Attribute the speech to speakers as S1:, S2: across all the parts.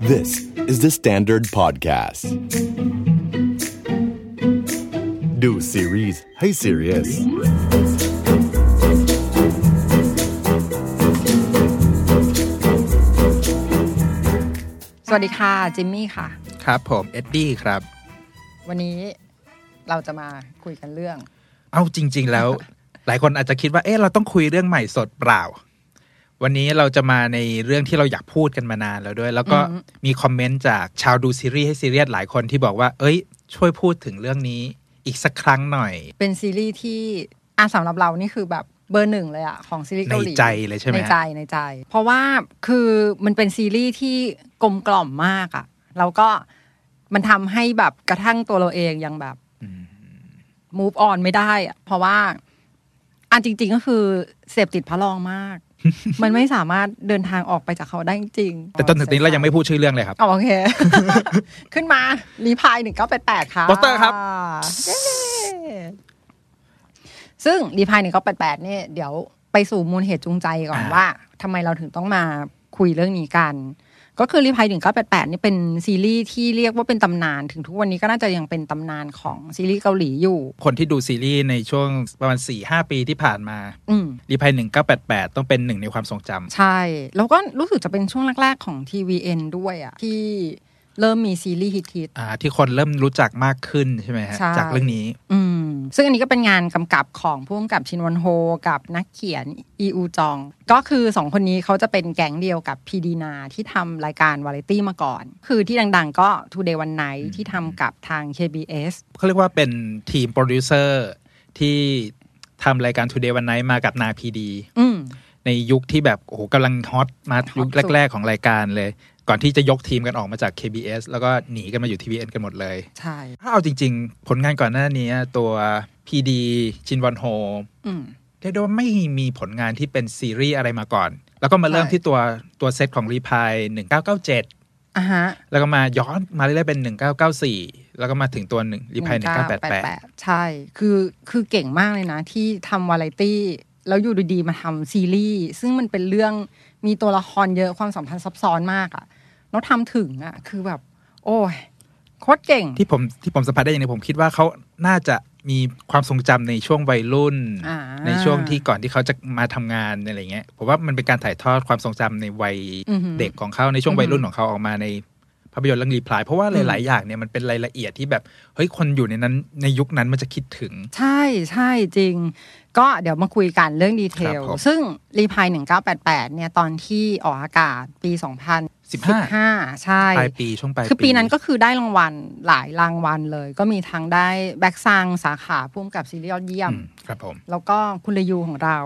S1: This is the Standard Podcast. Do series Hey serious.
S2: สวัสดีค่ะ จิมมี่ค่ะ
S3: ครับผมเอ็ดดี้ครับ
S2: วันนี้เราจะมาคุยกันเรื่อง
S3: เอาจริง ๆ แล้ว หลายคนอาจจะคิดว่าเอ๊ะเราต้องคุยเรื่องใหม่สดเปล่า วันนี้เราจะมาในเรื่องที่เราอยากพูดกันมานานแล้วด้วย แล้วก็มีคอมเมนต์จากชาวดูซีรีส์ให้ซีเรียสหลายคนที่บอกว่า เอ้ย ช่วยพูดถึงเรื่องนี้อีกสักครั้งหน่อย
S2: เป็นซีรีส์ที่อ่ะสำหรับเรานี่คือแบบเบอร์หนึ่งเลยอะของซีรีส์เกาหลี
S3: ในใจเลยใช่ไหม
S2: ในใจในใจ เพราะว่าคือมันเป็นซีรีส์ที่กลมกล่อมมากอะแล้วก็มันทำให้แบบกระทั่งตัวเราเองยังแบบ move on ไม่ได้อะเพราะว่า อันจริง ๆ ก็คือเสพติดพระรอง มาก มันไม่สามารถเดินทางออกไปจากเขาได้จริงๆ
S3: แต่จนถึงนี้เรายังไม่พูดชื่อเรื่องเลยครับ
S2: อ๋อโอเค ขึ้นมา รีพายหนึ่งเก้าแปดแปดค่ะ
S3: โปสเตอร์ครับ
S2: เย้ซึ่งรีพายหนึ่งเก้าแปดแปดเนี่ยเดี๋ยวไปสู่มูลเหตุจูงใจก่อนว่าทำไมเราถึงต้องมาคุยเรื่องนี้กัน ก็คือรีพายหนึ่งเก้าแปดแปดนี่เป็นซีรีส์ที่เรียกว่าเป็นตำนานถึงทุกวันนี้ก็น่าจะยังเป็นตำนานของซีรีส์เกาหลีอยู่
S3: คนที่ดูซีรีส์ในช่วงประมาณ4ี่หปีที่ผ่านมา
S2: อืม
S3: รีพายหนึ่งเก้าแปดแปดต้องเป็นหนึ่งในความทรงจำ
S2: ใช่ แล้วก็รู้สึกจะเป็นช่วงแรก ๆ ของ TVN ด้วยอะที่เริ่มมีซีรีส์ฮิตๆ
S3: อ่าที่คนเริ่มรู้จักมากขึ้นใช่ไหมฮะ
S2: ใช่
S3: จากเรื่องนี้
S2: อืมซึ่งอันนี้ก็เป็นงานกำกับของผู้กำกับชินวันโฮ กับนักเขียนอีอูจอง ก็คือสองคนนี้เขาจะเป็นแก๊งเดียวกับพีดีนาที่ทำรายการวาไรตี้มาก่อน คือที่ดังๆก็ Today One Night ที่ทำกับทาง KBS
S3: เขาเรียกว่าเป็นทีมโปรดิวเซอร์ที่ทำรายการ Today วัน i g h t มากับนาพีดี
S2: อืม
S3: ในยุคที่แบบ โอ้โหกำลังฮอตมา
S2: ฮอตสุด
S3: ยุคแรก ๆ ของรายการเลย ก่อนที่จะยกทีมกันออกมาจาก KBS แล้วก็หนีกันมาอยู่ TVN กันหมดเลย
S2: ใช่
S3: ถ้าเอาจริง ๆ ผลงานก่อนหน้านี้ตัว PD ชินวอนโฮ
S2: อืม
S3: เรียกได้ว่าไม่มีผลงานที่เป็นซีรีส์อะไรมาก่อน แล้วก็มาเริ่ม
S2: ใช่
S3: ที่ตัวตัวเซตของรีพาย1997
S2: อ่ะฮะ
S3: แล้วก็มาย้อนมาเรื่อยๆเป็น 1994 แล้วก็มาถึงตัวหนึ่งรีพาย1988
S2: 1988 ใช่ คือคือเก่งมากเลยนะ ที่ทำวาไรตี้แล้วอยู่ดีๆมาทำซีรีส์ ซึ่งมันเป็นเรื่องมีตัวละครเยอะความสัมพันธ์ซับซ้อนมากอะแล้วทำถึงอะคือแบบ โอ้ยโคตรเก่ง
S3: ที่ผมที่ผมสัมผัสได้อย่างหนี้ผมคิดว่าเขาน่าจะมีความทรงจำในช่วงวัยรุ่น
S2: อ่า
S3: ในช่วงที่ก่อนที่เขาจะมาทำงานอะไรเงี้ยผมว่ามันเป็นการถ่ายทอดความทรงจำในวัย
S2: อือหือ
S3: เด็กของเขาในช่วง
S2: อือหือ
S3: วัยรุ่นของเขาออกมาในภาพยนตร์เรื่องรีพลายเพราะว่าหลาย ๆ อย่างเนี่ยมันเป็นรายละเอียดที่แบบเฮ้ยคนอยู่ในนั้นในยุคนั้นมันจะคิดถึง
S2: ใช่ใช่จริง ก็เดี๋ยวมาคุยกันเรื่องดีเท
S3: ครั
S2: ล
S3: บผม
S2: ซึ่งรีพาย1988 เนี่ย ตอนที่ออกอากาศปี
S3: 15
S2: 2015 ใช่
S3: ปลายปีช่วงปลาย
S2: คือปีนั้นก็คือได้รางวัลหลายรางวัลเลย ก็มีทั้งได้แบ็กซังสาขาพุ่มกับซีรีส์ยอดเยี่ย
S3: อื
S2: ม
S3: มครับผม
S2: แล้วก็คุณเลยูของเรา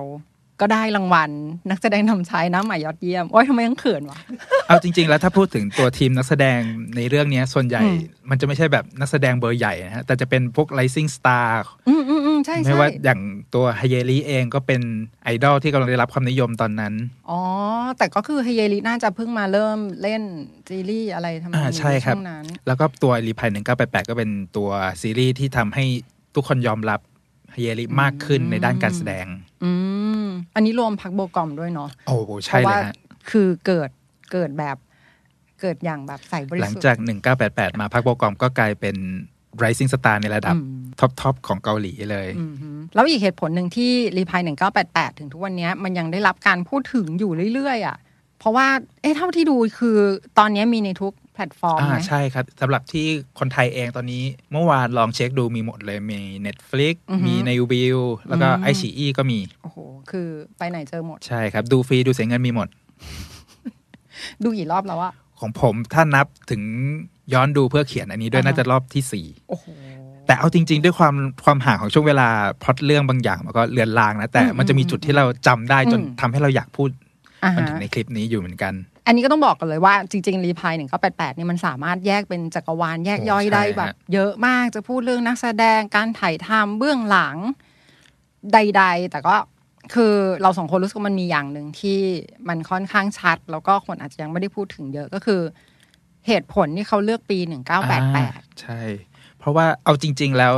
S2: ก็ได้รางวัล นักแสดงนำชายน้ำใหม่ยอดเยี่ยม โอ้ยทำไมยังเขินวะ
S3: เอาจริง ๆ แล้วถ้าพูดถึงตัวทีมนักแสดงในเรื่องเนี้ยส่วนใหญ่
S2: อืม
S3: มันจะไม่ใช่แบบนักแสดงเบอร์ใหญ่นะฮะแต่จะเป็นพวก rising star
S2: อืมอืมอืมใช่
S3: ไม่
S2: ใช่
S3: ว่าอย่างตัวไฮเยรีเองก็เป็นไอดอลที่กำลังได้รับความนิยมตอนนั้น
S2: อ๋อ แต่ก็คือเฮเยริน่าจะเพิ่งมาเริ่มเล่นซีรีส์อะไรทำนอง
S3: อ่า
S2: นี้
S3: ใช่ครับ
S2: วงนั้น
S3: แล้วก็ตัวรีพายหนึ่งเก้าแปดก็เป็นตัวซีรีส์ที่ทำให้ทุกคนยอมรับไฮเยริมากขึ้นในด้านการแสดง
S2: อืม อันนี้รวมพักโบกอมด้วยเนาะ
S3: โอ้โห
S2: เพ
S3: ใช่
S2: ราะ
S3: เล
S2: ว่าย
S3: ฮะ
S2: คือเกิดเกิดแบบเกิดอย่างแบบใส่บริ
S3: หลัง
S2: สุทธิ์
S3: จาก 1988 มาพักโปรกรมก็กลายเป็น rising star ในระดับ
S2: อืม
S3: ท็อปทอปของเกาหลีเลย
S2: อืมฮึแล้วอีกเหตุผลหนึ่งที่รีพาย1988 ถึงทุกวันเนี้ยมันยังได้รับการพูดถึงอยู่เรื่อยๆอ่ะ เพราะว่า เอ๊ะเท่าที่ดูคือตอนเนี้ยมีในทุกแพลตฟอร์ม
S3: อ่า
S2: ไหม
S3: ใช่ครับสำหรับที่คนไทยเองตอนนี้เมื่อวานลองเช็คดูมีหมดเลยมี Netflix มีในวิวแล้วก็ไอชีอีก็มี
S2: โอ้โห คือไปไหนเจอหมด
S3: ใช่ครับดูฟรีดูเสียเงินมีหมด
S2: ดูกี่รอบแล้วอะ
S3: ของผมถ้านับถึงย้อนดูเพื่อเขียนอันนี้ด้วยน่าจะรอบที่สี่
S2: โอ้โห
S3: แต่เอาจริง ๆ ด้วยความความห่างของช่วงเวลาพล็อตเรื่องบางอย่างมันก็เลือนลางนะ แต่มันจะมีจุดที่เราจำได้จนทำให้เราอยากพูด
S2: อ่า
S3: มัน
S2: ฮะ
S3: ถึงในคลิปนี้อยู่เหมือนกัน
S2: อันนี้ก็ต้องบอกกันเลยว่าจริงๆรีพาย1988เนี่ยมันสามารถแยกเป็นจักรวาลแยก
S3: โอ้
S2: ย่อยได้
S3: ใช่ฮะ
S2: แบบ เยอะมากจะพูดเรื่องนักแสดงการถ่ายทำเบื้องหลังใด ๆ แต่ก็คือเราสองคนรู้สึกว่ามันมีอย่างหนึ่งที่มันค่อนข้างชัด แล้วก็คนอาจจะยังไม่ได้พูดถึงเยอะก็คือ เหตุผลที่เขาเลือกปี
S3: อ่า
S2: 1988
S3: ใช่ เพราะว่าเอาจริง ๆ แล้ว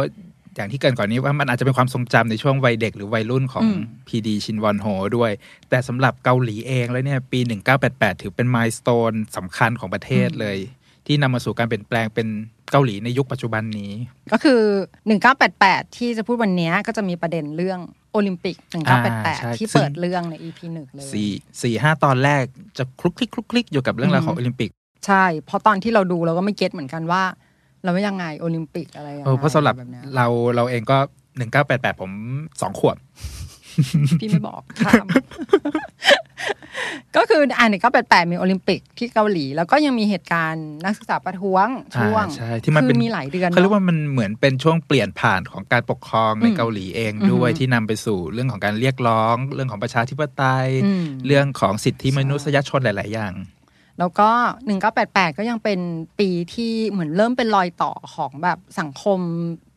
S3: อย่างที่เกรินก่อนนี้ว่ามันอาจจะเป็นความทรงจำในช่วงวัยเด็กหรือวัยรุ่นของ
S2: อืม
S3: พีดีชินวอนโฮด้วย แต่สำหรับเกาหลีเองแล้วเนี่ย ปี 1988 ถือเป็นมายส o n e สำคัญของประเทศเลย ที่นำมาสู่การเปลี่ยนแปลงเป็นเกาหลีในยุคปัจจุบันนี้
S2: ก็คือ 1988 ที่จะพูดวันเนี้ยก็จะมีประเด็นเรื่องโอลิมปิก
S3: อ่าใช่
S2: 1988 ที่เปิดเรื่องใน EP หนึ่งเลย
S3: สี่สี่ห้าตอนแรกจะคลุกคลิกคลุกคลิกอยู่กับเรื่องราวของโอลิมปิก
S2: ใช่เพราะตอนที่เราดูเราก็ไม่เก็ตเหมือนกันว่า เราไม่ายังไงโอลิมปิกอะไรยังไง
S3: เออเพราะสำหรับ
S2: แบบเนี้ย
S3: เราเราเองก็ 1988 ผมสองขวบ
S2: พี่ไม่บอก ข้ามก็คืออ่าน1988 มีโอลิมปิกที่เกาหลี แล้วก็ยังมีเหตุการณ์นักศึกษาประท้วงช่วง
S3: อ่าใช่ที่มัน
S2: คือ
S3: เป็น
S2: มีหลายเดือน
S3: เขาเรียก
S2: เนอะ
S3: ว่ามันเหมือนเป็นช่วงเปลี่ยนผ่านของการปกครองใน
S2: อืม
S3: เกาหลีเองด้วย
S2: อือฮึ
S3: ที่นำไปสู่เรื่องของการเรียกร้อง เรื่องของประชาธิปไตย
S2: อืม
S3: เรื่องของสิทธิมนุษยชนหลาย ๆ อย่าง
S2: แล้วก็ 1988 ก็ยังเป็นปีที่เหมือนเริ่มเป็นรอยต่อของแบบสังคม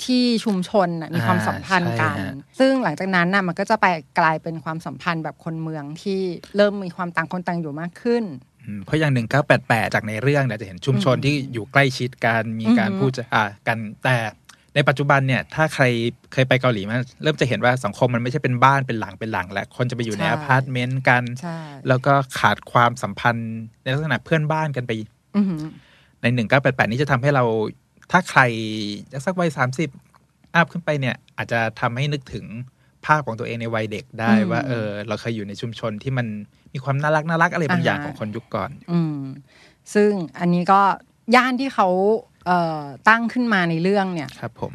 S2: ที่ชุมชนน่ะมีความสัมพันธ์กัน
S3: ใช่ฮะ
S2: ซึ่งหลังจากนั้นน่ะมันก็จะไปกลายเป็นความสัมพันธ์แบบคนเมืองที่เริ่มมีความต่างคนต่างอยู่มากขึ้น
S3: อืมเพราะอย่าง 1988 จากในเรื่องเนี่ยจะเห็นชุมชนที่อยู่ใกล้ชิดกันมีการ
S2: อือฮึ
S3: พูดจะอ่ากันแต่ในปัจจุบันเนี่ยถ้าใครเคยไปเกาหลีมาเริ่มจะเห็นว่าสังคมมันไม่ใช่เป็นบ้านเป็นหลังเป็นหลัง และคนจะไปอยู่ในอพาร์ตเมนต์กัน
S2: ใช่
S3: แล้วก็ขาดความสัมพันธ์ในลักษณะเพื่อนบ้านกันไป
S2: อือหือ
S3: ใน 1988 นี้จะทำให้เรา ถ้าใครสักวัย 30 อัพขึ้นไปเนี่ย อาจจะทำให้นึกถึงภาพของตัวเองในวัยเด็กได้
S2: อืม
S3: ว่า เออ เราเคยอยู่ในชุมชนที่มันมีความน่ารักน่ารักอะไรบางอย่าง
S2: อ่า
S3: ของคนยุคก่อน
S2: อืมซึ่งอันนี้ก็ย่านที่เขาเอ่อตั้งขึ้นมาในเรื่องเนี่ย
S3: ครับผม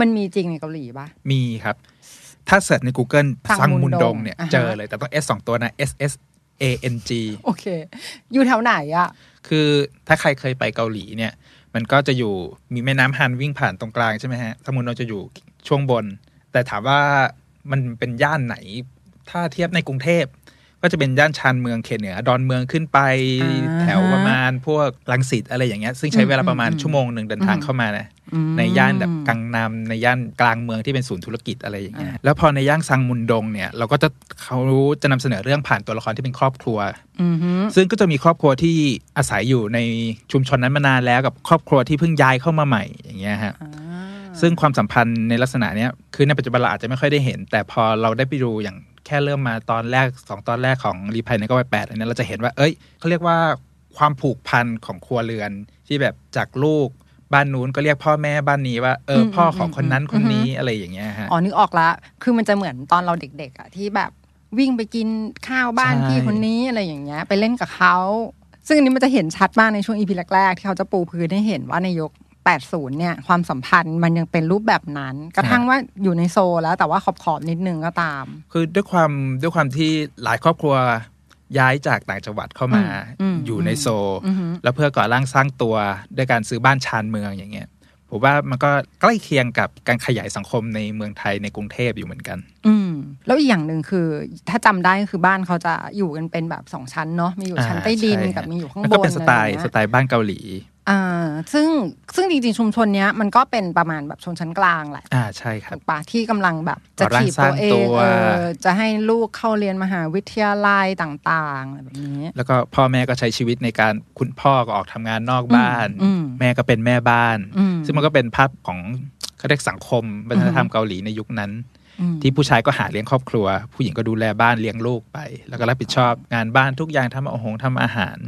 S2: มันมีจริงในเกาหลีปะ
S3: มีครับ ถ้าเสิร์ชใน Google
S2: ซั
S3: ซั
S2: ง
S3: ง
S2: มุ
S3: มุน
S2: น
S3: ด
S2: ด
S3: ง
S2: ง
S3: เนี่ย
S2: อ่าฮะ
S3: เจอเลย แต่ต้อง S 2 ตัวนะ S S A N G
S2: โอเค อยู่แถวไหนอะ
S3: คือถ้าใครเคยไปเกาหลีเนี่ย มันก็จะอยู่มีแม่น้ำฮันวิ่งผ่านตรงกลางใช่ไหมฮะสมุนเราจะอยู่ช่วงบน แต่ถามว่ามันเป็นย่านไหน ถ้าเทียบในกรุงเทพ ก็จะเป็นย่านชานเมืองเขตเหนือ ดอนเมืองขึ้นไป
S2: า
S3: แถวประมาณพวกลังสิตอะไรอย่างเงี้ย ซึ่งใช้เวลาประมาณ
S2: อืมอืม
S3: ชั่วโมงหนึ่งเดินทาง
S2: อืม
S3: เข้ามานะ
S2: อืม
S3: ในย่านแบบกังนามในย่านกลางเมืองที่เป็นศูนย์ธุรกิจอะไรอย่างเงี้ยแล้วพอในย่านซังมุนดงเนี่ยเราก็จะเขาจะนำเสนอเรื่องผ่านตัวละครที่เป็นครอบครัว
S2: อือหือ
S3: ซึ่งก็จะมีครอบครัวที่อาศัยอยู่ในชุมชนนั้นมานานแล้วกับครอบครัวที่เพิ่งย้ายเข้ามาใหม่อย่างเงี้ยฮะซึ่งความสัมพันธ์ในลักษณะเนี้ยคือในปัจจุบันเราอาจจะไม่ค่อยได้เห็น แต่พอเราได้ไปดูอย่างแค่เริ่มมาตอนแรกสองตอนแรกของรีพายในก็ไปแปดอันเนี้ยเราจะเห็นว่าเอ้ยเขาเรียกว่าความผูกพันของครัวเรือนที่แบบจากลูกบ้านนู้นก็เรียกพ่อแม่บ้านนี้ว่าเอออ
S2: ม
S3: พ่อของคนนั้น
S2: อืม
S3: คนนี้อะไรอย่างเงี้ยฮะ
S2: อ๋อนึกออกละ คือมันจะเหมือนตอนเราเด็ก ๆอะที่แบบวิ่งไปกินข้าวบ้าน
S3: ใช่
S2: พี่คนนี้อะไรอย่างเงี้ย ไปเล่นกับเขา ซึ่งอันนี้มันจะเห็นชัดมากในช่วงอีพีแรกๆ ที่เขาจะปูพื้นให้เห็นว่าในยก 80 เนี่ย ความสัมพันธ์มันยังเป็นรูปแบบนั้น กระทั่งว่าอยู่ในโซลแล้วแต่ว่าขอบขอบๆนิดนึงก็ตาม
S3: คือด้วยความด้วยความที่หลายครอบครัวย้ายจากต่างจังหวัดเข้ามา
S2: อืมอืม
S3: อยู่ในโซล
S2: อือหือ
S3: แล้วเพื่อก่อร่างสร้างตัวด้วยการซื้อบ้านชานเมืองอย่างเงี้ยผมว่ามันก็ใกล้เคียงกับการขยายสังคมในเมืองไทยในกรุงเทพอยู่เหมือนกัน
S2: อืม แล้วอีกอย่างหนึ่งคือ ถ้าจำได้ก็คือบ้านเขาจะอยู่กันเป็นแบบสองชั้นเนาะ มีอยู่ชั้น
S3: อ่า
S2: ใต้ดิน
S3: ใช่ฮะ
S2: กับมีอยู่ข้างบ
S3: มัน
S2: น
S3: ก็เป็นสไต
S2: อะรอ
S3: ล์
S2: ย่าง
S3: ส
S2: เงี้ย
S3: ไตล์บ้านเกาหลี
S2: อ่าซึ่งซึ่งจริงๆ ชุมชนเนี้ยมันก็เป็นประมาณแบบชนชั้นกลางแหละ
S3: อ่าใช่ครับ
S2: ถูกปะที่กำลังแบบจะ
S3: ก่อร่าง
S2: ถีบตัวเอ
S3: สร้างตั
S2: ง
S3: ว
S2: เออจะให้ลูกเข้าเรียนมหาวิทยาลัยต่างๆอะไรแบบนี้
S3: แล้วก็พ่อแม่ก็ใช้ชีวิตในการคุณพ่อก็ออกทำงานนอกบ้าน
S2: อืม
S3: แม่ก็เป็นแม่บ้าน
S2: อืม
S3: ซึ่งมันก็เป็นภาพของเขาเรียกสังคมวัฒนธรรมเกาหลีในยุคนั้น
S2: อืม
S3: ที่ผู้ชายก็หาเลี้ยงครอบครัว ผู้หญิงก็ดูแลบ้านเลี้ยงลูกไป แล้วก็รับผิดชอบงานบ้านทุกอย่างทำอาหงทำอาหาร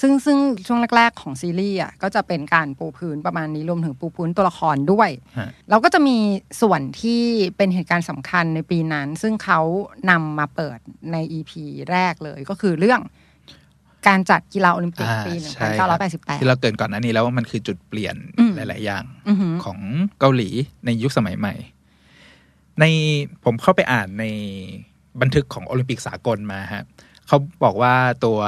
S2: ซึ่งซึ่งช่วงแรก ๆ ของซีรีส์อ่ะก็จะเป็นการปูพื้นประมาณนี้รวมถึงปูพื้นตัวละครด้วย
S3: ฮะ
S2: เราก็จะมีส่วนที่เป็นเหตุการณ์สำคัญในปีนั้น ซึ่งเขานำมาเปิดใน EP แรกเลยก็คือเรื่องการจัดกีฬาโอลิมปิก
S3: อ่า
S2: ปี
S3: ใช่ครับที่
S2: 1988
S3: เราเกรินก่อนหน้านี้แล้วว่ามันคือจุดเปลี่ยน
S2: อืม
S3: หลาย ๆ อย่าง
S2: อือหือ
S3: ของเกาหลีในยุคสมัยใหม่ ในผมเข้าไปอ่านในบันทึกของโอลิมปิกสากลมาฮะเขาบอกว่าตัว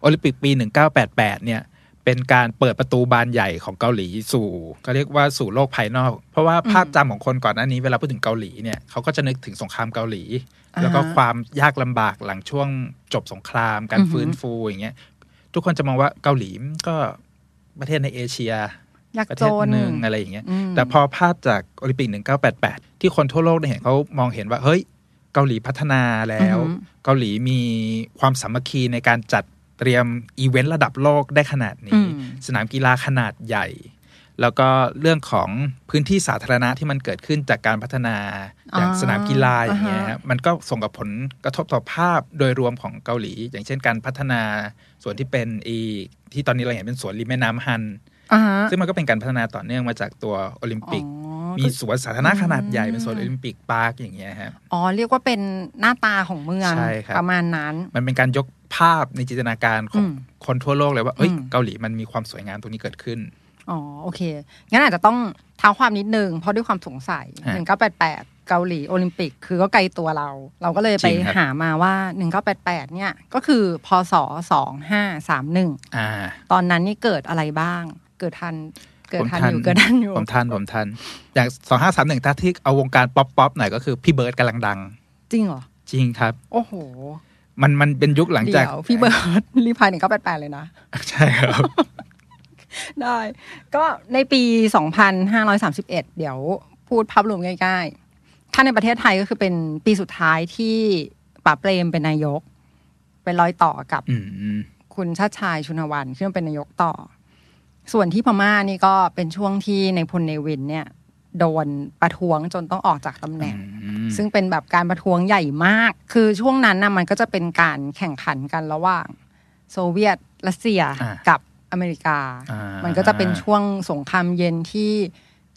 S3: โอลิมปิกปี 1988 เนี่ย เป็นการเปิดประตูบานใหญ่ของเกาหลีสู่ก็เรียกว่าสู่โลกภายนอก เพราะว่าภาพจำของคนก่อนหน้านี้เวลาพูดถึงเกาหลีเนี่ยเขาก็จะนึกถึงสงครามเกาหลี
S2: อ่าฮะ
S3: แล้วก็ความยากลำบากหลังช่วงจบสงคราม การ
S2: อือฮึ
S3: ฟื้นฟูอย่างเงี้ยทุกคนจะมองว่าเกาหลีก็ประเทศในเอเชีย
S2: ยัก
S3: ประ
S2: ษ์
S3: เท
S2: จ
S3: ศ
S2: น
S3: หนึ่งอะไรอย่างเงี้ย
S2: อืม
S3: แต่พอภาพจากโอลิมปิก 1988 ที่คนทั่วโลกได้เห็นเขามองเห็นว่า เฮ้ย เกาหลีพัฒนาแล้ว
S2: อือหือ
S3: เกาหลีมีความสามัคคีในการจัดเตรียมอีเวนต์ระดับโลกได้ขนาด
S2: อื
S3: นี้
S2: ม
S3: สนามกีฬาขนาดใหญ่ แล้วก็เรื่องของพื้นที่สาธารณะที่มันเกิดขึ้นจากการพัฒนาอย่าง
S2: อ่า
S3: สนามกีฬาอย่างเงี้ย
S2: อ่าฮะ
S3: ฮะมันก็ส่งกับผลกระทบต่อภาพโดยรวมของเกาหลี อย่างเช่นการพัฒนาส่วนที่เป็นอีที่ตอนนี้เราเห็นเป็นสวนริมแม่น้ำฮัน
S2: อ่าฮะ
S3: ซึ่งมันก็เป็นการพัฒนาต่อเนื่องมาจากตัวโอลิม
S2: อ๋
S3: ปิก
S2: อ
S3: มี
S2: คือ
S3: สวนสาธารณะขนาดใหญ่เป็นสวนโอลิมปิกพาร์คอย่างเงี้ยฮะ
S2: อ๋อเรียกว่าเป็นหน้าตาของเมือง
S3: ใช่ครับ
S2: ประมาณนั้น
S3: มันเป็นการยกภาพในจินตนาการของ
S2: อืม
S3: คนทั่วโลกเลยว่าเอ้ย
S2: อืม
S3: เกาหลีมันมีความสวยงามตรงนี้เกิดขึ้น
S2: อ๋อโอเค งั้นอาจจะต้องเท้าความนิดนึง เพราะด้วยความสงสัย
S3: ฮะ
S2: หนึ่งเก้าแปดแปดเกาหลีโอลิมปิก คือก็ไกลตัวเรา เราก็เลยไป
S3: จริงครับ
S2: หามาว่าหนึ่งเก้าแปดแปดเนี่ย ก็คือพศสองห้าสามหนึ่ง
S3: อ่า
S2: ตอนนั้นนี่เกิดอะไรบ้าง เกิดทันเกิด
S3: ผม
S2: ทัน
S3: ทัน
S2: อยู่เกิดทันอยู่
S3: ผมทันผมทัน อย่างสองห้าสามหนึ่งถ้าที่เอาวงการป๊อปป๊อปหน่อยก็คือพี่เบิร์ดกำลังดัง
S2: จริงเหรอ
S3: จริงครับ
S2: โอ้โห
S3: มันมันเป็นยุคหลังจาก
S2: เดี๋ยวพี่เบิร์ด รีพายหนึ่งเก้าแปดแปดเลยนะ
S3: ใช่ครับ
S2: ได้ ก็ในปี 2531 เดี๋ยวพูดภาพรวมง่ายๆ ถ้าในประเทศไทยก็คือเป็นปีสุดท้ายที่ป๋าเปรมเป็นนายก เป็นรอยต่อกับ
S3: อืม
S2: คุณชาติชายชุนวันที่มาเป็นนายกต่อ ส่วนที่พม่านี่ก็เป็นช่วงที่ในายพลเนวินเนี่ย โดนประท้วงจนต้องออกจากตำแหน่ง ซึ่งเป็นแบบการประท้วงใหญ่มาก คือช่วงนั้นนะมันก็จะเป็นการแข่งขันกันระหว่าง โซเวียตรัสเซีย
S3: อ่า
S2: กับอเมริกา
S3: อ่ามั
S2: มันก็จะเป็นช่วงสงครามเย็นที่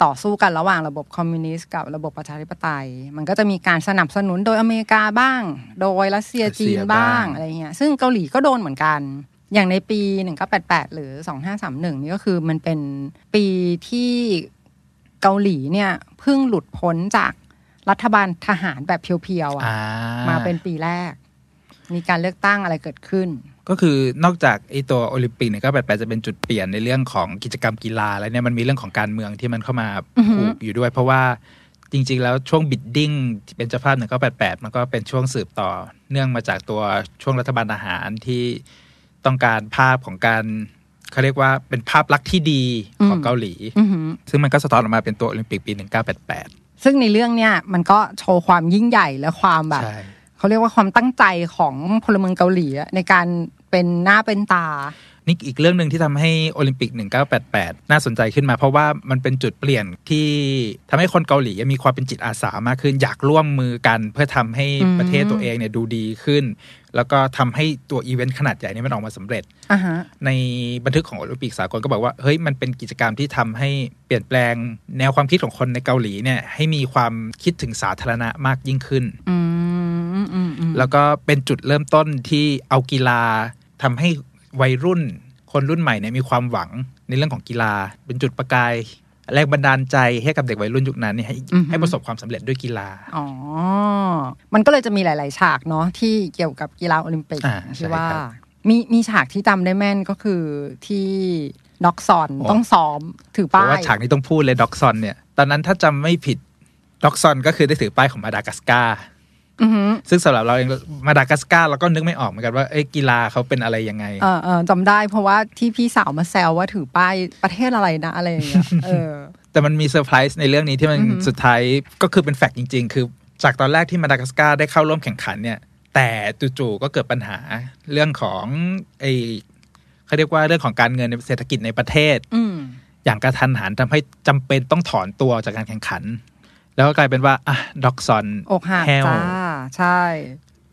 S2: ต่อสู้กันระหว่างระบบคอมมิวนิสต์กับระบบประชาธิปไตย มันก็จะมีการสนับสนุนโดยอเมริกาบ้าง โดยรัสเซียจีนบ้างอะไรเงี้ย ซึ่งเกาหลีก็โดนเหมือนกัน อย่างในปี 1988 หรือ 2531 นี่ก็คือมันเป็นปีที่เกาหลีเนี่ยเพิ่งหลุดพ้นจากรัฐบาลทหารแบบเพียวๆ
S3: อ่า
S2: อะ
S3: มา
S2: มาเป็นปีแรก มีการเลือกตั้งอะไรเกิดขึ้น
S3: ก็คือนอกจากไอตัวโอลิมปิกเนี่ยก็แปลกๆจะเป็นจุดเปลี่ยนในเรื่องของกิจกรรมกีฬาแล้วเนี่ยมันมีเรื่องของการเมืองที่มันเข้ามาผูกอยู่ด้วย เพราะว่าจริง ๆ แล้วช่วงบิดดิ้งที่เป็นเจ้าภาพหนึ่งก็แปดมันก็เป็นช่วงสืบต่อ เนื่องมาจากตัวช่วงรัฐบาลทหารที่ต้องการภาพของการเขาเรียกว่าเป็นภาพลักษณ์ที่ดีของเกาหลี
S2: อือหือ
S3: ซึ่งมันก็สะท้อนออกมาเป็นตัวโอลิมปิกปี 1988
S2: ซึ่งในเรื่องเนี่ยมันก็โชว์ความยิ่งใหญ่และความแบบ
S3: ใช่
S2: เขาเรียกว่าความตั้งใจของพลเมืองเกาหลีอะในการเป็นหน้าเป็นตา
S3: นี่อีกเรื่องหนึ่งที่ทำให้โอลิมปิก 1988 น่าสนใจขึ้นมา เพราะว่ามันเป็นจุดเปลี่ยนที่ทำให้คนเกาหลีมีความเป็นจิตอาสามากขึ้น อยากร่วมมือกันเพื่อทำให้
S2: อืม
S3: ประเทศตัวเองเนี่ยดูดีขึ้น แล้วก็ทำให้ตัวอีเวนต์ขนาดใหญ่เนี่ยมันออกมาสำเร็จ
S2: อ่ะฮะ
S3: ในบันทึกของโอลิมปิกสากลก็บอกว่าเฮ้ยมันเป็นกิจกรรมที่ทำให้เปลี่ยนแปลงแนวความคิดของคนในเกาหลีเนี่ยให้มีความคิดถึงสาธารณะมากยิ่งขึ้น
S2: อืมอืมอืม
S3: แล้วก็เป็นจุดเริ่มต้นที่เอากีฬาทำให้วัยรุ่น คนรุ่นใหม่เนี่ยมีความหวังในเรื่องของกีฬา เป็นจุดประกาย แรงบันดาลใจให้กับเด็กวัยรุ่นยุคนั้นเนี่ยให้ให้ประสบความสำเร็จด้วยกีฬา
S2: อ๋อ มันก็เลยจะมีหลาย ๆ ฉากเนาะที่เกี่ยวกับกีฬาโอลิมปิก
S3: อ่าใช่
S2: ที่ว่า
S3: ครับ
S2: มีมีฉากที่จำได้แม่นก็คือที่น็อกซอนต้องซ้อมถือ
S3: เพ
S2: ป้า
S3: ราะว่าย ฉากนี้ต้องพูดเลยด็อกซอนเนี่ยตอนนั้นถ้าจำไม่ผิดด็อกซอนก็คือได้ถือป้ายของมาดากัสการ์
S2: อือหือ
S3: ซึ่งสำหรับเราเองมาดากัสการ์เราก็นึกไม่ออกเหมือนกันว่าเอ้ยกีฬาเขาเป็นอะไรยังไง
S2: เออเออจำได้เพราะว่าที่พี่สาวมาแซวว่าถือป้ายประเทศอะไรนะอะไรอย่างเงี้ยเออ
S3: แต่มันมีเซอร์ไพรส์ในเรื่องนี้ที่มันสุดท้ายก็คือเป็นแฟกต์จริง ๆ คือ จากตอนแรกที่มาดากัสการ์ได้เข้าร่วมแข่งขันเนี่ย แต่จู่ๆก็เกิดปัญหาเรื่องของไอเขาเรียกว่าเรื่องของการเงินในเศรษฐกิจในประเทศ
S2: อืม
S3: อย่างกระทันหันทำให้จำเป็นต้องถอนตัวจากการแข่งขัน แล้วก็กลายเป็นว่าอ่ะด็อกซอน
S2: อกหัก
S3: แห้ว
S2: จ้า ใช่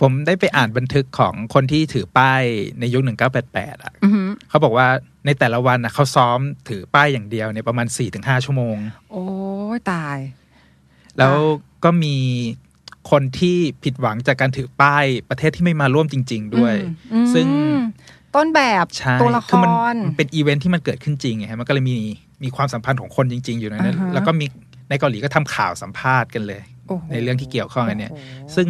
S3: ผมได้ไปอ่านบันทึกของคนที่ถือป้ายในยุค 1988อ่ะ
S2: อือหือ
S3: เขาบอกว่าในแต่ละวันนะเขาซ้อมถือป้ายอย่างเดียวเนี่ยประมาณ 4-5 ชั่วโมง
S2: โอ้ยตาย
S3: แล้วก็มีคนที่ผิดหวังจากการถือป้ายประเทศที่ไม่มาร่วมจริง ๆ ด้วย
S2: อืม
S3: ซึ่ง
S2: ต้นแบบ
S3: ใช่
S2: ตัวละค
S3: อมัน
S2: ร
S3: มันเป็นอีเวนท์ที่มันเกิดขึ้นจริงไงฮะมันก็เลยมีมีความสัมพันธ์ของคนจริง ๆ อยู่ในนั้น
S2: อ่าฮะ
S3: แล้วก็มีในเกาหลีก็ทำข่าวสัมภาษณ์กันเลย
S2: โอ้โห
S3: ในเรื่องที่เกี่ยวข้องอันเนี้ย
S2: โอ้โห
S3: ซึ่ง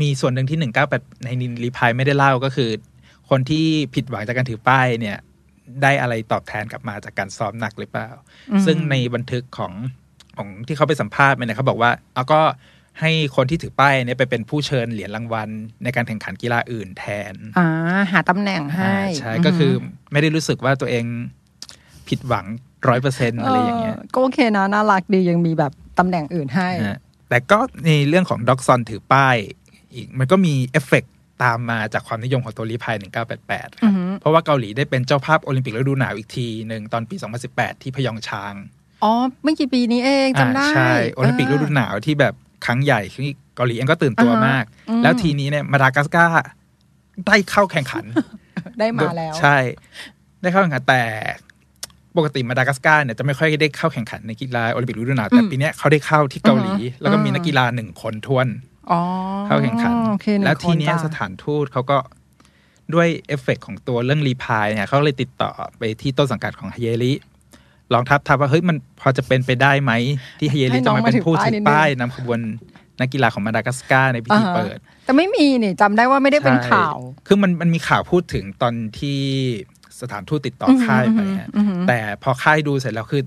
S3: มีส่วนหนึ่งที่198ในนินรีพายไม่ได้เล่าก็คือ คนที่ผิดหวังจากการถือป้ายเนี่ย ได้อะไรตอบแทนกลับมาจากการซ้อมหนักหรือเปล่า ซึ่งในบันทึกของของที่เขาไปสัมภาษณ์มาเนี่ยเขาบอกว่าเอาก็ให้คนที่ถือป้ายเนี่ยไปเป็นผู้เชิญเหรียญรางวัล ในการแข่งขันกีฬาอื่นแทน
S2: อ่า หาตำแหน่งให้
S3: อ่าใช่ก็คือไม่ได้รู้สึกว่าตัวเองผิดหวังร้อยเปอร์เซ็นต์
S2: ม
S3: อะไรอย่างเงี้ย
S2: ออก็โอเคนะ น่ารักดียังมีแบบตำแหน่งอื่นให้
S3: ฮะแต่ก็ในเรื่องของด็อกซอนถือป้ายอีกมันก็มีเอฟเฟกต์ ตามมาจากความนิยมของโตริพาย 1988 ค
S2: อื
S3: รั
S2: อบ หือ
S3: เพราะว่าเกาหลีได้เป็นเจ้าภาพโอลิมปิกฤดูหนาวอีกทีหนึ่งตอนปี 2018 ที่พยองชาง
S2: อ๋อไม่กี่ปีนี้เองจำได้
S3: อ่าใช่ โอลิมปิกฤดูหนาวที่แบบครั้งใหญ่ที่เกาหลีเองก็ตื่นตัวมาก แล้วทีนี้เนี่ยมาดากัสการ์ได้เข้าแข่งขัน
S2: ได้มาแล้ว
S3: ใช่ ได้เข้าแข่งขันแต่ปกติมาดากัสการ์เนี่ยจะไม่ค่อยได้เข้าแข่งขันในกีฬาโอลิมปิกฤดูหนาวแต่
S2: อืม
S3: ปีเนี้ยเขาได้เข้าที่เกาหลี
S2: อือฮะ
S3: แล้วก็มี
S2: อืม
S3: นักกีฬาหนึ่งคนท้วน
S2: อ๋อ
S3: เข้าแข่งขัน
S2: โอเคหนึ่ง
S3: แล้วทีเนี้ย
S2: คนจ้ะ
S3: สถานทูตเขาก็ด้วยเอฟเฟกต์ของตัวเรื่องรีพายเนี่ยเขาเลยติดต่อไปที่ต้นสังกัดของฮเยริลองทับทับว่าเฮ้ยมันพอจะเป็นไปได้ไหม ที่ฮเยริจะมาเป็นผู้ถือป้ายนำขบวนนักกีฬาของมาดากัสการ์ในพิธีเปิด
S2: อ่าฮะแต่ไม่มีนี่จำได้ว่าไม่ได้เป็น
S3: ใช่
S2: ข่าว
S3: คือมันมันมีข่าวพูดถึงตอนที่สถานทูตติดต่ออ
S2: อหือ
S3: ค่ายไปฮะ
S2: อือหือ
S3: แต่พอค่ายดูเสร็จแล้วคือ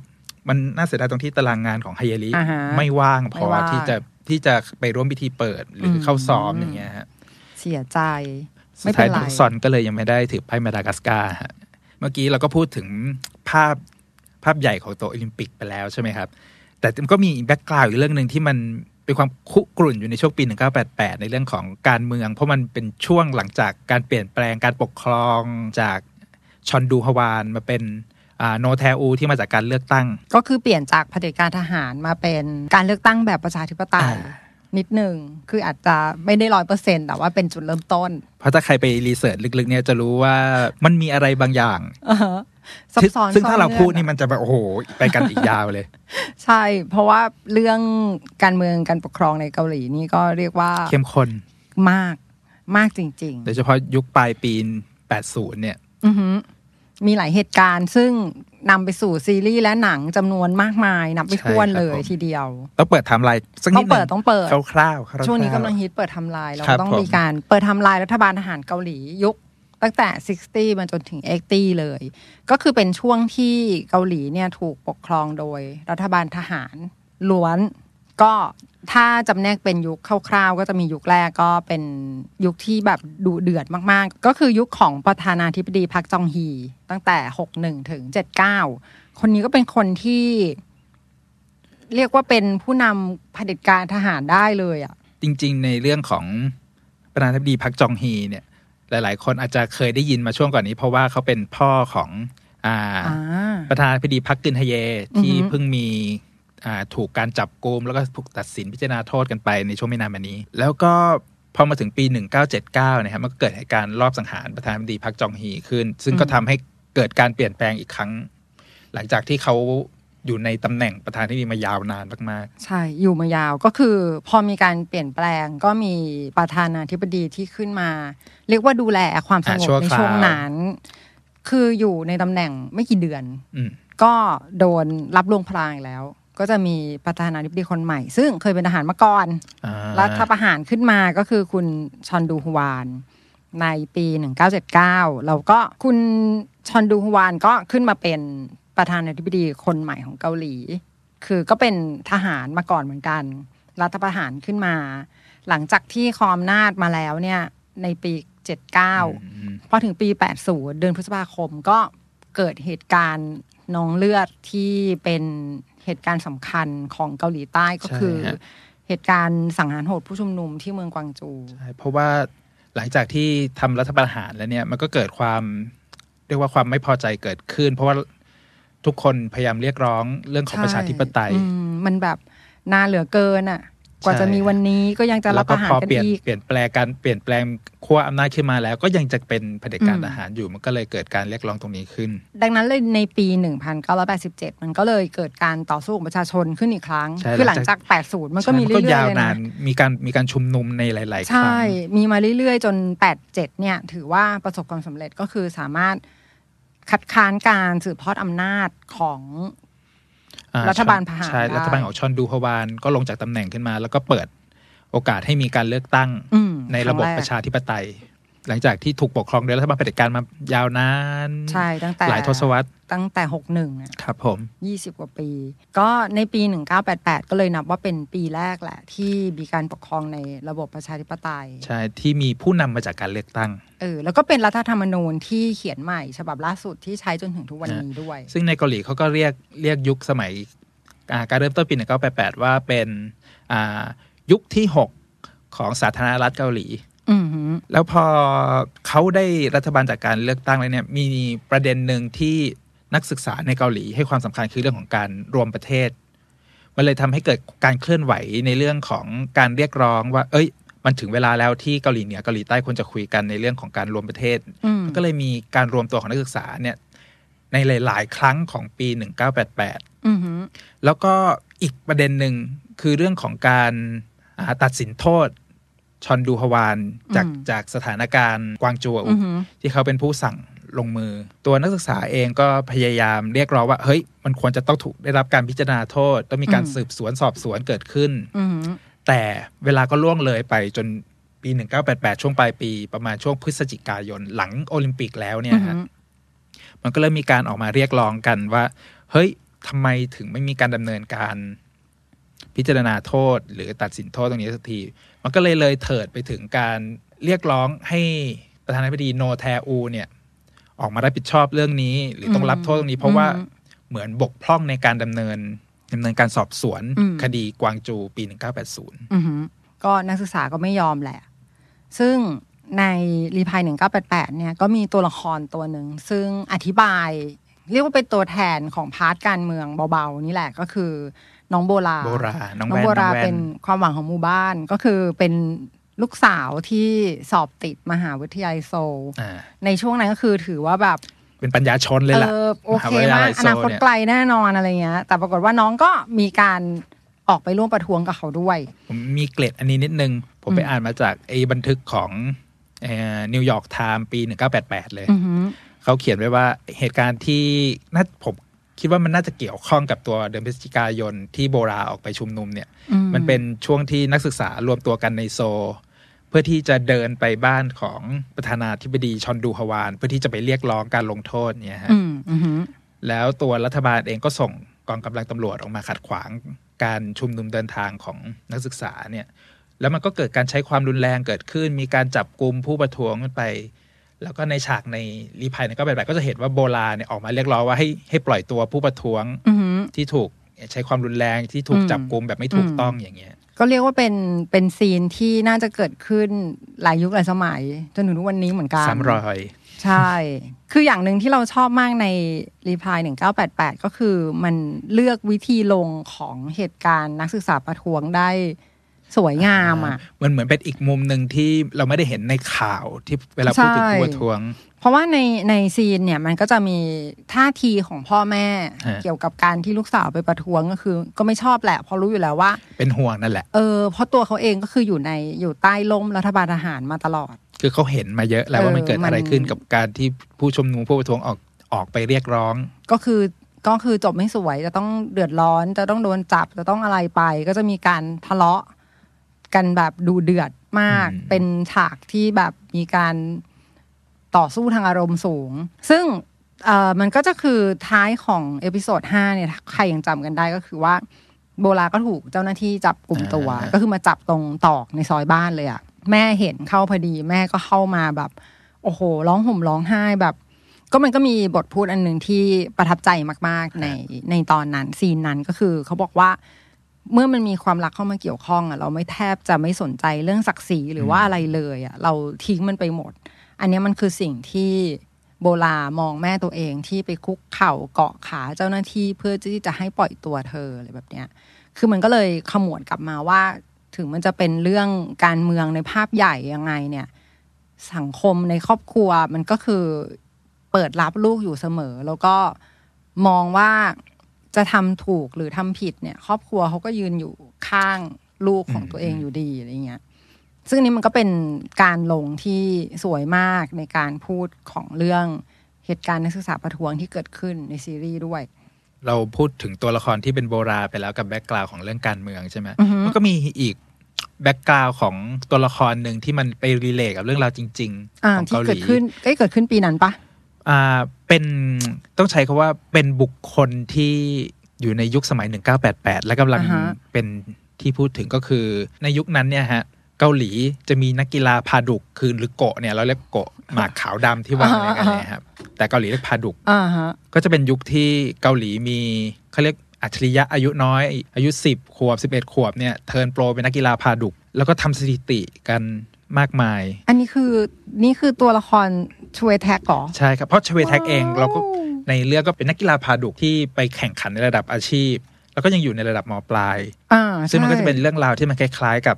S3: มันน่าเสียดายตรงที่ตารางงานของไฮเยริ
S2: อ่าฮะ
S3: ไม่ว่างพ
S2: ไม่
S3: อ
S2: ว่าง
S3: ที่จะที่จะไปร่วมพิธีเปิดหรืออ
S2: ม
S3: เข้าซ้อมอย่างเงี้ยฮะ
S2: เสียใจ
S3: สุ
S2: ไม่
S3: ด
S2: เป็
S3: ท้าย
S2: นไร
S3: ดูซอนก็เลยยังไม่ได้ถือไพ่มาดากัสการ์ฮะ เมื่อกี้เราก็พูดถึงภาพภาพใหญ่ของโตโอลิมปิกไปแล้วใช่ไหมครับ แต่มันก็มีแบ็กกราวด์อีกเรื่องหนึ่งที่มันเป็นความคุกรุ่นอยู่ในช่วงปี 1988 ในเรื่องของการเมือง เพราะมันเป็นช่วงหลังจากการเปลี่ยนแปลงการปกครองจากชอนดูฮวานมาเป็นโนแทอูที่มาจากการเลือกตั้ง
S2: ก็คือเปลี่ยนจากเผด็จการทหารมาเป็นการเลือกตั้งแบบประชาธิปไตย
S3: อ่า
S2: นิดหนึ่งคืออาจจะไม่ได้ร้อยเปอร์เซ็นต์แต่ว่าเป็นจุดเริ่มต้น
S3: เพราะถ้าใครไปรีเสิร์ชลึกๆเนี่ยจะรู้ว่ามันมีอะไรบางอย่าง
S2: อ่าฮะซับซ้อน
S3: ซึ่งถ้าเรา
S2: ซ้อ
S3: พูดนี่
S2: อะ
S3: มันจะแบบโอ้โหไปกันอีกยาวเลย
S2: ใช่ เพราะว่าเรื่องการเมืองการปกครองในเกาหลีนี่ก็เรียกว่า
S3: เข้มข้น
S2: มากมากจริง
S3: โดยเฉพาะยุคปลายปี 80 เนี่ย
S2: ๆ อือหือมีหลายเหตุการณ์ซึ่งนำไปสู่ซีรีส์และหนังจำนวนมากมายนับไป
S3: ใช่
S2: ท้วน
S3: ครับ
S2: เลย
S3: ผม
S2: ทีเดียว
S3: ต้องเปิดไทม์ไลน์สักนิดห
S2: ต้อง
S3: นึ
S2: เปิดต้องเปิด
S3: คร่าวๆคร่าวๆ
S2: ช่วงนี้กำลังฮิตเปิดไทำลายเรา
S3: ครั
S2: ก็
S3: บ
S2: ต้อง
S3: ผม
S2: มีการเปิดไทำลายรัฐบาลทหารเกาหลียุคตั้งแต่ 60 มาจนถึง 80 เลย ก็คือเป็นช่วงที่เกาหลีเนี่ยถูกปกครองโดยรัฐบาลทหารล้วน ก็ถ้าจำแนกเป็นยุคคร่าวๆ ก็จะมียุคแรกก็เป็นยุคที่แบบดุเดือดมากๆ ก็คือยุคของประธานาธิบดีพักจองฮี ตั้งแต่ 61 ถึง 79 คนนี้ก็เป็นคนที่ เรียกว่าเป็นผู้นำเผด็จการทหารได้เลยอ่ะ
S3: จริง ๆ ในเรื่องของประธานาธิบดีพักจองฮีเนี่ย หลายๆ คนอาจจะเคยได้ยินมาช่วงก่อนนี้ เพราะว่าเขาเป็นพ่อของอ่า
S2: อ่า
S3: ประธานาธิบดีพักกึนฮเยที่
S2: อือหือ
S3: เพิ่งมีอ่าถูกการจับกุมแล้วก็ถูกตัดสินพิจารณาโทษกันไปในช่วงไม่นานมานี้ แล้วก็พอมาถึงปี 1979 นะครับมันก็เกิดเหตุการณ์รอบสังหารประธานาธิบดีพักจองฮีขึ้น ซึ่งก็ทำให้เกิดการเปลี่ยนแปลงอีกครั้ง หลังจากที่เขาอยู่ในตำแหน่งประธานาธิบดีมายาวนานมาก
S2: ใช่ อยู่มายาวก็คือ พอมีการเปลี่ยนแปลงก็มีประธานาธิบดีที่ขึ้นมา เรียกว่าดูแลความสงบในช่วงนั้น คืออยู่ในตำแหน่งไม่กี่เดือน
S3: ๆ อืม
S2: ก็โดนรับลวงพลางอีกแล้ว ก็จะมีประธานาธิบดีคนใหม่ ซึ่งเคยเป็นทหารมาก่อน
S3: อ่า
S2: รัฐประหารขึ้นมาก็คือคุณชอนดูฮวาน ในปี 1979 แล้วก็คุณชอนดูฮวานก็ขึ้นมาเป็นประธานาธิบดีคนใหม่ของเกาหลี คือก็เป็นทหารมาก่อนเหมือนกัน รัฐประหารขึ้นมา หลังจากที่ครองอำนาจมาแล้วเนี่ยในปี 79
S3: อืม
S2: พอถึงปี 80 เดือนพฤษภาคมก็เกิดเหตุการณ์น้องเลือดที่เป็นเหตุการณ์สำคัญของเกาหลีใต้ก็คือ
S3: ใช่ฮะ
S2: เหตุการณ์สังหารโหดผู้ชุมนุมที่เมืองกวางจู
S3: ใช่เพราะว่าหลังจากที่ทำรัฐประหารแล้วเนี่ย มันก็เกิดความ เรียกว่าความไม่พอใจเกิดขึ้น เพราะว่าทุกคนพยายามเรียกร้องเรื่องของประชาธิปไตย
S2: ใช่อืมมันแบบนานเหลือเกินอ่ะ กว่าจะมีวันนี้ก็ยังจะรั
S3: แล้
S2: บ
S3: ว
S2: ป
S3: ก็
S2: ระหาร
S3: พอ
S2: กัน
S3: เปลี่ยน
S2: อีก
S3: เปลี่ยนแปลงการเปลี่ยนแปลงขั้วอำนาจขึ้นมาแล้ว ก็ยังจะเป็นเผด็จการ
S2: อืม
S3: ทหารอยู่มันก็เลยเกิดการเรียกร้องตรงนี้ขึ้น
S2: ดังนั้นเลยในปี 1987 มันก็เลยเกิดการต่อสู้ของประชาชนขึ้นอีกครั้ง
S3: ใช่
S2: คือห
S3: หลั
S2: ลังจา
S3: งจาก ก
S2: 80 มันก็มี
S3: ใช่
S2: เรื่อย
S3: ยา
S2: ๆ
S3: ว
S2: เลย
S3: นา
S2: นะ
S3: นมีการมีการชุมนุมในหลาย ๆ ครั้ง
S2: ใช่ มีมาเรื่อยๆ จน 87 เนี่ย ถือว่าประสบความสำเร็จก็คือสามารถคัดค้านการสืบทอดอำนาจของ
S3: อ่
S2: รัฐบาลประหาร
S3: ใช่
S2: ได้
S3: รัฐบาลของชอนดูฮวานก็ลงจากตำแหน่งขึ้นมา แล้วก็เปิดโอกาสให้มีการเลือกตั้ง
S2: อืม
S3: ในระบบ
S2: คงแก
S3: ประชาธิปไตย หลังจากที่ถูกปกครองโดยรัฐบาลเผด็จการมายาวนาน
S2: ใช่ตั้งแต่
S3: หลายทศวรรษ
S2: ตั้งแต่ 61น่ะ
S3: ครับผม
S2: ยี่สิบกว่าปี ก็ในปี 1988 ก็เลยนับว่าเป็นปีแรกแหละ ที่มีการปกครองในระบบประชาธิปไตย
S3: ใช่ที่มีผู้นำมาจากการเลือกตั้ง
S2: เออ แล้วก็เป็นรัฐธรรมนูญที่เขียนใหม่ ฉบับล่าสุดที่ใช้จนถึงทุกวันนี้ด้วย
S3: ซึ่งในเกาหลีเขาก็เรียกเรียกยุคสมัยอ่าการเริ่มต้นปี 1988 ว่าเป็นอ่ายุคที่ 6 ของสาธารณรัฐเกาหลี
S2: อือหือ
S3: แล้วพอเขาได้รัฐบาลจากการเลือกตั้งแล้วเนี่ยมีประเด็นหนึ่งที่นักศึกษาในเกาหลี ให้ความสำคัญคือเรื่องของการรวมประเทศ มันเลยทำให้เกิดการเคลื่อนไหวในเรื่องของการเรียกร้องว่า เอ้ย มันถึงเวลาแล้วที่เกาหลีเหนือเกาหลีใต้ควรจะคุยกันในเรื่องของการรวมประเทศ
S2: อืม
S3: ก็เลยมีการรวมตัวของนักศึกษาเนี่ยในหลาย ๆ ครั้งของปี 1988
S2: อือหือ
S3: แล้วก็อีกประเด็นหนึ่งคือเรื่องของการอ่าตัดสินโทษ ชอนดูฮวานจาก
S2: อืม
S3: จากสถานการณ์กวางโจว
S2: อือหือ
S3: ที่เขาเป็นผู้สั่งลงมือ ตัวนักศึกษาเองก็พยายามเรียกร้องว่า เฮ้ย มันควรจะต้องถูกได้รับการพิจารณาโทษ ต้องมีการ
S2: อืม
S3: สืบสวนสอบสวนเกิดขึ้น
S2: อือหือ
S3: แต่เวลาก็ล่วงเลยไปจนปี 1988 ช่วงปลายปีประมาณช่วงพฤศจิกายนหลังโอลิมปิกแล้วเนี่ยฮะ มันก็เริ่มมีการออกมาเรียกร้องกันว่า เฮ้ยทำไมถึงไม่มีการดำเนินการพิจารณาโทษ หรือตัดสินโทษตรงนี้สักที มันก็เลยเลยเถิดไปถึงการเรียกร้องให้ประธานาธิบดีโนแทอูเนี่ย ออกมารับผิดชอบเรื่องนี้ หรือต้องรับโทษตรงนี้ เพราะว่า
S2: อืม
S3: เหมือนบกพร่องในการดำเนินดำเนินการสอบสวน
S2: อืม
S3: คดีกวางจูปี 1980
S2: อือหือก็นักศึกษาก็ไม่ยอมแหละ ซึ่งในรีพาย1988 เนี่ยก็มีตัวละครตัวหนึ่ง ซึ่งอธิบาย เรียกว่าเป็นตัวแทนของพาร์ทการเมืองเบาๆ นี่แหละก็คือน้องโบรา
S3: โบราน้อง
S2: น้อ
S3: แว่
S2: ง
S3: น
S2: โบ
S3: น้
S2: รา
S3: องแว่
S2: เป็น
S3: น
S2: ความหวังของหมู่บ้านก็คือเป็นลูกสาวที่สอบติดมหาวิทยาลัยโซล
S3: อ่า
S2: ในช่วงนั้นก็คือถือว่าแบบ
S3: เป็นปัญญาชนเลยล่ะ
S2: เออโอ
S3: ห
S2: เค
S3: วิทย
S2: มาก
S3: ลัย
S2: อ
S3: โซล
S2: นาคต
S3: เย
S2: ไกลแน่นอนอะไรเงี้ย แต่ปรากฏว่าน้องก็มีการออกไปร่วมประท้วงกับเขาด้วย
S3: ผมมีเกร็ดอันนี้นิดนึง ผมไป
S2: อืม
S3: อ่านมาจากไอ้บันทึกของนิวยอร์กไทม์ปี 1988 เลย
S2: อือหือ
S3: เขาเขียนไว้ว่าเหตุการณ์ที่น่าผมคิดว่ามันน่าจะเกี่ยวข้องกับตัวเดือนพฤศจิกายนที่โบราออกไปชุมนุมเนี่ย
S2: อืม
S3: มันเป็นช่วงที่นักศึกษารวมตัวกันในโซลเพื่อที่จะเดินไปบ้านของประธานาธิบดีชอนดูฮวาน เพื่อที่จะไปเรียกร้องการลงโทษเนี่ยฮะ
S2: อืมอือหือ
S3: แล้วตัวรัฐบาลเองก็ส่งกองกำลังตำรวจออกมาขัดขวางการชุมนุมเดินทางของนักศึกษาเนี่ย แล้วมันก็เกิดการใช้ความรุนแรงเกิดขึ้น มีการจับกลุ่มผู้ประท้วงกันไป แล้วก็ในฉากในรีพายเนี่ยก็แบบก็จะเห็นว่าโบราเนี่ยออกมาเรียกร้องว่าให้ให้ปล่อยตัวผู้ประท้วง
S2: อือหือ
S3: ที่ถูกใช้ความรุนแรงที่ถูก
S2: อืม
S3: จับกลุ่มแบบไม่ถูกต้องอย่างเงี้ย
S2: ก็เรียกว่าเป็นเป็นซีนที่น่าจะเกิดขึ้นหลายยุคหลายสมัย จนถึงทุกวันนี้เหมือนกัน
S3: ซ้ำรอย
S2: ใช่ คืออย่างหนึ่งที่เราชอบมากในรีพาย1988 ก็คือมันเลือกวิธีลงของเหตุการณ์นักศึกษาประท้วงได้สวยงามอ่ะ
S3: มันเหมือนเป็นอีกมุมหนึ่งที่เราไม่ได้เห็นในข่าวที่เวลาพูดถึงผู้ประท้วง
S2: เพราะว่าในในซีนเนี่ยมันก็จะมีท่าทีของพ่อแม่
S3: ฮะ
S2: เกี่ยวกับการที่ลูกสาวไปประท้วงก็คือ ก็ไม่ชอบแหละเพราะรู้อยู่แล้วว่า
S3: เป็นห่วงนั่นแหละ
S2: เออเพราะตัวเขาเองก็คืออยู่ในอยู่ใต้ล่มรัฐบาลทหารมาตลอด
S3: คือเขาเห็นมาเยอะแล้ว
S2: เออ
S3: ว่ามันเกิดอะไร
S2: มัน
S3: ขึ้นกับการที่ผู้ชุมนุมผู้ประท้วงออกออกไปเรียกร้อง
S2: ก็คือก็คือจบไม่สวยจะต้องเดือดร้อนจะต้องโดนจับจะต้องอะไรไป ก็จะมีการทะเลาะกันแบบดูเดือดมาก
S3: อืม
S2: เป็นฉากที่แบบมีการต่อสู้ทางอารมณ์สูง ซึ่งเอ่อมันก็จะคือท้ายของเอพิโซด5เนี่ยถ้าใครยังจำกันได้ก็คือว่า โบราก็ถูกเจ้าหน้าที่จับกลุ่มตัว
S3: อ่า
S2: ก็คือมาจับตรงตอกในซอยบ้านเลยอะแม่เห็นเข้าพอดี แม่ก็เข้ามาแบบ โอ้โห ร้องห่มร้องไห้แบบ ก็มันก็มีบทพูดอันหนึ่งที่ประทับใจมาก ๆ ในในตอนนั้นซีนนั้นก็คือเขาบอกว่า เมื่อมันมีความรักเข้ามาเกี่ยวข้องอะเราไม่แทบจะไม่สนใจเรื่องศักดิ์ศรีหรือว่าอะไรเลยอะเราทิ้งมันไปหมด อันเนี้ยมันคือสิ่งที่โบรามองแม่ตัวเองที่ไปคุกเข่าเกาะขาเจ้าหน้าที่เพื่อที่จะให้ปล่อยตัวเธออะไรแบบเนี้ย คือมันก็เลยขมวดกลับมาว่า ถึงมันจะเป็นเรื่องการเมืองในภาพใหญ่ยังไงเนี่ย สังคมในครอบครัวมันก็คือเปิดรับลูกอยู่เสมอ แล้วก็มองว่าจะทำถูกหรือทำผิดเนี่ย ครอบครัวเขาก็ยืนอยู่ข้างลูกของตัวเองอยู่ดีอะไรเงี้ย ซึ่งอันนี้มันก็เป็นการลงที่สวยมากในการพูดของเรื่องเหตุการณ์นักศึกษาประท้วงที่เกิดขึ้นในซีรีส์ด้วย
S3: เราพูดถึงตัวละครที่เป็นโบราไปแล้วกับแบ็กกราวของเรื่องการเมืองใช่ไหม
S2: อือฮึ
S3: มันก็มีอีกแบ็กกราวของตัวละครหนึ่งที่มันไปรีเลทกับเรื่องราวจริง ๆ
S2: อ่า
S3: ของ
S2: ที่
S3: เกาห
S2: เกิ
S3: ลี
S2: ดขึ้นเอ้ยเกิดขึ้นปีนั้นปะ
S3: อ่าเป็นต้องใช้คาว่าเป็นบุคคลที่อยู่ในยุคสมัย 1988 และกำลัง
S2: อ่าฮะ
S3: เป็นที่พูดถึงก็คือ ในยุคนั้นเนี่ยฮะเกาหลีจะมีนักกีฬาพาดุกคือหรือโกะเนี่ยเราเรียกโกะหมากขาวดำที่วางอะไรกันเนี่ยครับแต่เกาหลีเรียกพาดุก
S2: อ่าฮะ
S3: ก็จะเป็นยุคที่เกาหลีมีเขาเรียกอัจฉริยะอายุน้อย อายุ 10 ขวบ 11 ขวบเนี่ยเทิร์นโปรเป็นนักกีฬาพาดุก แล้วก็ทำสถิติกัน มากมาย
S2: อันนี้คือนี่คือตัวละครชเวแท็กหรอ
S3: ใช่ครับ เพราะชเวทักเอง
S2: ว้าว
S3: เราก็ในเรื่องก็เป็นนักกีฬาพาดุกที่ไปแข่งขันในระดับอาชีพ แล้วก็ยังอยู่ในระดับมปลาย
S2: อ่า
S3: ซึ่งมันก็จะเป็น
S2: ใช่
S3: เรื่องราวที่มันคล้ายๆกับ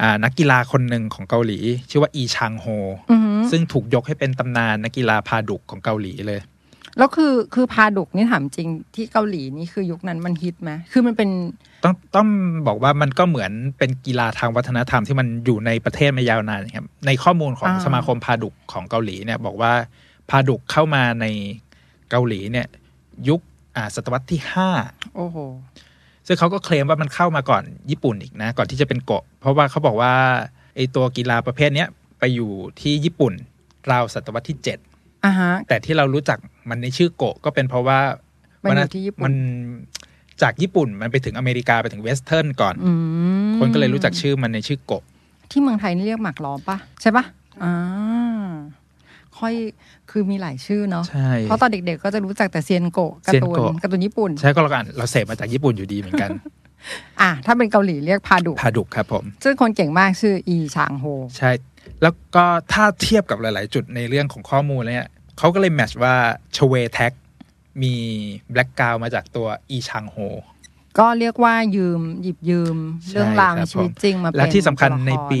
S3: อ่านักกีฬาคนหนึ่งของเกาหลี ชื่อว่าอีชางโฮ
S2: อือหือ
S3: ซึ่งถูกยกให้เป็นตำนานนักกีฬาพาดุกของเกาหลีเลย
S2: แล้วคือคือพาดุกนี่ถามจริงที่เกาหลีนี่คือยุคนั้นมันฮิตไหมคือมันเป็น
S3: ต้องต้องบอกว่ามันก็เหมือนเป็นกีฬาทางวัฒนธรรมที่มันอยู่ในประเทศมายาวนานนะครับ ในข้อมูลของสมาคมพาดุกของเกาหลีเนี่ยบอกว่าพาดุกเข้ามาในเกาหลีเนี่ยยุคอ่าศตวรรษที่
S2: โอ้โห
S3: 5 ซึ่งเขาก็เคลมว่ามันเข้ามาก่อนญี่ปุ่นอีกนะ ก่อนที่จะเป็นเกาะ เพราะว่าเขาบอกว่าไอตัวกีฬาประเภทเนี้ยไปอยู่ที่ญี่ปุ่นราวศตวรรษที่ 7
S2: อ่าฮะ
S3: แต่ที่เรารู้จักมันในชื่อโกะก็เป็นเพราะว่า
S2: มันอยู่ที่ญี่ปุ่น
S3: มันจากญี่ปุ่นมันไปถึงอเมริกาไปถึงเวสเทิร์นก่อน
S2: อืม
S3: คนก็เลยรู้จักชื่อมันในชื่อโกะ
S2: ที่เมืองไทยนี่เรียกหมากล้อมปะใช่ปะอ่าค่อยคือมีหลายชื่อเนาะ
S3: ใช่
S2: เพราะตอนเด็กๆก็จะรู้จักแต่เซียนโกะการ์ตูน
S3: เซียนโกะ
S2: การ์ตูนญี่ปุ่น
S3: ใช่ก็เราก็อ่านเราเสพมาจากญี่ปุ่นอยู่ดีเหมือน กัน
S2: อ่ะถ้าเป็นเกาหลีเรียกพาดุ
S3: พาดุกครับผม
S2: ซึ่งคนเก่งมากชื่ออีชางโฮ
S3: ใช่ แล้วก็ถ้าเทียบกับหลาย ๆ จุดในเรื่องของข้อมูลเนี่ยเขาก็เลยแมทช์ว่าชเวแท็กมีแบล็กกาวมาจากตัวอีชังโฮ
S2: ก็เรียกว่ายืมหยิบยืม
S3: ใช่
S2: เรื่องราวใน
S3: ครับ
S2: ชีวิต
S3: ผม
S2: จริงมาเป็น
S3: และที่สำคัญ
S2: ตัวละร
S3: ในปี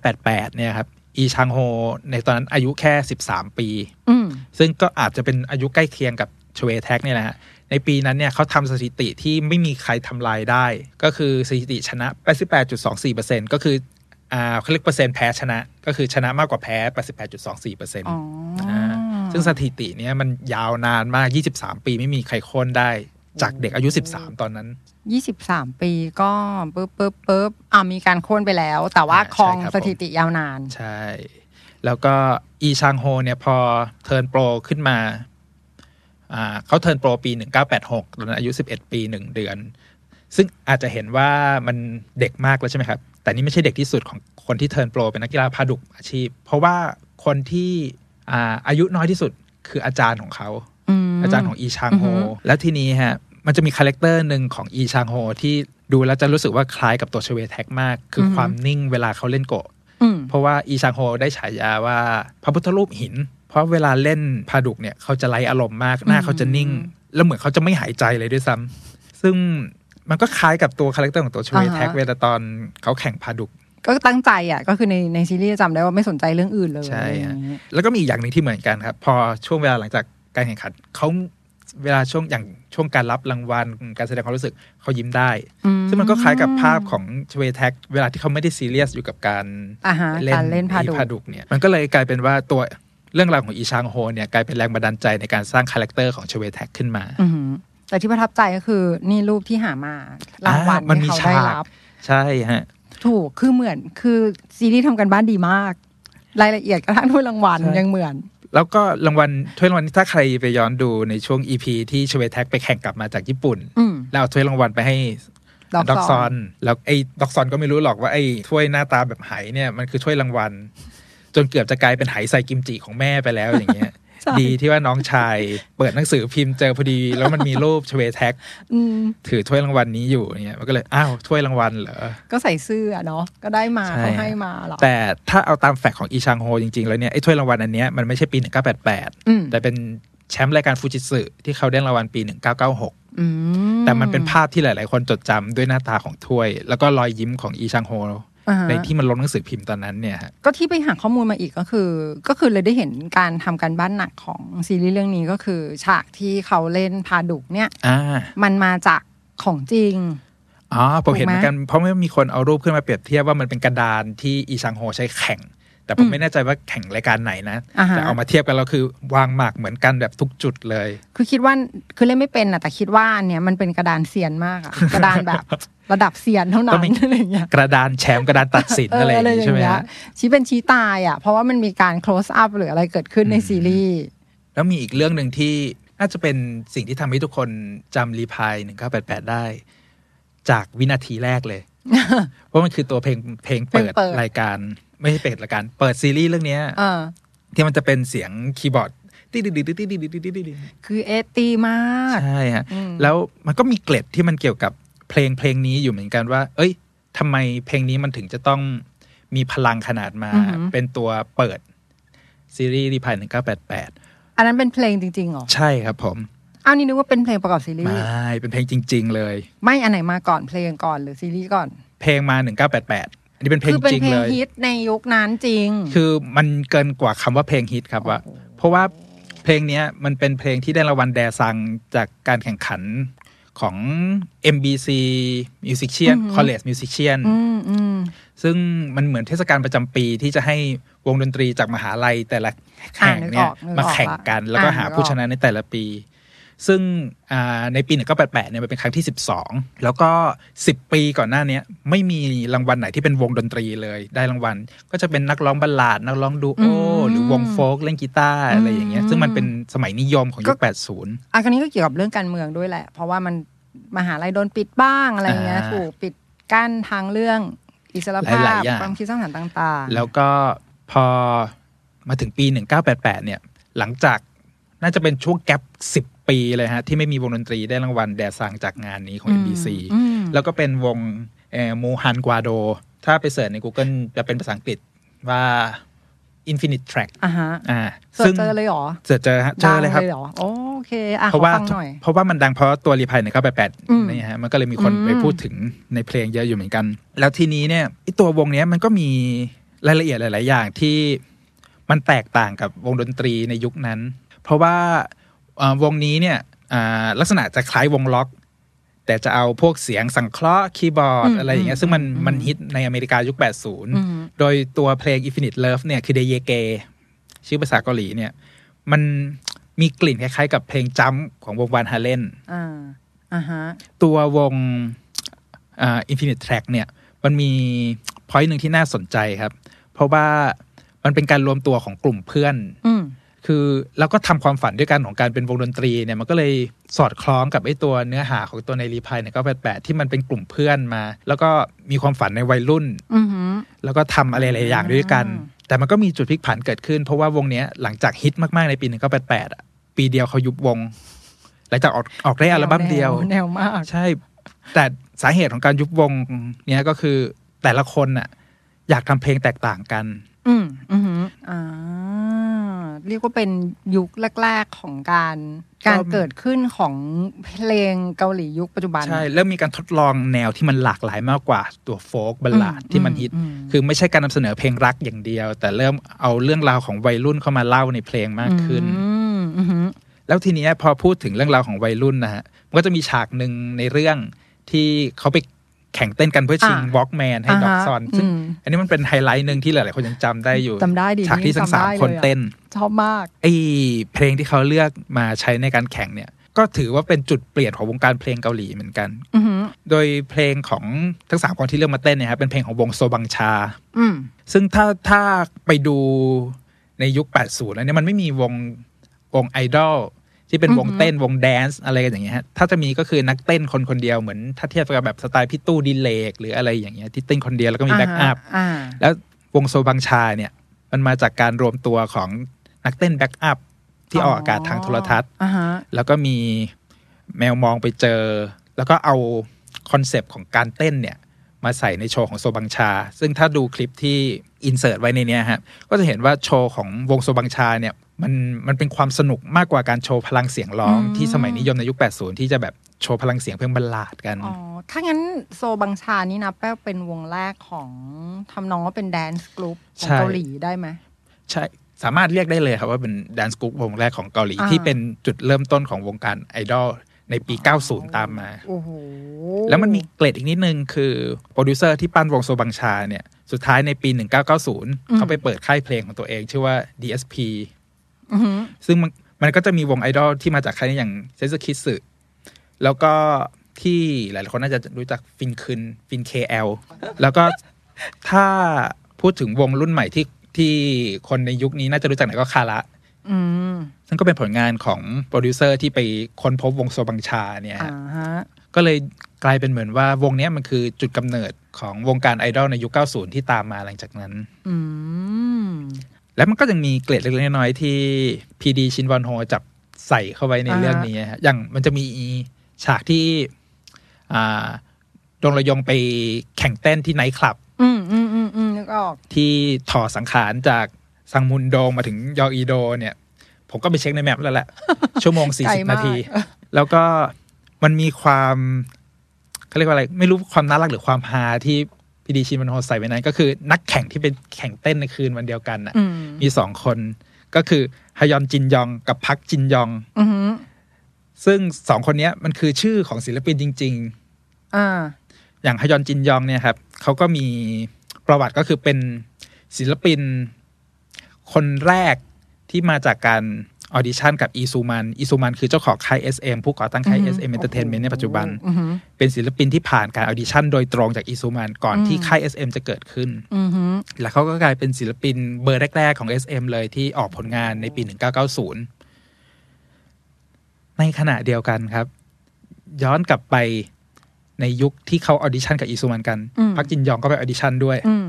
S3: 1988 เนี่ยครับอีชังโฮในตอนนั้นอายุแค่ 13 ปี
S2: อืม
S3: ซึ่งก็อาจจะเป็นอายุใกล้เคียงกับชเวแท็กเนี่ยแหละฮะ ในปีนั้นเนี่ยเขาทำสถิติที่ไม่มีใครทำลายได้ ก็คือสถิติชนะ 88.24%ก็คืออ่าเขาเรียกเปอร์เซ็นต์แพ้ชนะ ก็คือชนะมากกว่าแพ้ 88.24%
S2: อ๋ออ
S3: ซึ่งสถิติเนี่ยมันยาวนานมาก 23 ปีไม่มีใครโค่นได้จากเด็กอายุ 13 ตอนนั้น
S2: ยี่สิบสามปีก็ปึ๊บปึ๊บปึ๊บอ่ามีการโค่นไปแล้ว แต่ว่า
S3: อ่า
S2: ครอง
S3: ใช่ครับผม
S2: สถิติยาวนาน
S3: ใช่ แล้วก็อีชางโฮเนี่ยพอเทิร์นโปรขึ้นมาอ่าเขาเทิร์นโปรปี 1986 ตอนนั้นอายุ 11 ปี 1 เดือน ซึ่งอาจจะเห็นว่ามันเด็กมากแล้วใช่ไหมครับ แต่นี่ไม่ใช่เด็กที่สุดของคนที่เทิร์นโปรเป็นนักกีฬาพาดุกอาชีพ เพราะว่าคนที่อ่าอายุน้อยที่สุดคืออาจารย์ของเขา
S2: อืม
S3: อาจารย์ของอีชางโฮ
S2: อือหือ
S3: แล้วทีนี้ฮะ มันจะมีคาแรคเตอร์หนึ่งของอีชางโฮ ที่ดูแล้วจะรู้สึกว่าคล้ายกับตัวชเวแท็กมาก คืออความนิ่งเวลาเขาเล่นโกะ
S2: อืม
S3: เพราะว่าอีชางโฮได้ฉายาว่าพระพุทธรูปหิน เพราะเวลาเล่นพาดุกเนี่ยเขาจะไร้อารมณ์มากหน้าเขาจะนิ่ง แล้วเหมือนเขาจะไม่หายใจเลยด้วยซ้ำซึ่งมันก็คล้ายกับตัวคาแรคเตอร์ของตัวชเวแท็กเวลาตอนเขาแข่งพาดุก
S2: ก็ตั้งใจอ่ะ ก็คือในในซีรีส์จำได้ว่าไม่สนใจเรื่องอื่นเลย
S3: ใช่
S2: อะไรอย่า
S3: ฮะ
S2: งเงี้ย
S3: แล้วก็มีอีกอย่างหนึ่งที่เหมือนกันครับ พอช่วงเวลาหลังจากการแข่งขันเขาเวลาช่วงอย่างช่วงการรับรางวัลการแสดงความรู้สึกเขายิ้มได้
S2: อื
S3: ซึ่งมันก็คล้ายกับภาพของชเวแท็กเวลาที่เขาไม่ได้ซีเรียสอยู่กับการ
S2: อ่าฮะการเล่นพาดุ
S3: อีเนี่ยมันก็เลยกลายเป็นว่าตัวเรื่องราวของอีชางโฮเนี่ยกลายเป็นแรงบันดาลใจในการสร้างคาแรคเตอร์ของชเวแท็กขึ้นมา
S2: อือหือแต่ที่ประทับใจก็คือนี่รูปที่หามารางวัล
S3: อ่ามันมี
S2: ที่เขาได้
S3: ฉาก
S2: รับ
S3: ใช่ฮะ
S2: ถูก คือเหมือน คือซีรีส์ทำกันบ้านดีมาก รายละเอียดกระทั่งถ้วยรางวัล
S3: ใช่
S2: ยังเหมือน
S3: แล้วก็รางวัลถ้วยรางวัลนี้ถ้าใครไปย้อนดูในช่วง EP ที่ชเวแท็กไปแข่งกลับมาจากญี่ปุ่น
S2: อืม
S3: แล้วเอาถ้วยรางวัลไปให้
S2: ดอก
S3: ก
S2: ซ
S3: ซ
S2: อ
S3: อน น แล้วไอ้ด็อกซอนก็ไม่รู้หรอกว่าไอ้ถ้วยหน้าตาแบบไหเนี่ยมันคือถ้วยรางวัล จนเกือบจะกลายเป็นไหใส่กิมจิของแม่ไปแล้วอย่างเงี้ย
S2: ใช่
S3: ดีที่ว่าน้องชาย เปิดหนังสือพิมพ์เจอพอดี แล้วมันมีรูปชเวแท็ก
S2: อืม
S3: ถือถ้วยรางวัลนี้อยู่เนี่ยมันก็เลยอ้าวถ้วยรางวัลเหรอ
S2: ก็ใส่เสื้อเนาะ ก็ได้มา
S3: ใช่
S2: เขาให้มาเหรอ
S3: แต่ถ้าเอาตามแฟกต์ของอีชางโฮจริง ๆ แล้วเนี่ยไอ้ถ้วยรางวัลอันเนี้ยมันไม่ใช่ปี 1988
S2: อืม
S3: แต่เป็นแชมป์รายการฟูจิสึที่เขาได้รางวัลปี 1996
S2: อืม
S3: แต่มันเป็นภาพที่หลาย ๆ คนจดจำด้วยหน้าตาของถ้วย แล้วก็รอยยิ้มของอีชางโฮ
S2: อ่าฮะ
S3: ในที่มันลงหนังสือพิมพ์ตอนนั้นเนี่ยฮะ
S2: ก็ที่ไปหาข้อมูลมาอีกก็คือ ก็คือเลยได้เห็นการทำการบ้านหนักของซีรีส์เรื่องนี้ก็คือ ฉากที่เขาเล่นพาดุกเนี่ย
S3: อ่า
S2: มันมาจากของจริง
S3: อ๋อผมเห็น
S2: ถูก
S3: เห
S2: ไหม
S3: มือนกันเพราะไม่มีคนเอารูปขึ้นมาเปรียบเทียบว่ามันเป็นกระดานที่อีชางโฮใช้แข่ง แต่ผม
S2: อืม
S3: ไม่แน่ใจว่าแข่งรายการไหนนะ
S2: อ่าฮะ
S3: แต่เอามาเทียบกันแล้วคือวางหมากเหมือนกันแบบทุกจุดเลย
S2: คือคิดว่าคือเล่นไม่เป็นอ่ะแต่คิดว่าอันเนี้ยมันเป็นกระดานเซียนมากอะกระดานแบบ ระดับเซียนเท่านั้
S3: ก็
S2: น
S3: มี
S2: อะไรอย่างเงี้ย
S3: กระดานแชมป์กระดานตัดสิน
S2: เออ
S3: อะไรอ
S2: อะ
S3: ย่าง
S2: ไรอย่าง
S3: นี้ใช่ไหม
S2: เงี้ย
S3: ฮะ
S2: ชี้เป็นชี้ตายอ่ะเพราะว่ามันมีการ close up หรืออะไรเกิดขึ้นใน
S3: อืม
S2: ซีรีส์
S3: แล้วมีอีกเรื่องหนึ่งที่น่าจะเป็นสิ่งที่ทำให้ทุกคนจำรีพายหนึ่งเก้าแปดแปดได้ จากวินาทีแรก เลย เพราะมันคือตัวเพลงเพลงเปิดรายการ ไม่ใช่เปิดรายการ เปิดซีรีส์เรื่องเนี้ย
S2: เออ
S3: ที่มันจะเป็นเสียงคีย์บอร์ดติ๊ดติ๊ดติ๊ดติ๊ดติ๊ดติ๊ดติ๊ดติ๊ด
S2: คือเอตีมาก
S3: ใช่ฮะ
S2: อืม
S3: แล้วมันก็มีเกล็ดที่มันเกี่ยวกับเพลงเพลงนี้อยู่เหมือนกันว่า เอ้ยทำไมเพลงนี้มันถึงจะต้อง มีพลังขนาดมา
S2: อือหือ
S3: เป็นตัวเปิด ซีรีส์รีพายหนึ่งเก้าแปดแปด
S2: อันนั้นเป็นเพลงจริงๆเหรอ
S3: ใช่ครับผม
S2: อ้าวนี่นึกว่าเป็นเพลงประกอบซีรี
S3: ไม่
S2: ส์
S3: เป็นเพลงจริง ๆ เลย
S2: ไม่อันไหนมาก่อนเพลงก่อนหรือซีรีส์ก่อน
S3: เพลงมาหนึ่งเก้าแปดแปดอันนี้เป็นเพลง
S2: คืเป็น
S3: จริง
S2: เพล
S3: เล
S2: ง
S3: ย
S2: ฮิตในยุคนั้นจริง
S3: คือมันเกินกว่าคำว่าเพลงฮิตครับว่า เพราะว่าเพลงเนี้ยมันเป็นเพลงที่ได้รางวัลแดซังจากการแข่งขันของ MBC Musician
S2: อือหือ
S3: College Musician
S2: อืมอืม
S3: ซึ่งมันเหมือนเทศกาลประจำปีที่จะให้วงดนตรีจากมหาลัยแต่ละแห่งเนี่ย
S2: อ่นึกออก
S3: มาแข่งกัน แล้วก็
S2: อ่
S3: หา
S2: อก
S3: ผู้ชนะในแต่ละปี ซึ่งอ่าในปี 1988เนี่ยมันเป็นครั้งที่ 12 แล้วก็ 10 ปีก่อนหน้าเนี้ยไม่มีรางวัลไหนที่เป็นวงดนตรีเลย ได้รางวัล ก็จะเป็นนักร้องบัลลาด นักร้องดูโอหรือวงโฟล์กเล่นกีตาร์อะไรอย่างเงี้ยซึ่งมันเป็นสมัยนิยมของยุค 80
S2: อ่ะคันนี้ก็เกี่ยวกับเรื่องการเมืองด้วยแหละ เพราะว่ามันมหาลัยโดนปิดบ้างอะไรเงี้ย
S3: อ่า
S2: ถูกปิดกั้นทางเรื่องอิสรภา
S3: ห
S2: พ
S3: ลายๆอย่าง
S2: ความคิดสร้างสรรค์ต่างๆ
S3: แล้วก็พอมาถึงปี 1988 เนี่ย หลังจากน่าจะเป็นช่วงแกป10 ปีเลยฮะ ที่ไม่มีวงดนตรีได้รางวัลแดซังจากงานนี้ของ NBC
S2: อืม
S3: แล้วก็เป็นวงมูฮันกวาโด ถ้าไปเสิร์ชใน Google จะเป็นภาษาอังกฤษว่า Infinite Track
S2: อ่ะฮะ
S3: อ่า
S2: เสิร์ชเจอเลยเหรอ
S3: เสิร์ชเจอฮะเจอเลยครับ
S2: ดังหรอโอเคอ่ะ
S3: เพราะว่า
S2: ขอฟังหน่อย
S3: เพราะว่ามันดังเพราะตัวรีพายเนี่ยก็ไปแปด
S2: อืม
S3: นี่ฮะมันก็เลยมีคน
S2: อืม
S3: ไปพูดถึงในเพลงเยอะอยู่เหมือนกัน แล้วทีนี้เนี่ยไอตัววงเนี้ยมันก็มีรายละเอียดหลาย ๆ อย่างที่มันแตกต่างกับวงดนตรีในยุคนั้น เพราะว่าเอ่อวงนี้เนี่ยอ่าลักษณะจะคล้ายวงล็อก แต่จะเอาพวกเสียงสังเคราะห์คีย์บอร์ดอะไรอย่างเงี้ยซึ่งมันมันฮิตในอเมริกายุค
S2: อื
S3: 80
S2: ม
S3: โดยตัวเพลง Infinite Love เนี่ยคือเดเยเกชื่อภาษาเกาหลีเนี่ย มันมีกลิ่นคล้ายๆกับเพลงจัมป์ของวงวานฮาเลน
S2: อ่าอ่าฮะ
S3: ตัววงอ่า Infinite Track เนี่ย มันมี พอยต์หนึ่งที่น่าสนใจครับ เพราะว่ามันเป็นการรวมตัวของกลุ่มเพื่อน
S2: อืม
S3: คือเราก็ทำความฝันด้วยกันของการเป็นวงดนตรีเนี่ยมันก็เลยสอดคล้องกับไอ้ตัวเนื้อหาของตัวในรีพายเนี่ยก็แปดแปดที่มันเป็นกลุ่มเพื่อนมา แล้วก็มีความฝันในวัยรุ่น
S2: อือหือ
S3: แล้วก็ทำอะไรหลายอย่างด้วยกัน
S2: อืม
S3: แต่มันก็มีจุดพลิกผันเกิดขึ้น เพราะว่าวงเนี้ยหลังจากฮิตมาก ๆ ในปี 1988อะปีเดียวเขายุบวง หลังจากออกออกได้อัลบั้มเดียว
S2: แนวมาก
S3: ใช่ แต่สาเหตุของการยุบวงเนี้ยก็คือแต่ละคนน่ะอยากทำเพลงแตกต่างกัน
S2: อืมอือหืออ่าเรียกว่าเป็นยุคแรก ๆ ของการการเกิดขึ้นของเพลงเกาหลียุคปัจจุบัน
S3: ใช่ เริ่มมีการทดลองแนวที่มันหลากหลายมากกว่าตัวโฟกบัลลาด
S2: อืม
S3: ที่มันฮิต
S2: อืม
S3: คือไม่ใช่การนำเสนอเพลงรักอย่างเดียว แต่เริ่มเอาเรื่องราวของวัยรุ่นเข้ามาเล่าในเพลงมากขึ้น
S2: อืมอือหือ
S3: แล้วทีเนี้ยพอพูดถึงเรื่องราวของวัยรุ่นนะฮะ มันก็จะมีฉากหนึ่งในเรื่องที่เขาไปแข่งเต้นกันเพื่อชิง
S2: อ่ะ
S3: วอล์กแมนให้ด็อก
S2: อ่าฮะ
S3: ซอนซึ่ง
S2: อืม
S3: อันนี้มันเป็นไฮไลท์หนึ่งที่หลาย ๆ คนยังจำได้อยู่
S2: จำได้ดิ
S3: ฉากที่ทั้งสาม
S2: จำได้เลย
S3: คน
S2: อะ
S3: เต้น
S2: ชอบมาก
S3: ไอ้เพลงที่เขาเลือกมาใช้ในการแข่งเนี่ย ก็ถือว่าเป็นจุดเปลี่ยนของวงการเพลงเกาหลีเหมือนกัน
S2: อือหือ
S3: โดยเพลงของทั้งสามคนที่เลือกมาเต้นเนี่ยฮะเป็นเพลงของวงโซบังชา
S2: อืม
S3: ซึ่งถ้าถ้าไปดูในยุค 80 แล้วเนี่ยมันไม่มีวงวงไอดอลที่เป็นวงเต้นวงแดนซ์อะไรกันอย่างเงี้ยฮะถ้าจะมีก็คือนักเต้นคนคนเดียวเหมือนถ้าเทียบกับแบบสไตล์พี่ตู้ดิเลกหรืออะไรอย่างเงี้ยที่เต้นคนเดียวแล้วก็มีแบ็กอัพ
S2: อ่า
S3: แล้ววงโซบังชาเนี่ย มันมาจากการรวมตัวของนักเต้นแบ็กอัพที่ออกอากาศทางโทรทัศน์
S2: อ่าฮะ
S3: แล้วก็มีแมวมองไปเจอ แล้วก็เอาคอนเซปต์ของการเต้นเนี่ย มาใส่ในโชว์ของโซบังชา ซึ่งถ้าดูคลิปที่อินเสิร์ตไว้ในเนี้ยฮะก็จะเห็นว่าโชว์ของวงโซบังชาเนี่ยมันมันเป็นความสนุกมากกว่าการโชว์พลังเสียงร้อง
S2: อืม
S3: ที่สมัยนิยมในยุค 80 ที่จะแบบโชว์พลังเสียงเพลงบรรลาดกัน
S2: อ๋อ ถ้างั้นโซบังชานี่นะแป้วเป็นวงแรกของทำนองว่าเป็นแดนซ์กลุ่มขอ
S3: ใช่
S2: งเกาหลีได้ไหม
S3: ใช่สามารถเรียกได้เลยครับว่าเป็นแดนซ์กรุ๊ปวงแรกของเกาหลี
S2: อ่า
S3: ที่เป็นจุดเริ่มต้นของวงการไอดอลในปี 90 ตามมา
S2: โอ้โห
S3: แล้วมันมีเกรดอีกนิดนึงคือโปรดิวเซอร์ที่ปั้นวงโซบังชาเนี่ย สุดท้ายในปี 1990 เขาไปเปิดค่ายเพลงของตัวเองชื่อว่า DSP
S2: อือหือ
S3: ซึ่งมันมันก็จะมีวงไอดอลที่มาจากค่ายนี้อย่างเซซคิสึแล้วก็ที่หลายๆคนน่าจะรู้จักฟินคืนฟิน KL แล้วก็ถ้าพูดถึงวงรุ่นใหม่ที่ที่คนในยุคนี้น่าจะรู้จักหน่อยก็คาระ
S2: อืม
S3: ซึ่งก็เป็นผลงานของโปรดิวเซอร์ที่ไปค้นพบวงโซบังชาเนี่ยฮะ
S2: อ่าฮะ
S3: ก็เลยกลายเป็นเหมือนว่าวงเนี้ยมันคือจุดกำเนิดของวงการไอดอลในยุค 90 ที่ตามมาหลังจากนั้น
S2: อืม
S3: แล้วมันก็ยังมีเกร็ดเล็กๆน้อยๆที่พีดีชินวอนโฮจับใส่เข้าไว้ใน
S2: อ่าฮะ
S3: เรื่องนี้ฮะอย่างมันจะมีฉากที่อ่าดงระยองไปแข่งเต้นที่ไนท์คลับ
S2: อืมอืมอืมอืมนึก ออก
S3: ที่ถอดสังขารจากสังมุนโดงมาถึงยออีโดเนี่ย ผมก็ไปเช็คในแมปแล้วแหละ ชั่วโมง
S2: ไกลมาก
S3: 40นาที แล้วก็มันมีความเขาเรียกว่าอะไร ไม่รู้ความน่ารักหรือความฮาที่พีดีชินมันโฮใส่ไว้นั้น ก็คือนักแข่งที่เป็นแข่งเต้นในคืนวันเดียวกันน่ะ
S2: อืม
S3: มีสองคนก็คือฮยอนจินยองกับพักจินยอง
S2: อือหือ
S3: ซึ่งสองคนเนี้ยมันคือชื่อของศิลปินจริง ๆ
S2: อ่า
S3: อย่างฮยอนจินยองเนี่ยครับเขาก็มีประวัติก็คือเป็นศิลปิน คนแรกที่มาจากการออดิชั่นกับอีซูมันอีซูมันคือเจ้าของค่าย SM ผู้ก่อตั้งค่าย
S2: อือฮึ
S3: SM Entertainment ในปัจจุบัน
S2: อือหือ
S3: เป็นศิลปินที่ผ่านการออดิชั่นโดยตรงจากอีซูมันก่อน
S2: อืม
S3: ที่ค่าย SM จะเกิดขึ้น
S2: อือหือ
S3: แล้วเขาก็กลายเป็นศิลปินเบอร์แรก ๆ ของ SM เลยที่ออกผลงานในปี 1990 ในขณะเดียวกันครับ ย้อนกลับไปในยุคที่เขาออดิชั่นกับอีซูมันกัน
S2: อืม
S3: พักจินยองก็ไปออดิชั่นด้วย
S2: อืม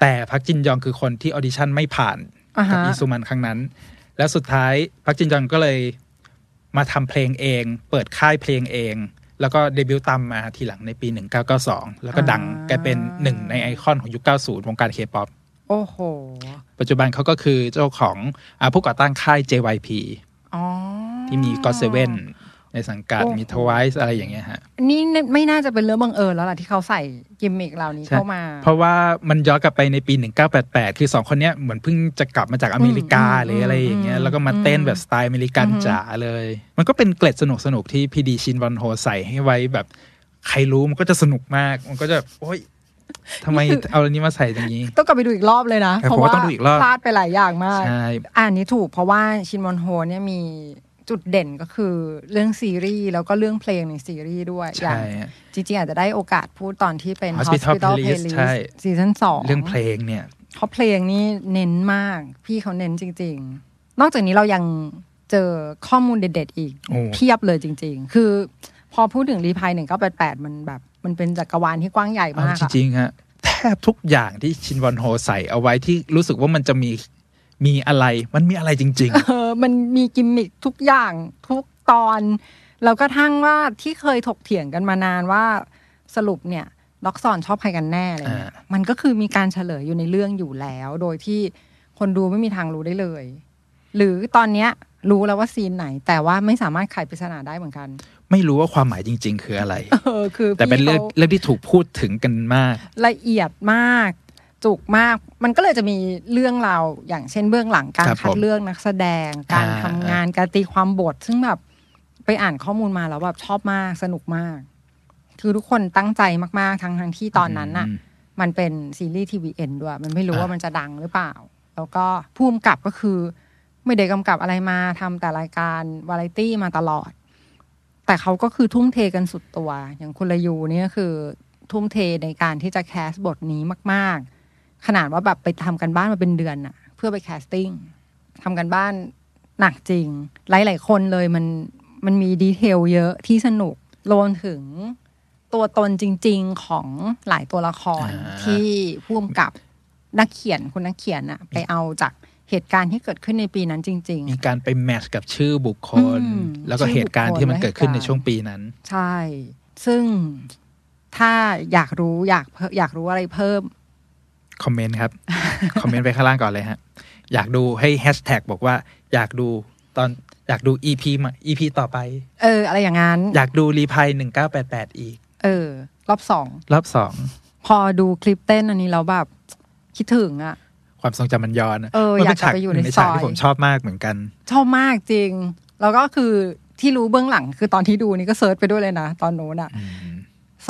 S3: แต่พักจินยองคือคนที่ออดิชั่นไม่ผ่าน
S2: อ่า
S3: กับ
S2: ฮะ
S3: อีซูมันครั้งนั้น แล้วสุดท้ายพักจินยองก็เลยมาทำเพลงเอง เปิดค่ายเพลงเอง แล้วก็เดบิวต์ตามมาทีหลังในปี 1992 แล้วก็ดังกลายเป็นหนึ่งในไอคอนของยุค 90 วงการเคป๊อป
S2: โอ้โห
S3: ปัจจุบันเขาก็คือเจ้าของอาผู้ก่อตั้งค่าย JYP
S2: อ๋อ
S3: ที่มีก็เซเว่นในสังกัด
S2: โอ้โห
S3: มี Twice อะไรอย่างเงี้ยฮะ
S2: นี่ไม่น่าจะเป็นเรื่องบังเอิญแล้วล่ะที่เขาใส่กิมมิกเหล่านี้
S3: ใช่
S2: เข้ามา
S3: เพราะว่ามันย้อนกลับไปในปี 1988 คือ 2 คนเนี้ยเหมือนเพิ่งจะกลับมาจากอเมริกา
S2: อืม
S3: หรืออะไรอย่างเงี้ยแล้วก็มาเต้นแบบสไตล์อเมริกัน
S2: อืม
S3: จ๋าเลย มันก็เป็นเกล็ดสนุกสนุกๆที่พีดีชินวันโฮใส่ให้ไว้แบบ ใครรู้มันก็จะสนุกมาก มันก็จะโอ๊ยทำไมเอาอันนี้มาใส่อย่างนี้
S2: ต้องกลับไปดูอีกรอบเลยนะ
S3: ครับ
S2: เพราะ
S3: ผมว่า
S2: ว่า
S3: ต้องดูอีกรอบ
S2: พลาดไปหลายอย่างมาก
S3: ใช่
S2: อ่านนี้ถูกเพราะว่าชินมอนโฮเนี่ยมีจุดเด่นก็คือเรื่องซีรีส์แล้วก็เรื่องเพลงในซีรีส์ด้วยอ
S3: ใช่
S2: ย่าง
S3: ฮะ
S2: จริงๆ อาจจะได้โอกาสพูดตอนที่เป็น
S3: Hospital Playlist ใช่
S2: ซีซั่นสอง
S3: เรื่องเพลงเนี่ย
S2: เพราะเพลงนี่เน้นมาก พี่เขาเน้นจริง ๆ นอกจากนี้เรายังเจอข้อมูลเด็ดๆอีก
S3: โอ้
S2: เพียบเลยจริง ๆ คือพอพูดถึงรีพายหนึ่งก็แปดแปดมันแบบ มันเป็นจักรวาลที่กว้างใหญ่
S3: เอา
S2: มาก
S3: จ
S2: อะ
S3: ริงๆฮะแทบทุกอย่างที่ชินวอนโฮใส่เอาไว้ที่รู้สึกว่ามันจะมีมีอะไรมันมีอะไรจริง
S2: เออมันมีกิมมิคทุกอย่างทุกตอนแล้วก็ทั้งว่าที่เคยถกเถียงกันมานานว่าสรุปเนี่ยล็อกซอนชอบใครกันแน่อะไรเงี้ยมันก็คือมีการเฉลยอยู่ในเรื่องอยู่แล้ว โดยที่คนดูไม่มีทางรู้ได้เลย หรือตอนเนี้ยรู้แล้วว่าซีนไหน แต่ว่าไม่สามารถไขปริศนาได้เหมือนกัน
S3: ๆ ไม่รู้ว่าความหมายจริง ๆ คืออะไร
S2: เออคือ
S3: แต่เป็น
S2: พี่
S3: เรื่อง
S2: ขา
S3: เรื่องที่ถูกพูดถึงกันมาก
S2: ละเอียดมาก จุกมาก มันก็เลยจะมีเรื่องราวอย่างเช่นเบื้องหลังการ
S3: ครับ
S2: คัด
S3: ผม
S2: เลือกนักแสดง การ
S3: อ่า
S2: ทำงานการตีความบท ซึ่งแบบไปอ่านข้อมูลมาแล้วแบบชอบมากสนุกมาก คือทุกคนตั้งใจมาก ๆ ทั้งทั้งที่ตอนนั้นน่ะ
S3: อืม
S2: มันเป็นซีรีส์ทีวีเอ็นด้วย มันไม่รู้
S3: อ่า
S2: ว่ามันจะดังหรือเปล่า แล้วก็ผู้กำกับก็คือ ไม่ได้กำกับอะไรมาทำแต่รายการวาไรตี้มาตลอด แต่เขาก็คือทุ่มเทกันสุดตัว อย่างคุณระยูเนี่ยก็คือทุ่มเทในการที่จะแคสบทนี้มาก ๆ ขนาดว่าแบบไปทำกันบ้านมาเป็นเดือนน่ะ เพื่อไปแคสติ้งทำกันบ้านหนักจริง หลาย ๆ คนเลยมันมันมีดีเทลเยอะที่สนุกรวมถึงตัวตนจริง ๆ ของหลายตัวละคร
S3: อ่า
S2: ที่พ่วมกับนักเขียนคุณนักเขียนน่ะ ไปเอาจากเหตุการณ์ที่เกิดขึ้นในปีนั้นจริง ๆ
S3: มีการไปแมทชกับชื่อบุคคล
S2: อืม
S3: แล้วก็เหตุการณ์ที่มันเกิดขึ้นในช่วงปีนั้น
S2: ใช่ ซึ่งถ้าอยากรู้อยากเพิ่มอยากรู้อะไรเพิ่ม
S3: คอมเมนต์ครับ คอมเมนต์ไปข้างล่างก่อนเลยฮะ อยากดูให้แฮชแท็กบอกว่า อยากดูตอนอยากดู EP ใหม่ EP ต่อไป
S2: เออ อะไรอย่างนั้น
S3: อยากดูรีพาย1988 อีก
S2: เออ รอบสอง
S3: รอบสอง
S2: พอดูคลิปเต้นอันนี้แล้วแบบ คิดถึงอะ
S3: ความทรงจำมันย้อนนะ
S2: เออ
S3: มัน
S2: อยากกลับไป
S3: เป็นฉาก
S2: อยู่
S3: ห
S2: ใน
S3: นึ่งในฉาก
S2: ซอย
S3: ที่ผมชอบมากเหมือนกัน
S2: ชอบมากจริง แล้วก็คือที่รู้เบื้องหลังคือตอนที่ดูนี่ก็เซิร์ชไปด้วยเลยนะ ตอนโน้นอะ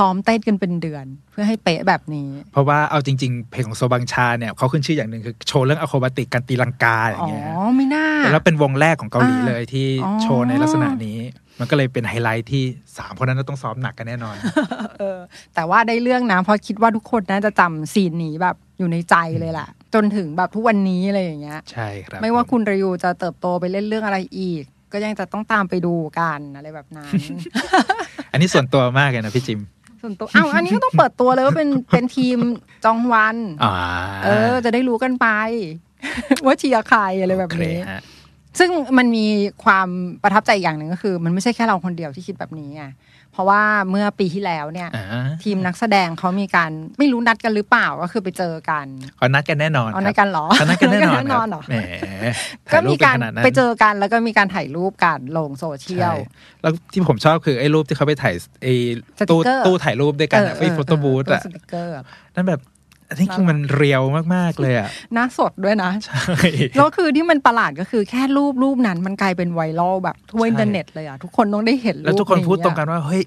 S2: ซ้อมเต้นกันเป็นเดือน เพื่อให้เป๊ะแบบนี้
S3: เพราะว่าเอาจริง ๆ เพลงของโซบังชาเนี่ยเขาขึ้นชื่ออย่างหนึ่งคือโชว์เรื่องอะโครบติกการตีลังกาอย่า
S2: อ๋อ
S3: งเงี้ย
S2: ไม่น่า
S3: แล้วเป็นวงแรกของเกาหลี
S2: อ่า
S3: เลยที่
S2: อ๋อ
S3: โชว์ในลักษณะนี้ มันก็เลยเป็นไฮไลท์ที่สามคนนั้นต้องซ้อมหนักกันแน่น อน
S2: เออแต่ว่าได้เรื่องนะเพราะคิดว่าทุกคนน่าจะจำซีนนี้แบบอยู่ในใจเลยล่ะ จนถึงแบบทุกวันนี้อะไรอย่างเงี้ย
S3: ใช่ครับ
S2: ไม่ว่า
S3: ผ
S2: คุณรยูจะเติบโตไปเล่นเรื่องอะไรอีก ก็ยังจะต้องตามไปดูกันอะไรแบบนั้น
S3: อันนี้ส่วนตัวมากเลยนะพี่จิม
S2: ส่วนตัวอ้าวอันนี้ก็ต้องเปิดตัวเลยว่าเป็นเป็นทีมจองวัน
S3: อ่า
S2: เออ จะได้รู้กันไป ว่าเชียร์ใครอะไรแบบนี้
S3: โอเคฮะ
S2: ซึ่งมันมีความประทับใจอย่างหนึ่งก็คือ มันไม่ใช่แค่เราคนเดียวที่คิดแบบนี้ไงเพราะว่าเมื่อปีที่แล้วเนี่ย
S3: อ่า
S2: ทีมนักแสดงเขามีการไม่รู้นัดกันหรือเปล่าก็คือไปเจอกัน
S3: เขานัดกันแน่นอน
S2: เอา
S3: ค
S2: นัด
S3: รับ
S2: กันเหรอ
S3: เขานัดกันแน่นอน
S2: เาดกั
S3: ครับ
S2: เหรอ
S3: แหม
S2: ก็
S3: ถ่ายรู
S2: มี
S3: ปน
S2: การ
S3: ขนดนั้น
S2: ไปเจอกันแล้วก็มีการถ่ายรูปกันลงโซเชียล
S3: ใแล้วที่ผมชอบคือไอ้รูปที่เขาไปถ่ายไอ้ตู้
S2: สติกเกอร์
S3: ตู้ถ่ายรูปด้วยกันอะไอ้โฟโต้บูธ
S2: เออ
S3: อะ
S2: สติกเกอร์อะ
S3: นั่นแบบอันนี้คือมันเรียวมาก ๆ เลย อะ
S2: หน้าสดด้วยนะ
S3: ใช่
S2: แล้วคือที่มันประหลาดก็คือแค่รูปรูปนั้นมันกลายเป็นไวรัลแบบทั่ว
S3: ใช่
S2: อินเทอร์เน็ตเลยอ่ะ ทุกคนต้องได้เห็น
S3: แล้ว
S2: รูป
S3: ทุกคนพูด
S2: อะ
S3: ตรงกันว่า เฮ้ย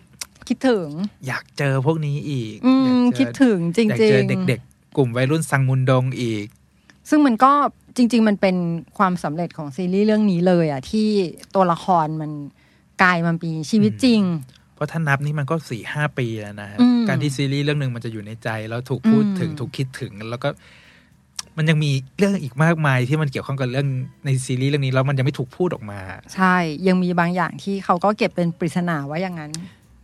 S2: คิดถึง
S3: อยากเจอพวกนี้อีก
S2: อืม
S3: อยากเจอ
S2: คิดถึงจ
S3: อยา
S2: ริ
S3: กเจ
S2: ง
S3: อ
S2: ๆ
S3: เด็ก ๆ กลุ่มวัยรุ่นซังมุนดงอีก
S2: ซึ่งมันก็จริง ๆ มันเป็นความสำเร็จของซีรีส์เรื่องนี้เลยอ่ะ ที่ตัวละครมันกลายมันปีชีวิตจริง
S3: เพราะถ้านับนี่มันก็สี่ห้าปีแล้วนะฮะ
S2: อืม
S3: การที่ซีรีส์เรื่องหนึ่งมันจะอยู่ในใจ แล้วถูกพูดถึง
S2: อืม
S3: ถูกคิดถึง แล้วก็ มันยังมีเรื่องอีกมากมายที่มันเกี่ยวข้องกับเรื่องในซีรีส์เรื่องนี้แล้วมันยังไม่ถูกพูดออกมา
S2: ใช่ ยังมีบางอย่างที่เขาก็เก็บเป็นปริศนาไว้อย่างนั้น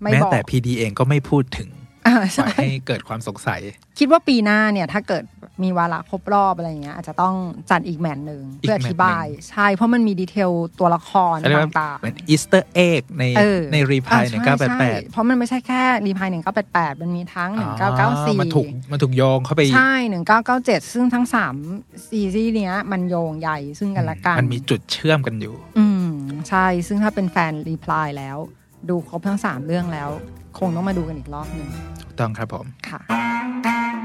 S2: ไม่
S3: แม้
S2: บอก
S3: แต่พีดีเองก็ไม่พูดถึง
S2: อ่า
S3: ปล่
S2: ใช่
S3: อยให้เกิดความสงสัย
S2: คิดว่าปีหน้าเนี่ยถ้าเกิดมีวาระครบรอบอะไรอย่างเงี้ยอาจจะต้องจัดอีกแมตช์หนึ่ง
S3: อีก
S2: เพื่ออ
S3: แมตช์หนึ่ง
S2: ธิบายใช่ เพราะมันมีดีเทลตัวละคร
S3: เขาเรียกว่า
S2: ต่าง
S3: เหมือนอีสเตอร์เอ็กใน
S2: ๆเออ
S3: ในรีพาย
S2: อ่ะ
S3: ห
S2: ใช่
S3: นึ่งเก้าแปดแปด
S2: ใช่เพราะมันไม่ใช่แค่รีพายหนึ่งเก้าแปดแปดมันมีทั้งหนึ่งเก้าเก้าสี่
S3: มันถูกมันถูกโยงเข้าไป
S2: ใช่หนึ่งเก้าเก้าเจ็ดซึ่งทั้งสามซีรีส์เนี้ย มันโยงใหญ่ซึ่งกันและกัน
S3: มันมีจุดเชื่อมกันอยู่
S2: อืมใช่ซึ่งถ้าเป็นแฟนรีพายแล้ว ดูครบทั้งสามเรื่องแล้ว คงต้องมาดูกันอีกรอบหนึ่ง
S3: ถูกต้องครับผม
S2: ค่ะ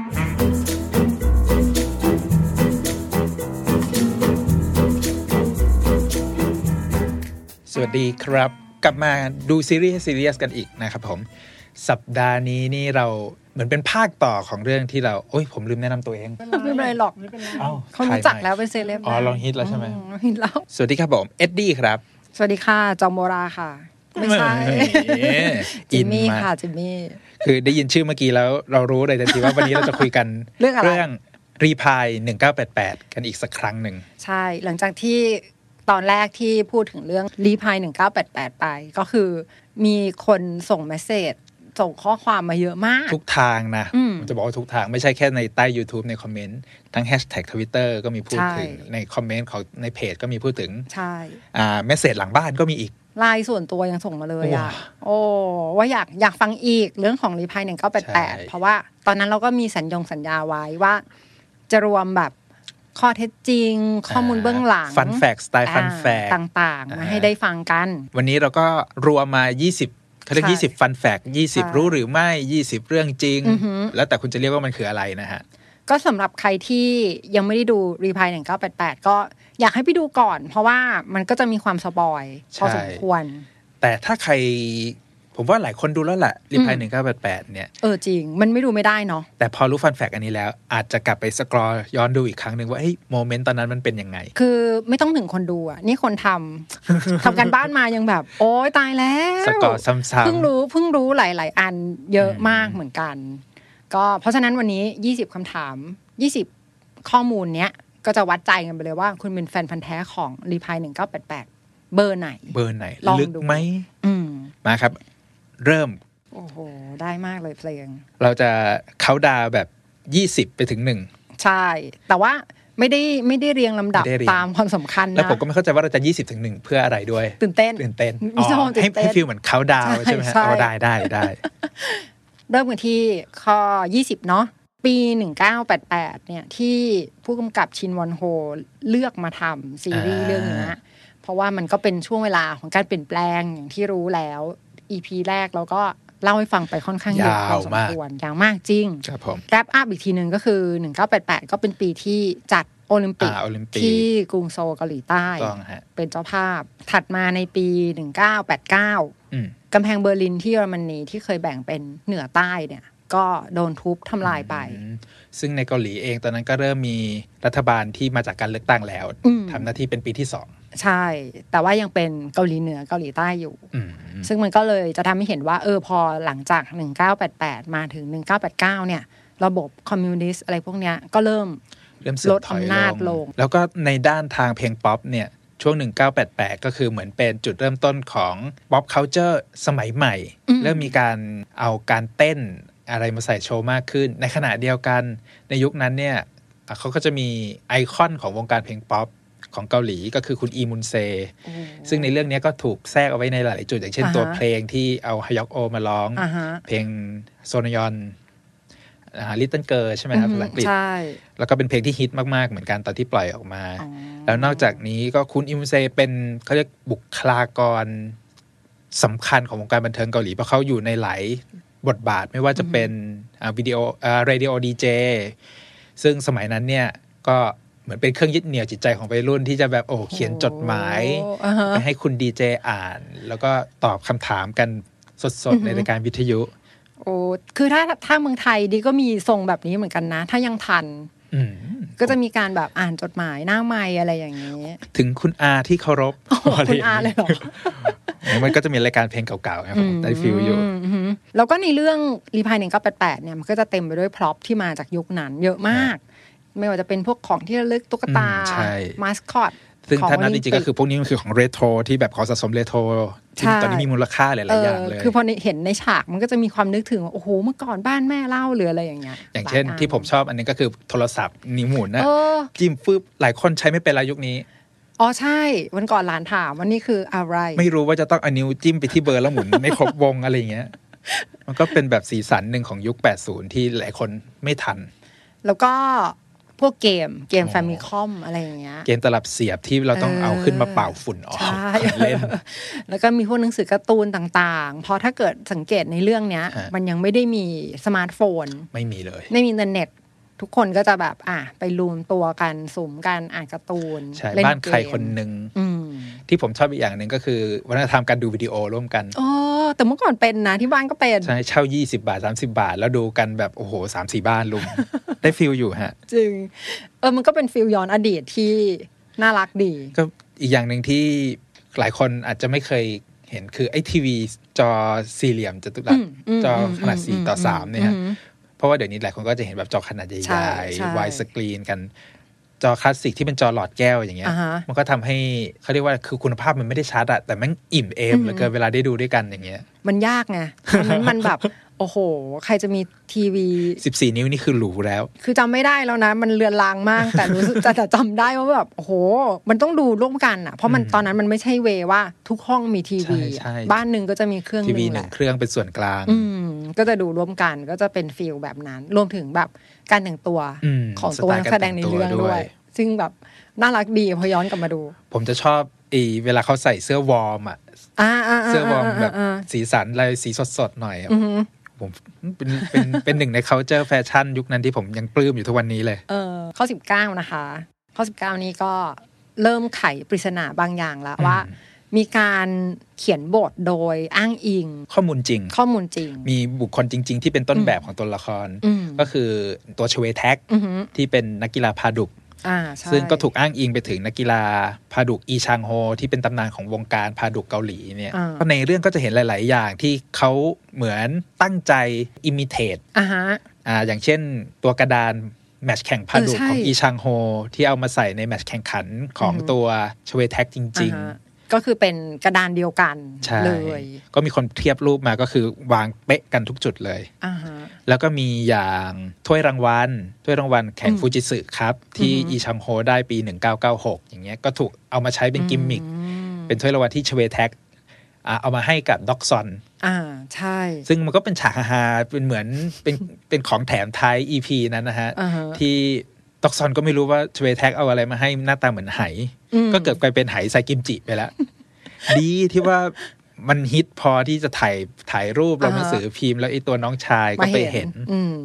S3: สวัสดีครับ กลับมาดูซีรีส์ซีเรียสกันอีกนะครับผม สัปดาห์นี้นี่เราเหมือนเป็นภาคต่อของเรื่องที่เรา โอ้ยผมลืมแนะนำตัวเอง
S2: ไม่เป็นไรหรอก
S3: เอ้า
S2: เขา
S3: ถ่า
S2: รู้
S3: ย
S2: จัก
S3: ใหม่
S2: แล้วเป็นเซเลบ
S3: อ๋อลองฮิตแล้วใช่ไหม
S2: อืลองฮิตแล้ว
S3: สวัสดีครับผม เอ็ดดี้ครับ
S2: สวัสดีค่ะ จอมโมราค่ะ ไม่ใช่
S3: เฮ้ย
S2: จิมมี่
S3: อินาก
S2: ค่ะ จิมมี่
S3: คือได้ยินชื่อเมื่อกี้แล้ว เรารู้เลยทันทีว่าวันนี้เราจะคุยกัน
S2: เรื่องอะไร
S3: รีพายหนึ่งเก้าแปดแปดกันอีกสักครั้งหนึ่ง
S2: ใช่ หลังจากที่ตอนแรกที่พูดถึงเรื่องรีพาย1988 ไป ก็คือ มีคนส่งเมสเซจส่งข้อความมาเยอะมาก
S3: ทุกทางนะ
S2: อืม
S3: ผมจะบอกว่าทุกทางไม่ใช่แค่ในใต้ YouTube ในคอมเมนต์ ทั้งแฮชแท็กทวิตเตอร์ก็มีพูดถึง
S2: ใช่
S3: ในคอมเมนต์ของในเพจก็มีพูดถึง
S2: ใช่
S3: อ่าเมสเซจหลังบ้านก็มีอีก
S2: ไลน์ส่วนตัวยังส่งมาเลย
S3: ว้า
S2: อ่ะ โอ้ว่าอยากอยากฟังอีกเรื่องของรีพาย
S3: ใช่
S2: 1988 เพราะว่าตอนนั้นเราก็มีสัญญงสัญญาไว้ว่า จะรวมแบบข้อเท็จจริง ข้อมูลเบื้องหลัง
S3: ฟันแฟกสไตล์ฟันแฟก
S2: อ่าต่างๆ มาให้
S3: อ่า
S2: ได้ฟังกัน
S3: วันนี้เราก็รวมมา 20เขาเรียก
S2: ใช่
S3: 20 ฟันแฟก
S2: ใช่
S3: 20 รู้หรือไม่ 20 เรื่องจริง
S2: อือหือ
S3: แล้วแต่คุณจะเรียกว่ามันคืออะไรนะฮะ
S2: ก็สำหรับใครที่ยังไม่ได้ดูรีพาย1988 ก็อยากให้ไปดูก่อน เพราะว่ามันก็จะมีความสปอย
S3: ใช่
S2: พอสมควร
S3: แต่ถ้าใคร ผมว่าหลายคนดูแล้วแหละรีพาย
S2: อืม
S3: หนึ่งเก้าแปดแปดเนี่ย
S2: เออจริง มันไม่ดูไม่ได้เนาะ
S3: แต่พอรู้ฟันแฟกอันนี้แล้ว อาจจะกลับไปสกรอลย้อนดูอีกครั้งหนึ่งว่าเฮ้ยโมเมนต์ตอนนั้นมันเป็นยังไง
S2: คือไม่ต้องถึงคนดูอ่ะ นี่คนทำ ทำกันบ้านมายังแบบ โอ๊ยตายแล้ว
S3: สกอร์ซ้ำๆ
S2: เพิ่งรู้เพิ่งรู้หลาย ๆ อันเยอะ
S3: อืม
S2: มากเหมือนกัน ก็เพราะฉะนั้นวันนี้ 20คำถาม 20 ข้อมูลเนี้ย ก็จะวัดใจกันไปเลยว่า คุณเป็นแฟนพันธ์แท้ของรีพาย1988 เบอร์ไหน
S3: เบอร์ไหน
S2: ลองดู
S3: ลึกไหม
S2: อืม
S3: มาครับ เริ่ม
S2: โอ้โห ได้มากเลยเพลง
S3: เราจะเขาดาวแบบ 20 ไปถึงหนึ่ง
S2: ใช่ แต่ว่าไม่ได้ไม่ได้เรียงลำดับ
S3: ไม่ได้เรียง
S2: ตามความสำคัญนะ
S3: แล้วผมก็ไม่เข้าใจว่าเราจะ 20ถึงหนึ่งเพื่ออะไรด้วย
S2: ตื่นเต้น
S3: ตื่นเต้น
S2: มีช่วงตื่นเต้น
S3: ให้ให้ฟีลเหมือนเขาดาว
S2: ใช่
S3: ใช่ไหมฮะ
S2: ใช่
S3: อ๋อได้ได้ได้
S2: เริ่มกันที่ข้อ 20 เนาะปี 1988 เนี่ย ที่ผู้กำกับชินวอนโฮเลือกมาทำซีรีส์
S3: อ่า
S2: เรื่องเนี้ยเพราะว่ามันก็เป็นช่วงเวลาของการเปลี่ยนแปลงอย่างที่รู้แล้ว EP แรกเราก็เล่าให้ฟังไปค่อนข้างเยอะพอสมควรยาวมากจริง
S3: ครับผม
S2: แรปอัพอีกทีหนึ่งก็คือ 1988 ก็เป็นปีที่จัดโอลิมปิก
S3: อ่าโอลิมปิก
S2: ที่กรุงโซลเกาหลีใต้
S3: ต้องฮะ
S2: เป็นเจ้าภาพ ถัดมาในปี 1989
S3: อืม
S2: กำแพงเบอร์ลินที่เยอรมนีที่เคยแบ่งเป็นเหนือใต้เนี่ย ก็โดนทุบทำลายไป
S3: อืมซึ่งในเกาหลีเองตอนนั้นก็เริ่มมีรัฐบาลที่มาจากการเลือกตั้งแล้ว
S2: อืม
S3: ทำหน้าที่เป็นปีที่สอง
S2: ใช่ แต่ว่ายังเป็นเกาหลีเหนือเกาหลีใต้อยู่
S3: อืม
S2: ซึ่งมันก็เลยจะทำให้เห็นว่า เออพอหลังจาก 1988 มาถึง 1989 เนี่ย ระบบคอมมิวนิสต์อะไรพวกเนี้ยก็เริ่ม
S3: เริ่มเสื่อมถอย
S2: ลดอำนาจลง
S3: แล้วก็ในด้านทางเพลงป๊อปเนี่ย ช่วง 1988 ก็คือเหมือนเป็นจุดเริ่มต้นของป๊อปเคานเจอร์สมัยใหม่
S2: อืม
S3: เริ่มมีการเอาการเต้นอะไรมาใส่โชว์มากขึ้น ในขณะเดียวกันในยุคนั้นเนี่ยอ่ะเขาก็จะมีไอคอนของวงการเพลงป๊อป ของเกาหลีก็คือคุณอีมุนเซ
S2: โอ้
S3: ซึ่งในเรื่องเนี้ยก็ถูกแทรกเอาไว้ในหลายๆจุด อย่างเช่น
S2: อ่าฮะ
S3: ตัวเพลงที่เอาฮยอกโอมาร้อง
S2: อ่าฮะ
S3: เพลงโซนยอนลิตเติ้ลเกิร์ใช่ไหมครับภาษาอังกฤษ
S2: ใช่
S3: แล้วก็เป็นเพลงที่ฮิตมาก ๆ เหมือนกันตอนที่ปล่อยออกมา
S2: อ๋อ
S3: แล้วนอกจากนี้ก็คุณอิมเซเป็นเขาเรียกบุคลากรสำคัญของวงการบันเทิงเกาหลี เพราะเขาอยู่ในหลายบทบาทไม่ว่าจะเป็นอ่าวิดีโอเรดิโอดีเจซึ่งสมัยนั้นเนี่ย ก็เหมือนเป็นเครื่องยึดเหนี่ยวจิตใจของวัยรุ่นที่จะแบบโอ้โหเขียนจดหมาย
S2: โอ้อ่าฮะ
S3: ไปให้คุณดีเจอ่าน แล้วก็ตอบคำถามกันสด ๆ ในรายการวิทยุ
S2: โอ้คือถ้าถ้าเมืองไทยดีก็มีทรงแบบนี้เหมือนกันนะ ถ้ายังทัน
S3: อืม
S2: ก็จะมีการแบบอ่านจดหมายหน้าไม้อะไรอย่างนี้
S3: ถึงคุณอาที่เคารพ
S2: คุณอาเลยเหรอ
S3: มันก็จะมีรายการเพลงเก่าๆไงผมได้ฟิลอยู่
S2: มอืมแล้วก็ในเรื่องรีพายหนึ่งเก้าแปดแปดเนี่ยมันก็จะเต็มไปด้วยพร็อพที่มาจากยุคนั้นเยอะมาก ไม่ว่าจะเป็นพวกของที่ระลึกตุ๊กตา
S3: อืมใช่
S2: มาสคอต
S3: ซึ่งถ้านับจริงๆก็คือพวกนี้มันคือของเรโทรที่แบบของสะสมเรโทรที่
S2: ใช่
S3: ตอนนี้มีมูลค่าหลายๆอย่างเลย
S2: คือพอเห็นในฉากมันก็จะมีความนึกถึงว่าโอ้โหเมื่อก่อนบ้านแม่เล่าหรืออะไรอย่างเงี้ย
S3: อย่างเช่น
S2: หลยอั
S3: ที่ผมชอบอันนี้ก็คือโทรศัพท์นิ้วหมุนนะ
S2: เออ
S3: จิ้มฟึบหลายคนใช้ไม่เป็นแล้วยุคนี้
S2: อ๋อใช่ วันก่อนหลานถามว่านี่คืออะไร
S3: ไม่รู้ว่าจะต้องเอานิ้วจิ้มไปที่เบอร์แล้วหมุน ไม่ครบวงอะไรอย่างเงี้ย มันก็เป็นแบบสีสันหนึ่งของยุค 80 ที่หลายคนไม่ทัน
S2: แล้วก็พวกเกมเกม
S3: อ๋อ
S2: แฟมิคอมอะไรอย่างเงี้ย
S3: เกมตลับเสียบที่เราต้องเอาขึ้นมาเป่าฝุ่นออก
S2: ใช่
S3: ของเล่น
S2: แล้วก็มีพวกหนังสือการ์ตูนต่างๆ เพราะถ้าเกิดสังเกตในเรื่องเนี้ย
S3: ฮะ
S2: มันยังไม่ได้มีสมาร์ทโฟน
S3: ไม่มีเลย
S2: ไม่มีอินเทอร์เน็ต ทุกคนก็จะแบบอ่ะไปรวมตัวกันสุมกันอ่านการ์ตูน
S3: ใช่
S2: เล่
S3: บ้านใคร
S2: เกม
S3: คนหนึ่ง
S2: อืม
S3: ที่ผมชอบอีกอย่างหนึ่งก็คือ วัฒนธรรมการดูวิดีโอร่วมกัน
S2: อ๋อแต่เมื่อก่อนเป็นนะที่บ้านก็เป็น
S3: ใช่เช่า 20 บาท 30 บาท แล้วดูกันแบบ โอ้โหสามสี่บ้าน ลุม ได้ฟิลอยู่ฮะ
S2: จริงเออมันก็เป็นฟิลย้อนอดีตที่น่ารักดี
S3: ก็อีกอย่างหนึ่งที่หลายคนอาจจะไม่เคยเห็นคือ ไอ้ทีวีจอสี่เหลี่ยมจัตุรัส
S2: อืมอืม
S3: จอขนาด
S2: อืม
S3: สี่ต่ออ
S2: ม
S3: สามเนี่ยฮะ
S2: อืม
S3: เพราะว่าเดี๋ยวนี้หลายคนก็จะเห็นแบบจอขนาดใหญ่
S2: ใช่ใช่
S3: ๆวายสกรีนกัน จอคลาสสิกที่เป็นจอหลอดแก้วอย่างเงี้ย
S2: อ่าฮะ
S3: มันก็ทำให้เขาเรียกว่าคือคุณภาพมันไม่ได้ชัดอะแต่มันอิ่มเอมเหลือเกินเวลาได้ดูด้วยกันอย่างเงี้ย
S2: มันยากไงอันนั้นมันแบบ โอ้โห ใครจะมีทีวี
S3: สิบสี่นิ้วนี่คือหรูแล้ว
S2: คือจำไม่ได้แล้วนะ มันเลือนลางมาก แต่รู้สึกแต่แต่จำได้ว่าแบบโอ้โห มันต้องดูร่วมกันอ่ะ เพราะมันตอนนั้นมันไม่ใช่เวว่าทุกห้องมีทีวี
S3: ใช่ใช่
S2: อะบ้านหนึ่งก็จะมีเครื่อง
S3: ที
S2: ห
S3: วี
S2: นึ่ง
S3: ห
S2: แห
S3: นึ่ง
S2: ละ
S3: เครื่องเป็นส่วนกลาง
S2: อืม ก็จะดูร่วมกันก็จะเป็นฟิลแบบนั้น รวมถึงแบบการแต่งตัว
S3: อืม
S2: ของตัวนักแสดงในเรื่อง
S3: สไตล์การแต่งตัวด้
S2: ด้ว
S3: ว
S2: ย ย ซึ่งแบบน่ารักดีพอย้อนกลับมาดู
S3: ผมจะชอบไอีเวลาเขาใส่เสื้อวอร์มอะ
S2: อ่าอ่าา
S3: เสื้อวอร์มแบบ
S2: อ่า
S3: สีสันลายสีสดๆหน่อยอะ
S2: อือหือ
S3: ผมเป็นเป็น เป็นหนึ่งใน culture แฟชั่นยุคนั้นที่ผมยังปลื้มอยู่ทุกวันนี้เลย
S2: เออข้อสิบเก้านะคะ ข้อสิบเก้านี้ก็เริ่มไขปริศนาบางอย่างละว่า มีการเขียนบทโดยอ้างอิง
S3: ข้อมูลจริง
S2: ข้อมูลจริง
S3: มีบุคคลจริง ๆ ที่เป็นต้นแบบของตัวละคร
S2: อืม
S3: ก็คือตัวชเวแท็ก
S2: อือหือ
S3: ที่เป็นนักกีฬาพาดุก
S2: อ่าใช่
S3: ซึ่งก็ถูกอ้างอิงไปถึงนักกีฬาพาดุกอีชางโฮ ที่เป็นตำนานของวงการพาดุกเกาหลีเนี่ย
S2: อ่า
S3: ก็ในเรื่องก็จะเห็นหลาย ๆ อย่างที่เขาเหมือนตั้งใจอิมิเตต
S2: อ่าฮะ
S3: อ่าอย่างเช่นตัวกระดาน แมตชแข่งพาดุ
S2: เออใช่
S3: ของอีชังโฮ ที่เอามาใส่ในแมตชแข่งขันของ
S2: อือฮึ
S3: ตัวชเวแท็กจริง
S2: อ่าฮะก็คือเป็นกระดานเดียวกัน
S3: ๆ ใช่
S2: เลย
S3: ก็มีคนเทียบรูปมาก็คือวางเป๊ะกันทุกจุดเลย
S2: อ่าฮะ
S3: แล้วก็มีอย่างถ้วยรางวัลถ้วยรางวัลแข่ง
S2: อืม
S3: ฟูจิสึครับที่
S2: อือฮึ
S3: อีชังโฮได้ปี 1996 อย่างเงี้ยก็ถูกเอามาใช้เป็นกิมมิค
S2: อื
S3: เป็นถ้วยรางวัลที่ชเวแท็กอ่าเอามาให้กับด็อกซอน
S2: อ่าใช่
S3: ซึ่งมันก็เป็นฉากฮาๆเป็นเหมือนเป็นเป็นของแถมท้าย EP นั้นนะฮะ
S2: อ่าฮะ
S3: ที่ตอกซอนก็ไม่รู้ว่าชเวแท็กเอาอะไรมาให้หน้าตาเหมือนไห
S2: อืม
S3: ก็เกิดกลายเป็นไหไซกิมจิไปแล้ว ดีที่ว่ามันฮิตพอที่จะถ่ายถ่ายรูปลงหนังสือพิมพ์แล้วไอ้ตัวน้องชายก็
S2: มา
S3: ไปเห็น
S2: อืม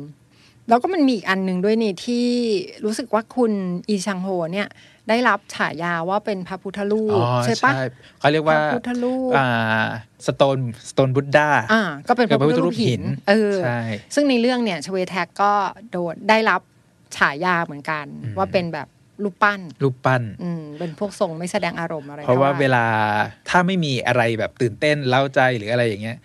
S2: แล้วก็มันมีอีกอันหนึ่งด้วยนี่ที่รู้สึกว่าคุณอีชังโฮเนี่ย ได้รับฉายาว่าเป็นพระพุทธรู
S3: อ๋
S2: ป
S3: อ
S2: ใช่ปะ
S3: เขาเรียก
S2: พ
S3: ว่า
S2: ระพุทธรูป
S3: อ่าสโตนสโตนบุดดา
S2: อ่า ก็เป็นพระพุทธรูปหินเออ
S3: ใช่
S2: ซึ่งในเรื่องเนี่ยชเวแท็กก็โดนได้รับฉายาเหมือนกัน
S3: อืม
S2: ว่าเป็นแบบรูปปั้น
S3: รูปปั้น
S2: อืม เป็นพวกทรงไม่แสดงอารมณ์อะไร
S3: เพราะว่าเว
S2: ก็
S3: ลาถ้าไม่มีอะไรแบบตื่นเต้นเล้าใจหรืออะไรอย่างเงี้ย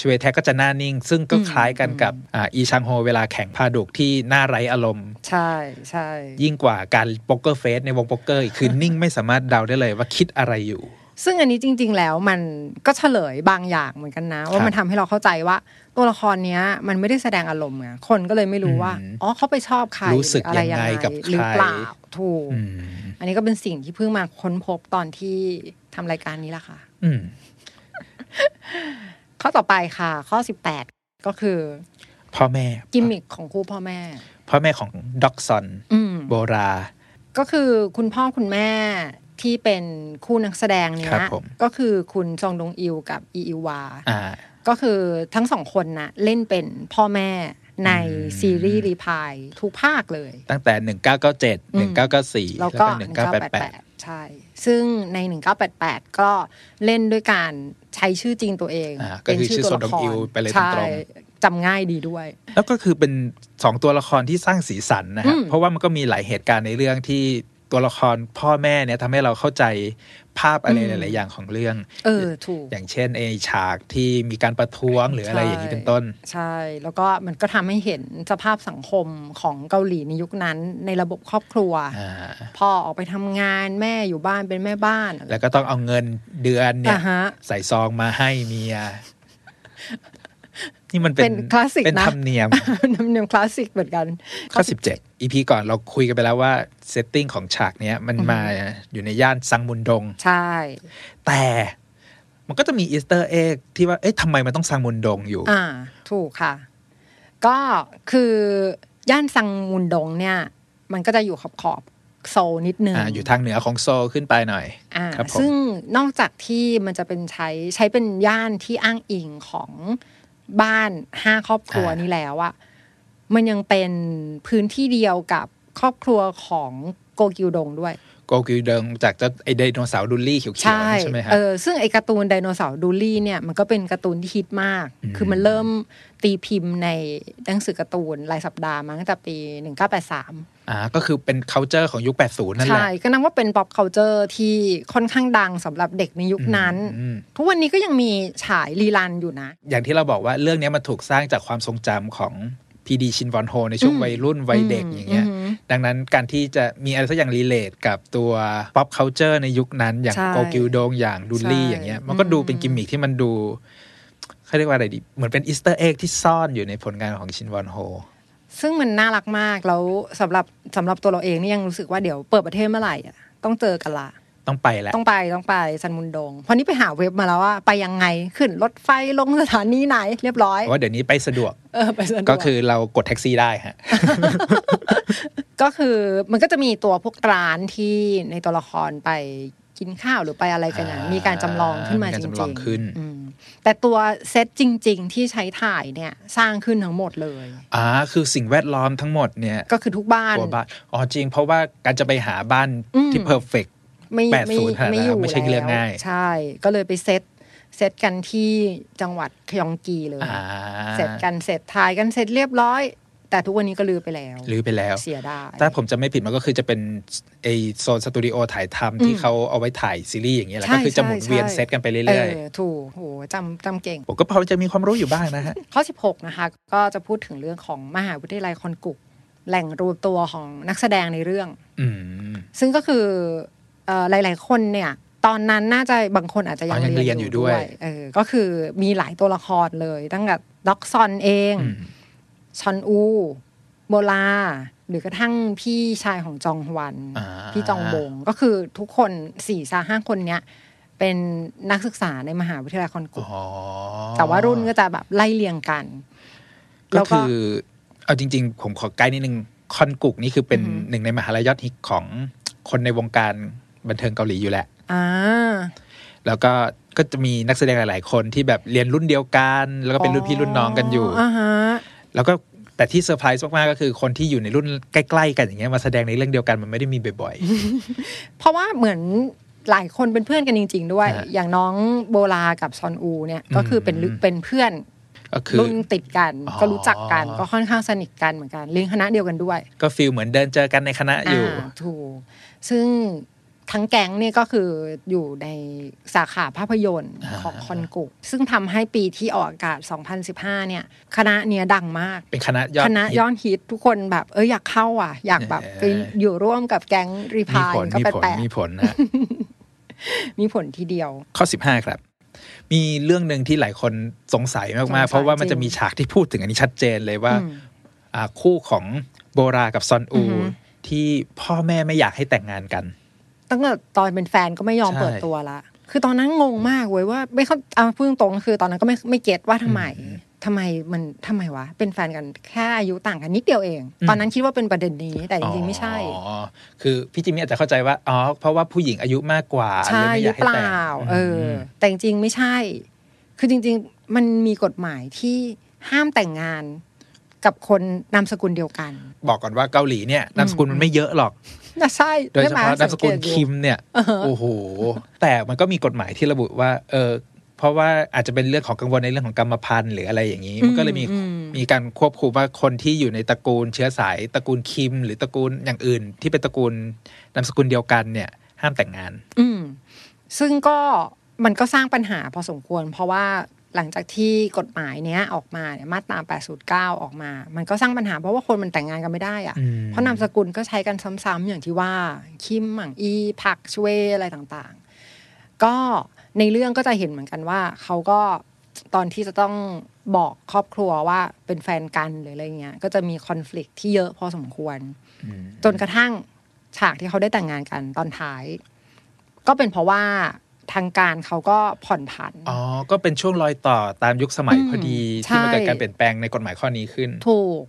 S3: ชเวแท็กก็จะหน้านิ่ง ซึ่งก็คล้ายกันกับอ่าอีชังโฮเวลาแข่งพาดุกที่หน้าไร้อารมณ์
S2: ใช่ใช่
S3: ยิ่งกว่าการโป๊กเกอร์เฟสในวงโป๊กเกอร์อีกคือนิ่งไม่สามารถเดาได้เลยว่าคิดอะไรอยู่
S2: ซึ่งอันนี้จริง ๆ แล้วมันก็เฉลยบางอย่างเหมือนกันนะ ว่ามันทำให้เราเข้าใจว่า ตัวละครเนี้ย มันไม่ได้แสดงอารมณ์ไงคนก็เลยไม่รู้ว่า
S3: อืม
S2: อ๋อเขาไปชอบใคร
S3: รู้สึก
S2: หออะไร
S3: ยังไงกับใคร
S2: หรือเปล่าถูก
S3: อืม
S2: อันนี้ก็เป็นสิ่งที่เพิ่งมาค้นพบตอนที่ทำรายการนี้ล่ะค่ะ
S3: อืม
S2: ข้อต่อไปค่ะ ข้อ 18 ก็คือ
S3: พ่อแม่
S2: กิมมิคของคู่พ่อแม่
S3: พ่อแม่ของด็อกซอน
S2: อืม
S3: โบรา
S2: ก็คือคุณพ่อคุณแม่ที่เป็นคู่นักแสดงเนี่
S3: ครั
S2: ย
S3: บผม
S2: ก็คือคุณซองดงอิวกับอีอิวา
S3: อ่า
S2: ก็คือทั้งสองคนนะเล่นเป็นพ่อแม่ใน
S3: อืม
S2: ซีรีส์รีพายทุกภาคเลย
S3: ตั้งแต่ 1997
S2: อืม
S3: 1994
S2: แล้วก็
S3: 1988
S2: 1988 ใช่ ซึ่งใน 1988 ก็เล่นด้วยการใช้ชื่อจริงตัวเอง
S3: อ่าก็คือชื่อซอนดงอิวไปเลยตรงๆ
S2: ใช่จำง่ายดีด้วย
S3: แล้วก็คือเป็นสองตัวละครที่สร้างสีสันนะฮะ
S2: อืม
S3: เพราะว่ามันก็มีหลายเหตุการณ์ในเรื่องที่ตัวละครพ่อแม่เนี่ยทำให้เราเข้าใจภาพอะไร
S2: อืม
S3: หลาย ๆ อย่างของเรื่อง
S2: เออ ถูก
S3: อย่างเช่นไอฉากที่มีการประท้วงหรืออะไรอย่างนี้เป็นต้น
S2: ใช่ แล้วก็มันก็ทำให้เห็นสภาพสังคมของเกาหลีในยุคนั้นในระบบครอบครัว
S3: อ่า
S2: พ่อออกไปทำงานแม่อยู่บ้านเป็นแม่บ้านอะไร
S3: แล้วก็ต้องเอาเงินเดือนเนี่ย
S2: อ่ะฮะ
S3: ใส่ซองมาให้เมีย นี่มันเป็น
S2: เป็นคลาสสิก
S3: เป็น
S2: นะ
S3: ธรรมเนียม
S2: น้ำเนียมคลาสสิกเหมือนกัน
S3: ข้อ 17 EP ก่อนเราคุยกันไปแล้วว่าเซตติ้งของฉากเนี้ยมันมาอยู่ในย่านซังมุนดง
S2: ใช่
S3: แต่มันก็จะมีอีสเตอร์เอ็กที่ว่า เอ๊ะทำไมมันต้องซังมุนดงอยู่
S2: อ่า ถูกค่ะ ก็คือย่านซังมุนดงเนี่ย มันก็จะอยู่ขอบขอบๆโซลนิดนึง
S3: อ่า อยู่ทางเหนือของโซลขึ้นไปหน่อย
S2: อ่า
S3: ครับผม
S2: ซึ่งนอกจากที่มันจะเป็นใช้ใช้เป็นย่านที่อ้างอิงของบ้านห้าครอบครัวนี้แล้วอะมันยังเป็นพื้นที่เดียวกับครอบครัวของโกกิวดงด้วย
S3: โกกิวเดิงจากเจ้าไอไดโนเสาร์ดุลลี่เขียวๆ
S2: ใช่
S3: ใช่ไหมฮะ
S2: เออซึ่งไอการ์ตูนไดโนเสาร์ดูลี่เนี่ยมันก็เป็นการ์ตูนที่ฮิตมาก
S3: อืม
S2: คือมันเริ่มตีพิมพ์ในหนังสือการ์ตูนรายสัปดาห์มาตั้งแต่ปี 1983
S3: อ่า ก็คือเป็น c u เจอร์ของยุค 80 นั่นแห
S2: ใช่
S3: ละ
S2: ก็นับว่าเป็น pop culture ที่ค่อนข้างดังสำหรับเด็กในยุคนั้น
S3: อืม
S2: ทุกวันนี้ก็ยังมีฉายรีรันอยู่นะ
S3: อย่างที่เราบอกว่าเรื่องเนี้ยมันถูกสร้างจากความทรงจำของพีดีชินวอนโฮในช่วง
S2: อืม
S3: วัยรุ่นวัยเด็กอย่างเงี้ย
S2: ม
S3: ดังนั้นการที่จะมีอะไรสักอย่างรีเลทกับตัว pop culture ในยุคนั้น อย่าง
S2: ใช่
S3: โกกิวดงอย่างดูลี่
S2: ใช่
S3: อย่างเงี้ย มันก็ดูเป็น
S2: อืม
S3: กิมมิคที่มันดูเขาเรียกว่าอะไรดี เหมือนเป็นอีสเตอร์เอ็กที่ซ่อนอยู่ในผลงานของชินวอนโฮ
S2: ซึ่งมันน่ารักมากแล้วสำหรับสำหรับตัวเราเองนี่ยังรู้สึกว่าเดี๋ยวเปิดประเทศเมื่อไหร่อะต้องเจอกันละ
S3: ต้องไปแหละ
S2: ต้องไปต้องไปซันมุนดงเพราะนี่ไปหาเว็บมาแล้วว่าไปยังไงขึ้นรถไฟลงสถานีไหน เรียบร้อย
S3: เพราะว่าเดี๋ยวนี้ไปสะดวก
S2: เออไปสะดวก
S3: ก็คือเรากดแท็กซี่ได้ฮะ
S2: ก็คือมันก็จะมีตัวพวกร้านที่ในตัวละครไปกินข้าวหรือไปอะไรกันอย่าง
S3: อ่ามี
S2: มีการจำลองขึ้นมาจ
S3: มีการ
S2: ริง
S3: จำลองขึ้น
S2: อืมแต่ตัวเซตจริง ๆ ที่ใช้ถ่ายเนี่ยสร้างขึ้นทั้งหมดเลย
S3: อ่าคือสิ่งแวดล้อมทั้งหมดเนี่ย
S2: ก็คือทุกบ้าน
S3: ตัวบ้านอ๋อจริงเพราะว่าการจะไปหาบ้าน
S2: อืม
S3: ที่เพอร์เฟก
S2: ไม่
S3: 80
S2: ไม่
S3: ขนาดนั้น
S2: ไม่อยู่
S3: ไม่ใช่เรื่องง่าย
S2: แล้วใช่ ก็เลยไปเซตเซตกันที่จังหวัดคยองกีเลย
S3: อ่า
S2: เสร็จกันเสร็จถ่ายกันเสร็จเรียบร้อย แต่ทุกวันนี้ก็ลือไปแล้ว
S3: หรือไปแล้ว
S2: เสียดาย
S3: ถ้าผมจะไม่ผิดมันก็คือจะเป็นไอโซนสตูดิโอถ่ายทำที่
S2: อืม
S3: เขาเอาไว้ถ่ายซีรีส์อย่างเงี้ยแหละ
S2: ใช่
S3: ก็คือจะหมุนเวียน
S2: ใช่
S3: เซตกันไป
S2: เอ
S3: เรื่อย
S2: อถูกโหจำจำเก่ง
S3: ๆ ผมก็พอจะมีความรู้อยู่บ้างนะ ฮะ
S2: ข้อ 16 นะคะ ก็จะพูดถึงเรื่องของมหาวิทยาลัยคอนกุก แหล่งรวมตัวของนักแสดงในเรื่อง
S3: อืม
S2: ซึ่งก็คือเอ่อหลาย ๆ คนเนี่ย ตอนนั้นน่าจะบางคนอาจจะยั
S3: อ๋
S2: ง
S3: อยังเรี
S2: เรี
S3: ย
S2: ย
S3: น
S2: น
S3: อ
S2: อยู่ ยู่
S3: ด้
S2: ด้
S3: ว
S2: วย ยเออก็คือมีหลายตัวละครเลย ตั้งแต่ด็อกซอนเอง
S3: อืม
S2: ชอนอู โบลา หรือกระทั่งพี่ชายของจองฮวัน
S3: อ่า
S2: พี่จองบงก็คือทุกคนสี่ซาห้าคนเนี้ยเป็นนักศึกษาในมหาวิทยาลัยคอนกุก
S3: อ๋อ
S2: แต่ว่ารุ่นก็จะแบบไล่เรียงกัน แล้
S3: ก็
S2: วก็
S3: คือเอาจริง ๆ ผมขอใกล้นิดนึงคอนกุกนี่คือเป็น
S2: อือหือ
S3: หนึ่งในมหาลัยยอดฮิตของคนในวงการบันเทิงเกาหลีอยู่แหละ
S2: อ่า
S3: แล้วก็ก็จะมีนักแสดงหลาย ๆ คนที่แบบเรียนรุ่นเดียวกัน แล้วก็เป็นรุ่นพี่รุ่นน้องกันอยู่
S2: อ่าฮะ
S3: แล้วก็แต่ที่เซอร์ไพรส์มากๆก็คือคนที่อยู่ในรุ่นใกล้ๆกันอย่างเงี้ยมาแสดงในเรื่องเดียวกันมันไม่ได้มีบ่อย
S2: เพราะว่าเหมือนหลายคนเป็นเพื่อนกันจริง ๆ ด้วย
S3: ฮะ
S2: อย่างน้องโบลากับซอนอูเนี่ย
S3: อืม
S2: ก็คือเป็นลึกเป็นเพื่อน
S3: ๆ ก็คือ
S2: รุ่นติดกัน
S3: อ๋อ
S2: ก็รู้จักกันก็ค่อนข้างสนิทกันเหมือนกันเรียนคณะเดียวกันด้วย
S3: ก็ฟีลเหมือนเดินเจอกันในคณะอยู่
S2: าถูก ซึ่งทั้งแก๊งเนี่ยก็คืออยู่ในสาขาภาพยนตร์
S3: อ่า
S2: ของคอนกุกซึ่งทำให้ปีที่ออกอากาศ 2015 เนี่ย คณะเนี้ยดังมาก
S3: เป็นคณะยอด
S2: คณะ
S3: ฮิต
S2: ย้อนฮิตทุกคนแบบเอออยากเข้าอ่ะ อยากแบบ
S3: เออ
S2: ไปอยู่ร่วมกับแก๊งรี
S3: มี
S2: พาย
S3: ผล
S2: ก็
S3: มี
S2: แป
S3: ผล
S2: ลก
S3: มีผลนะฮะ
S2: มีผลทีเดียว
S3: ข้อ 15 ครับ มีเรื่องหนึ่งที่หลายคนสงสัย
S2: สงสั
S3: มาก
S2: ย
S3: ๆ เพราะว่ามั
S2: จ
S3: น
S2: ริง
S3: จะมีฉากที่พูดถึงอันนี้ชัดเจนเลยว่า
S2: อืม
S3: อ่าคู่ของโบรากับซอน
S2: อื
S3: อู
S2: อหือ
S3: ที่พ่อแม่ไม่อยากให้แต่งงานกัน
S2: ตั้งแต่ตอนเป็นแฟนก็ไม่ยอม
S3: ใช่
S2: เปิดตัวละ คือตอนนั้นงงมากเว้ยว่า ไม่เข้าเอาพูดตรงๆคือตอนนั้นก็ไม่ไม่เก็ตว่าทำไมทำไมมันทำไมวะ เป็นแฟนกันแค่อายุต่างกันนิดเดียวเอง ตอนนั้นคิดว่าเป็นประเด็นนี้แต่จริงๆไม่ใช่
S3: อ๋อ คือพี่จิมมี่อาจจะเข้าใจว่า อ๋อ เพราะว่าผู้หญิงอายุมากกว่า
S2: ใช่
S3: เลย
S2: ห
S3: ไม่อ
S2: รือ
S3: ยา
S2: ก เป
S3: ให้แต่ง
S2: ล่า เออ
S3: ม
S2: แต่จริงๆไม่ใช่ คือจริง ๆ มันมีกฎหมายที่ห้ามแต่งงานกับคนนามสกุลเดียวกัน
S3: บอกก่อนว่าเกาหลีเนี่ยนามสกุลมันไม่เยอะหรอก
S2: น่าใช่
S3: โดยเฉ
S2: ใช่ไหม
S3: พาะนามสกุล
S2: งเตอยู่
S3: คิม เนี่ย โอ้โห แต่มันก็มีกฎหมายที่ระบุว่า เออ เพราะว่าอาจจะเป็นเรื่องของกังวลในเรื่องของกรรมพันธุ์หรืออะไรอย่างนี้
S2: อืม
S3: มันก็เลยมี
S2: อืม
S3: มีการควบคุมว่าคนที่อยู่ในตระกูลเชื้อสายตระกูลคิม หรือตระกูลอย่างอื่น ที่เป็นตระกูลนามสกุลเดียวกันเนี่ย ห้ามแต่งงาน
S2: อืมซึ่งก็มันก็สร้างปัญหาพอสมควร เพราะว่าหลังจากที่กฎหมายเนี้ยออกมาเนี่ยมาตรา 809 ออกมา มันก็สร้างปัญหาเพราะว่าคนมันแต่งงานกันไม่ได้อะ
S3: อืม
S2: เพราะนามสกุลก็ใช้กันซ้ำๆอย่างที่ว่า คิมหมังอีผักชเวอะไรต่างๆ ก็ในเรื่องก็จะเห็นเหมือนกันว่าเขาก็ตอนที่จะต้องบอกครอบครัวว่าเป็นแฟนกันหรืออะไรเงี้ยก็จะมีคอน FLICT ที่เยอะพอสมควร จนกระทั่งฉากที่เขาได้แต่งงานกันตอนท้าย ก็เป็นเพราะว่าทางการเขาก็ผ่อนผัน
S3: อ๋อ ก็เป็นช่วงรอยต่อตามยุคสมัย
S2: อืม
S3: พอดี
S2: ใช่
S3: ที่มันเกิดการเปลี่ยนแปลงในกฎหมายข้อนี้ขึ้น
S2: ถูก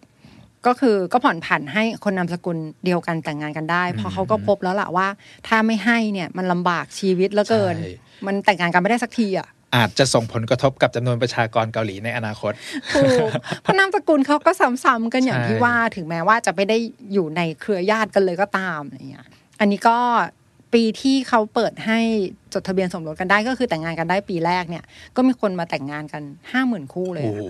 S2: ก็คือก็ผ่อนผันให้คนนามสกุลเดียวกันแต่งงานกันได้ เพราะเขาก็พบแล้วล่ะว่า ถ้าไม่ให้เนี่ยมันลำบากชีวิตเหลือเกิน
S3: ใช่
S2: มันแต่งงานกันไม่ได้สักทีอ่ะ
S3: อาจจะส่งผลกระทบกับจำนวนประชากรเกาหลีในอนาคต
S2: ถูกเพราะนามสกุลเขาก็ซ้ำๆกันอย่าง
S3: ใช่
S2: ที่ว่าถึงแม้ว่าจะไม่ได้อยู่ในเครือญาติกันเลยก็ตามอะไรอย่างเงี้ยอันนี้ก็ปีที่เขาเปิดให้จดทะเบียนสมรสกันได้ก็คือแต่งงานกันได้ปีแรกเนี่ย ก็มีคนมาแต่งงานกันห้าหมื่นคู่เลย
S3: โอ้
S2: อะ
S3: โห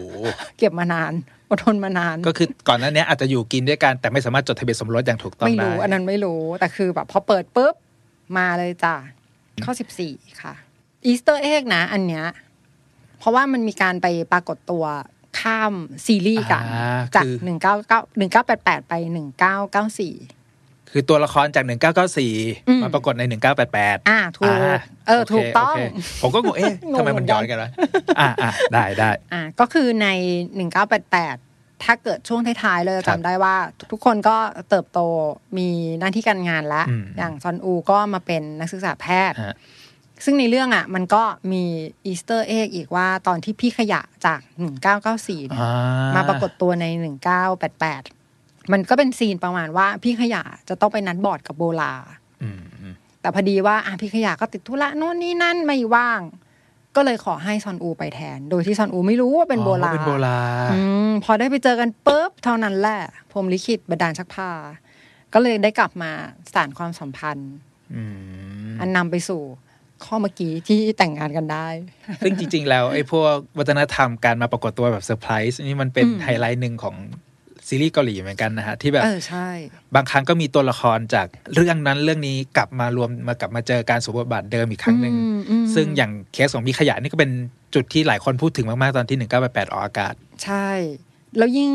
S2: เก็บมานานอดทนมานาน
S3: ก็คือก่อนหน้าเนี้ยอาจจะอยู่กินด้วยกัน แต่ไม่สามารถจดทะเบียนสมรสอย่างถูกต้อง
S2: ไม่
S3: ได้
S2: รู้อันนั้นไม่รู้แต่คือแบบพอเปิดปุ๊บมาเลยจ้ะข้อสิบสี่ค่ะอีสเตอร์เอ็กนะ อันเนี้ยเพราะว่ามันมีการไปปรากฏตัวข้ามซีรีส์กัน
S3: อ่า
S2: จาก
S3: คือ
S2: หนึ่งเก้าเก้าหนึ่งเก้าแปดแปดไปหนึ่งเก้าเก้าสี่
S3: คือตัวละครจาก
S2: อืม
S3: 1994 มาปรากฏใน 1988
S2: อ่าถูก
S3: อ่า
S2: เออ
S3: โค
S2: ถูกต้อง
S3: โเคผมก็งงเอ๊ะ
S2: งง
S3: ทำไมมันย้อน
S2: เหมือนกัน
S3: กันวะอ่าอ่าได้ได้
S2: อ่าก็คือในหนึ่งเก้าแปดแปดถ้าเกิดช่วงท้ายๆเลย
S3: ครับ
S2: จำได้ว่า ทุกคนก็เติบโตมีหน้าที่การงานแล้ว
S3: อืม
S2: อย่างซอนอูก็มาเป็นนักศึกษาแพทย์
S3: ฮะ
S2: ซึ่งในเรื่องอ่ะ มันก็มีอีสเตอร์เอ็กอีกว่าตอนที่พี่ขยะจากหนึ่งเก้าเก้าสี่เนี่ย
S3: อ่
S2: มาปรากฏตัวใน 1988 มันก็เป็นซีนประมาณว่าพี่ขยะจะต้องไปนัดบอร์ดกับโบลา
S3: อืมอืม
S2: แต่พอดีว่าอ่ะพี่ขยะก็ติดธุระโน่นนี่นั่นไม่ว่าง ก็เลยขอให้ซอนอูไปแทน โดยที่ซอนอูไม่รู้ว่าเป็นโบ
S3: อ๋
S2: ลา
S3: อเป็นโบรา
S2: อืมพอได้ไปเจอกันปุ๊บเท่านั้นแหละพรหมลิขิตบันดาลชักพา ก็เลยได้กลับมาสานความสัมพันธ์
S3: อืม
S2: อันนำไปสู่ข้อเมื่อกี้ที่แต่งงานกันได้
S3: ซึ่งจริง ๆ แล้วไอ้พวกวัฒนธรรมการมาปรากฏตัวแบบเซอร์ไพรส์นี่มันเป็น
S2: อืม
S3: ไฮไลท์หนึ่งของซีรีส์เกาหลีเหมือนกันนะฮะ ที่แบบ
S2: เออใช่
S3: บางครั้งก็มีตัวละครจากเรื่องนั้นเรื่องนี้กลับมารวมมากลับมาเจอการสวมบทบาทเดิมอีกครั้งหนึ่ง
S2: อืมอืม
S3: ซึ่งอย่างเคสของพี่ขยะนี่ก็เป็นจุดที่หลายคนพูดถึงมากๆ ตอนที่ 1988 ออกอากาศ
S2: ใช่ แล้วยิ่ง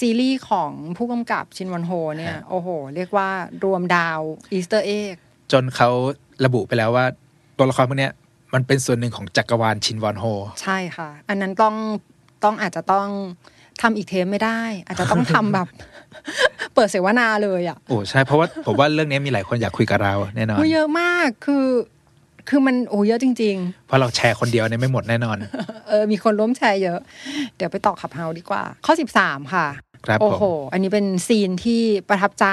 S2: ซีรีส์ของผู้กำกับชินวันโฮเนี่ย
S3: ฮะ
S2: โอ้โห เรียกว่ารวมดาวอีสเตอร์เอ็ก
S3: จนเขาระบุไปแล้วว่า ตัวละครพวกเนี้ยมันเป็นส่วนหนึ่งของจักรวาลชินวอนโฮ
S2: ใช่ค่ะ อันนั้นต้องต้องอาจจะต้องทำอีกเทปไม่ได้ อาจจะต้องทำแบบ เปิดเสวนาเลยอ่ะ
S3: โอ้ใช่เพราะ ว่าผมว่าเรื่องนี้มีหลายคนอยากคุยกับเราแน่นอน
S2: โอ้ยเยอะมากคือ คือมันโอ้เยอะจริง
S3: เพราะเราแชร์คนเดียวเนี่ยไม่หมดแน่นอน
S2: ๆ เออ มีคนร่วมแชร์เยอะ เดี๋ยวไปต่อขับเฮาดีกว่า ข้อ 13 ค่ะ
S3: ครับ
S2: โอ้
S3: ผม
S2: โห อันนี้เป็นซีนที่ประทับใจ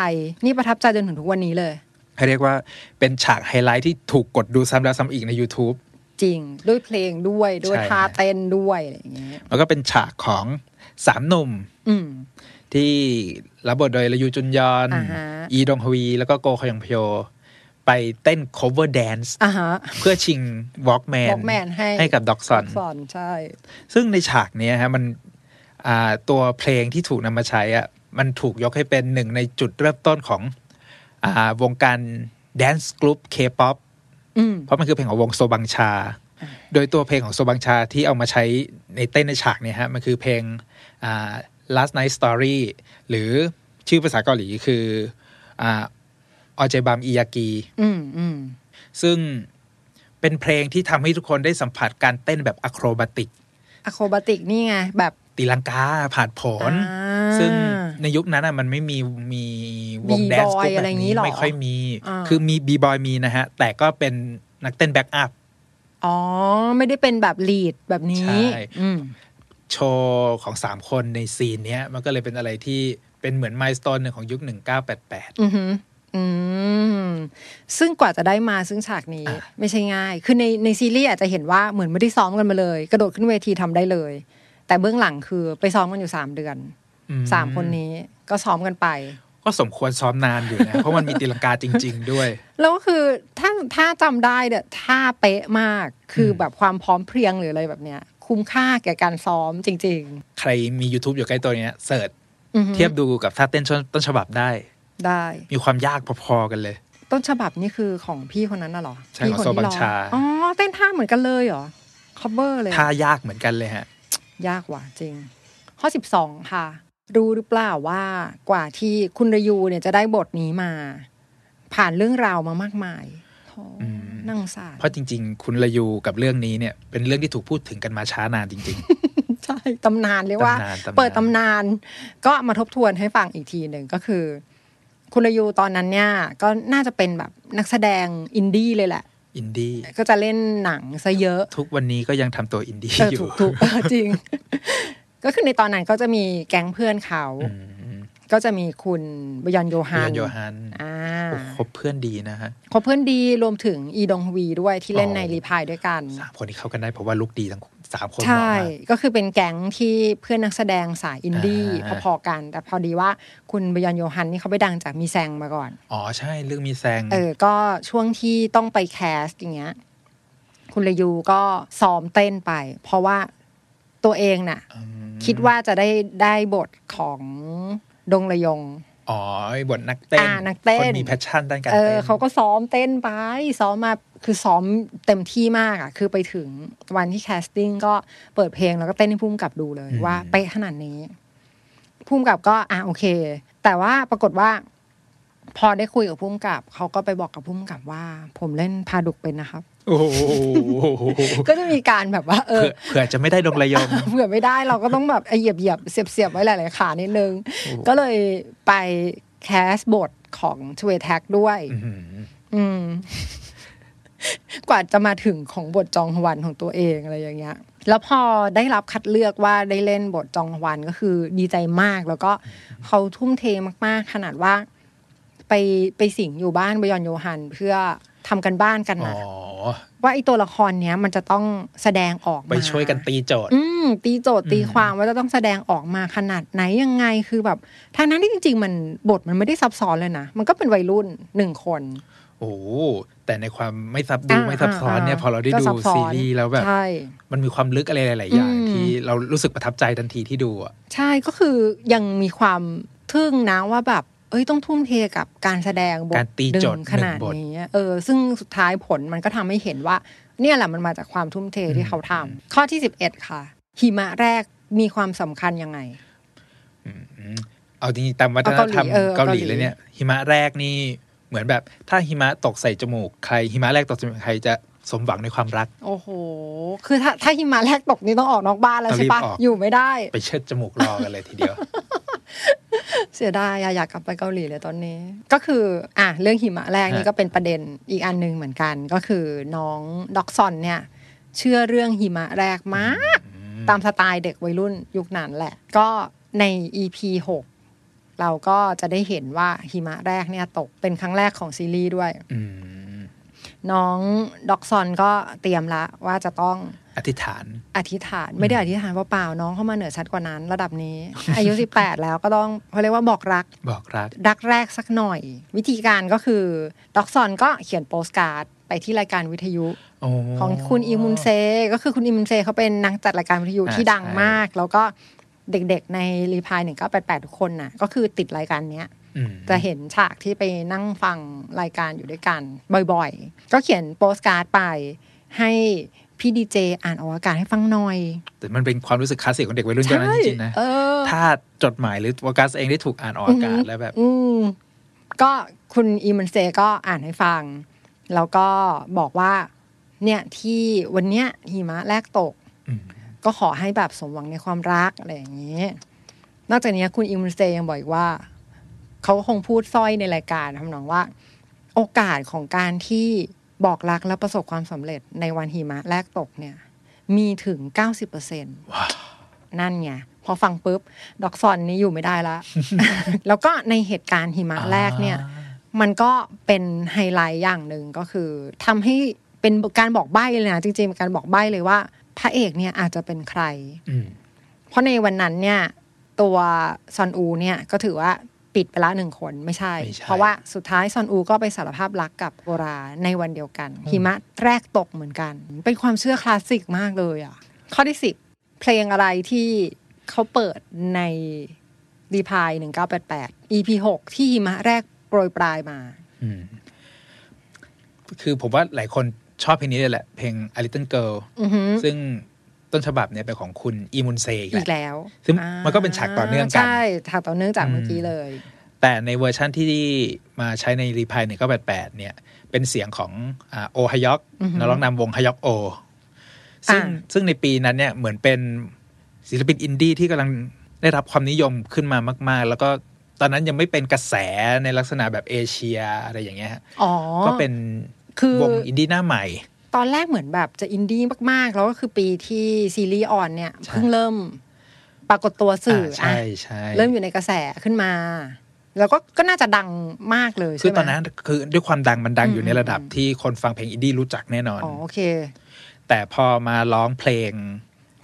S2: นี่ประทับใจจนถึงทุกวันนี้เลย
S3: ให้เรียกว่าเป็นฉากไฮไลท์ที่ถูกกดดูซ้ำแล้วซ้ำอีกใน YouTube
S2: จริง ด้วยเพลงด้วยด้วย
S3: ใช่
S2: ท่าเต้นด้วยอะไรอย่างเงี้ย
S3: แล้วก็เป็นฉากของสามหนุ่ม
S2: อืม
S3: ที่รับบทโดยระยูจุนยอน
S2: อ่าฮะ
S3: อีดงฮวี แล้วก็โกคยองพโย ไปเต้น cover dance
S2: อ่าฮะ
S3: เพื่อชิง walkman
S2: Walkman ให้
S3: ให้กับด็อกซอน
S2: สอนใช่
S3: ซึ่งในฉากเนี้ยฮะมันอ่าตัวเพลงที่ถูกนำมาใช้อ่ะมันถูกยกให้เป็นหนึ่งในจุดเริ่มต้นของอ่าวงการแดนซ์กลุ่ม K-pop
S2: อืม
S3: เพราะมันคือเพลงของวงโซบังชา โดยตัวเพลงของโซบังชาที่เอามาใช้ในเต้นในฉากเนี่ยฮะ มันคือเพลงอ่า last night story หรือชื่อภาษาเกาหลีคือออเจบัมอียากี
S2: อืมอืม
S3: ซึ่ง เป็นเพลงที่ทำให้ทุกคนได้สัมผัสการเต้นแบบอะโครบติก
S2: อะโครบติกนี่ไงแบบ
S3: ตีลังกาผ่านผล
S2: อ่า
S3: ซึ่งในยุคนั้นอ่ะมันไม่มีมีวง
S2: B-boy
S3: แดนซ์กรุ๊ป
S2: อะ
S3: แบ
S2: ไรอบ ย่างนี้
S3: นี้
S2: หรอ
S3: ไม่ค่อยมี
S2: อ่า
S3: คือมีบีบอยมีนะฮะ แต่ก็เป็นนักเต้นแบ็กอัพ
S2: อ๋อ ไม่ได้เป็นแบบลีดแบบนี้
S3: ใช่
S2: อืม
S3: โชว์ของ 3 คนในซีนเนี้ย มันก็เลยเป็นอะไรที่เป็นเหมือนไมล์สโตนหนึ่งของยุค 1988
S2: อือหืออืม ซึ่งกว่าจะได้มาซึ่งฉากนี้
S3: อ่ะ
S2: ไม่ใช่ง่าย คือในในซีรีส์อาจจะเห็นว่าเหมือนไม่ได้ซ้อมกันมาเลย กระโดดขึ้นเวทีทำได้เลย แต่เบื้องหลังคือไปซ้อมกันอยู่สามเดือน
S3: อื
S2: สามคนนี้ก็ซ้อมกันไป
S3: ก็สมควรซ้อมนานอยู่นะ เพราะมันมีตีลังกาจริง ๆ ด้วย
S2: แล้วก็คือถ้าถ้าจำได้เนี่ยท่าเป๊ะมากคือแบบความพร้อมเพรียงหรืออะไรแบบเนี้ย คุ้มค่าแก่การซ้อมจริง
S3: ใครมี YouTube อยู่ใกล้ตัวเนี้ยเสิร์ช
S2: ๆอือหือ
S3: เทียบดูกับท่าเต้นต้นฉบับได้
S2: ได้
S3: มีความยากพอๆกันเลย
S2: ต้นฉบับนี่คือของพี่คนนั้นน่ะเหรอ
S3: ใช่
S2: พี่
S3: ข
S2: ค
S3: อง
S2: น
S3: โซบัญ
S2: ที่ร้อง
S3: ชา
S2: อ๋อเต้นท่าเหมือนกันเลยเหรอ cover เลยอะ
S3: ท่ายากเหมือนกันเลยฮะ
S2: ยากว่ะจริง ข้อ 12 ค่ะ รู้หรือเปล่าว่ากว่าที่คุณรยูเนี่ยจะได้บทนี้มา ผ่านเรื่องราวมามากมายโธ่
S3: อืม
S2: นั่าสงสาร
S3: เพราะจริง ๆ คุณระยูกับเรื่องนี้เนี่ยเป็นเรื่องที่ถูกพูดถึงกันมาช้านานจริง
S2: ใช่ตำนานเรียกว่า
S3: ตำนานตำนาน
S2: เปิดตำนาน ก็มาทบทวนให้ฟังอีกทีหนึ่งก็คือ คุณรยูตอนนั้นเนี่ย ก็น่าจะเป็นแบบนักแสดงอินดี้เลยแหละ
S3: ๆ อินดี้
S2: ก็จะเล่นหนังซะเย อะ
S3: ทุกวันนี้ก็ยังทำตัวอินดี้
S2: เออ
S3: อยู่
S2: ถูกถูกเออจริง ก็คือในตอนนั้นก็จะมีแก๊งเพื่อนเขา
S3: อืม
S2: ก็จะมีคุณบยันโยฮั
S3: เพื่อน นโยฮัน
S2: อ่า
S3: โอ้คบเพื่อนดีนะฮะ
S2: คบเพื่อนดีรวมถึงอีดงฮวีด้วยที่เล่นใน
S3: อ๋อ
S2: รีพายด้วยกัน
S3: สามคนที่เข้ากันได้เพราะว่าลุกดีทั้งสามคนเห
S2: ใช่
S3: มาะมาก
S2: ก็คือเป็นแก๊งที่เพื่อนนักแสดงสายอินดี้
S3: อ่า
S2: พอๆกัน แต่พอดีว่าคุณบยอนโยฮันนี่เขาไปดังจากมีแซงมาก่อน
S3: อ๋อใช่เรื่องมีแซง
S2: เออ ก็ช่วงที่ต้องไปแคสต์อย่างเงี้ย คุณระยูก็ซ้อมเต้นไป เพราะว่าตัวเองน่ะ คิดว่าจะได้ได้บทของดงระยง
S3: อ๋อไอ้บทนักเต้น
S2: อ่านักเต้น
S3: คนมีแพชชั่นด้านการ
S2: เอ
S3: เต้
S2: อนเขาก็ซ้อมเต้นไป ซ้อมมาคือซ้อมเต็มที่มากอ่ะ คือไปถึงวันที่แคสติ้งก็เปิดเพลงแล้วก็เต้นให้พุ่มกับดูเลยว่าเป๊ะขนาดนี้พุ่มกับก็อ่ะโอเค แต่ว่าปรากฏว่า พอได้คุยกับพุ่มกับเขาก็ไปบอกกับพุ่มกับว่า ผมเล่นพาดุกเป็นนะครับ
S3: โอ้โห
S2: ก็จะมีการแบบว่า เออ
S3: เผื่อเผื่อจะไม่ได้ดงระยม
S2: เผื่อไม่ได้เราก็ต้องแบบเหยียบเหยียบๆเสียบเสียบๆไว้หลาย ๆ ขานิดนึง ก็เลยไปแคสบทของชเวแท็กด้วย
S3: อื้อหือ
S2: อืม กว่าจะมาถึงของบทจองฮวันของตัวเองอะไรอย่างเงี้ย แล้วพอได้รับคัดเลือกว่าได้เล่นบทจองฮวันก็คือดีใจมาก แล้วก็เขาทุ่มเทมาก ๆ ขนาดว่า ไปไปสิงอยู่บ้านบยอนโยฮันเพื่อทำกันบ้านกัน
S3: อ๋อ
S2: นะว่าไอตัวละครเนี้ย มันจะต้องแสดงออกมา
S3: ไปช่วยกันตีโจทย์
S2: อืมตีโจทย์ตี
S3: อืม
S2: ความว่าจะต้องแสดงออกมาขนาดไหนยังไงคือแบบทางนั้นที่จริง ๆ มันบทมันไม่ได้ซับซ้อนเลยนะ มันก็เป็นวัยรุ่นหนึ่งคน
S3: โอ้โหแต่ในความไม่ซับดู
S2: อ่า
S3: ไม่ซับซ้อนเนี่ย
S2: า
S3: พอเราได้
S2: ก็
S3: ดู
S2: ซับซ้อน
S3: ซีรีส์แล้วแบบ
S2: ใช่
S3: มันมีความลึกอะไรหลาย ๆ อย่าง
S2: อืม
S3: ที่เรารู้สึกประทับใจทันทีที่ดูอะ
S2: ใช่ก็คือยังมีความทึ่งนะว่าแบบ เอ้ยต้องทุ่มเทกับการแสดงบท
S3: การตีโจท
S2: ห
S3: ย์
S2: นึ่งข
S3: หนึ่ง
S2: นาด
S3: บท
S2: นี้เออ ซึ่งสุดท้ายผลมันก็ทำให้เห็นว่า เนี่ยแหละมันมาจากความทุ่มเทที่เขาทำข้อที่สิบเอ็ดค่ะ หิมะแรกมีความสำคัญยังไง
S3: อืมเอาจริงๆตามวัฒนธรรม
S2: เอาเกาหลีเออ
S3: เกาหลี
S2: เกาหลี
S3: เลยเนี่ย หิมะแรกนี่เหมือนแบบ ถ้าหิมะตกใส่จมูกใคร หิมะแรกตกใส่จมูกใครจะสมหวังในความรัก
S2: โอ้โห คือถ้าถ้าหิมะแรกตกนี่ต้องออกนอกบ้านแล้ว
S3: ต้อง
S2: ใช่ปะ
S3: รีบออก
S2: อยู่ไม่ได้
S3: ไปเชิดจมูกรอกันเลยทีเดียว
S2: เสียดายอะอยากกลับไปเกาหลีเลยตอนนี้ ก็คือ อ่ะเรื่องหิมะแรกนี่
S3: ฮะ
S2: ก็เป็นประเด็นอีกอันหนึ่งเหมือนกัน ก็คือน้องด็อกซอนเนี่ย เชื่อเรื่องหิมะแรกมาก ตามสไตล์เด็กวัยรุ่นยุคนั้นแหละ ก็ใน EP 6 เราก็จะได้เห็นว่าหิมะแรกเนี่ยตกเป็นครั้งแรกของซีรีส์ด้วย
S3: อืม
S2: น้องด็อกซอนก็เตรียมละว่าจะต้อง
S3: อธิษฐาน
S2: อธิษฐานไม่ได้อธิษฐานเปล่าๆน้องเข้ามาเหนือชัดกว่านั้น ระดับนี้ อายุ 18 แล้วก็ต้องเขาเรียกว่าบอกรัก
S3: บอกรัก
S2: รักแรกสักหน่อย วิธีการก็คือด็อกซอนก็เขียนโปสการ์ด ไปที่รายการวิทยุ
S3: โอ้
S2: ของคุณอิมุนเซ ก็คือคุณอิมุนเซเขาเป็นนักจัดรายการวิทยุ
S3: อ่า
S2: ที่ดัง
S3: ใช่
S2: มาก แล้วก็เด็กๆในรีพายหนึ่งเก้าแปดแปดทุกคนน่ะก็คือติดรายการเนี้ย
S3: อืม
S2: จะเห็นฉากที่ไปนั่งฟังรายการอยู่ด้วยกัน บ่อยๆ ก็เขียนโปสการ์ดไป ให้พี่ดีเจอ่านออกอากาศให้ฟังหน่อย
S3: แต่มันเป็นความรู้สึกคลาสสิกของเด็กวัยรุ่นยุคนั้นจริงๆนะ
S2: เออ
S3: ถ้าจดหมายหรือวกัสเองได้ถูกอ่านออกอากาศแล้วแบบ
S2: อืม ก็คุณอีมันเซก็อ่านให้ฟัง แล้วก็บอกว่า เนี่ยที่วันเนี้ยหิมะแรกตก
S3: อืม
S2: ก็ขอให้แบบสมหวังในความรักอะไรอย่างนี้ นอกจากนี้คุณอิมเซยังบอกอีกว่า เขาคงพูดสร้อยในรายการทำนองว่า โอกาสของการที่บอกรักและประสบความสำเร็จในวันหิมะแรกตกเนี่ย มีถึง 90เปอร์เซ็นต์นั่นไง พอฟังปุ๊บ ดอกซอนนี้อยู่ไม่ได้ละ แล้วก็ในเหตุการณ์หิมะแรกเนี่ย มันก็เป็นไฮไลท์อย่างหนึ่งก็คือทำให้เป็นการบอกใบ้เลยนะ จริงๆเป็นการบอกใบ้เลยว่า พระเอกเนี่ยอาจจะเป็นใคร
S3: อืม
S2: เพราะในวันนั้นเนี่ย ตัวซอนอูเนี่ยก็ถือว่าปิดไปละหนึ่งคนไม่ใช่
S3: ไม่ใช่
S2: เพราะว่าสุดท้ายซอนอูก็ไปสารภาพรักกับโบราในวันเดียวกัน หิมะแรกตกเหมือนกัน เป็นความเชื่อคลาสสิกมากเลยอ่ะ ข้อที่สิบเพลงอะไรที่เขาเปิดในรีพาย1988 EP 6ที่หิมะแรกโปรยปลายมา
S3: อืมคือผมว่าหลายคนชอบเพลงนี้เลยแหละ เพลง A Little Girl
S2: อือหือ
S3: ซึ่งต้นฉบับเนี่ยเป็นของคุณอีมุนเซอีกแห
S2: อี
S3: ละ
S2: กแล้ว
S3: ซึ่งมันก็เป็นฉากต่อเนื่องกัน
S2: ใช่ฉากต่อเนื่องจากเมื่อกี้
S3: อืม
S2: เลย
S3: แต่ในเวอร์ชั่นที่มาใช้ในรีพายหนึ่งก็แปดแปดเนี่ย เป็นเสียงของอ่าโอฮยอก
S2: อือฮึ
S3: นักร้องนำวงฮยอกโอ ซึ่ง
S2: อ่า
S3: ซึ่งในปีนั้นเนี่ยเหมือนเป็นศิลปินอินดี้ที่กำลังได้รับความนิยมขึ้นมามาก ๆ แล้วก็ตอนนั้นยังไม่เป็นกระแสในลักษณะแบบเอเชียอะไรอย่างเงี้ยฮะ
S2: อ๋อ
S3: ก็เป็น
S2: คือ
S3: วงอินดี้หน้าใหม่
S2: ตอนแรกเหมือนแบบจะอินดี้มาก ๆ แล้วก็คือปีที่ซีรีส์ออนเนี่ย
S3: ใช่
S2: เพิ่งเริ่มปรากฏตัวสื่อ
S3: ใช่
S2: อ่ะ
S3: ใช่
S2: เริ่มอยู่ในกระแสขึ้นมา แล้วก็ก็น่าจะดังมากเลย
S3: คื
S2: ใช่
S3: อ
S2: ไหม
S3: ตอนนั้นคือด้วยความดังมันดัง
S2: อืม
S3: อยู่ในระดับ
S2: อืม
S3: ที่คนฟังเพลงอินดี้รู้จักแน่นอน
S2: อ๋อโอเค
S3: แต่พอมาร้องเพลง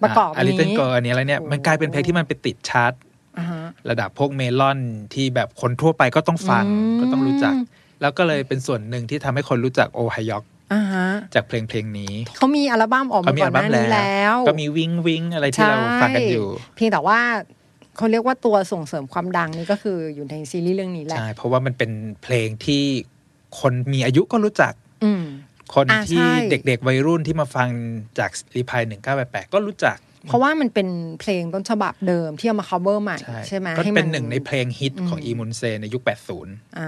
S2: ประกอบ
S3: อลิเทน
S2: นี้
S3: เกอร์อันนี้แล้วเนี่ย
S2: โอ้
S3: มันกลายเป็นเพลงที่มันไปติดชาร์ต
S2: อ่าฮะ
S3: ระดับพวกเมลอนที่แบบคนทั่วไปก็ต้องฟัง
S2: ม
S3: ก็ต้องรู้จัก แล้วก็เลยเป็นส่วนหนึ่งที่ทำให้คนรู้จักโอไฮยอก
S2: อ่าฮะ
S3: จากเพลงเพลงนี้
S2: เขามีอัลบั้มออก
S3: เขา
S2: มา
S3: มี
S2: ก่
S3: อั
S2: อนห
S3: ลบั้ม
S2: น้านี้
S3: แล้
S2: แล้ว ว
S3: ก็มีวิงวิงอะไรที่
S2: ใช่
S3: เราฟังกันอยู่
S2: เพียงแต่ว่าเขาเรียกว่าตัวส่งเสริมความดังนี่ก็คืออยู่ในซีรีส์เรื่องนี้แหละ
S3: ใช่เพราะว่ามันเป็นเพลงที่คนมีอายุก็รู้จัก
S2: อืม
S3: คน
S2: อ่า
S3: ที่
S2: ใช่
S3: เด็กๆวัยรุ่นที่มาฟังจากรีพายหนึ่งเก้าแปดแปดก็รู้จัก
S2: เพราะว่ามันเป็นเพลงต้นฉบับเดิมที่เอามา cover ใหม่ใช่ไหม
S3: ก็
S2: ให้มั
S3: เป็นหนึ่งในเพลงฮิตของ
S2: อืม
S3: อีมุนเซในยุค 80
S2: อ่า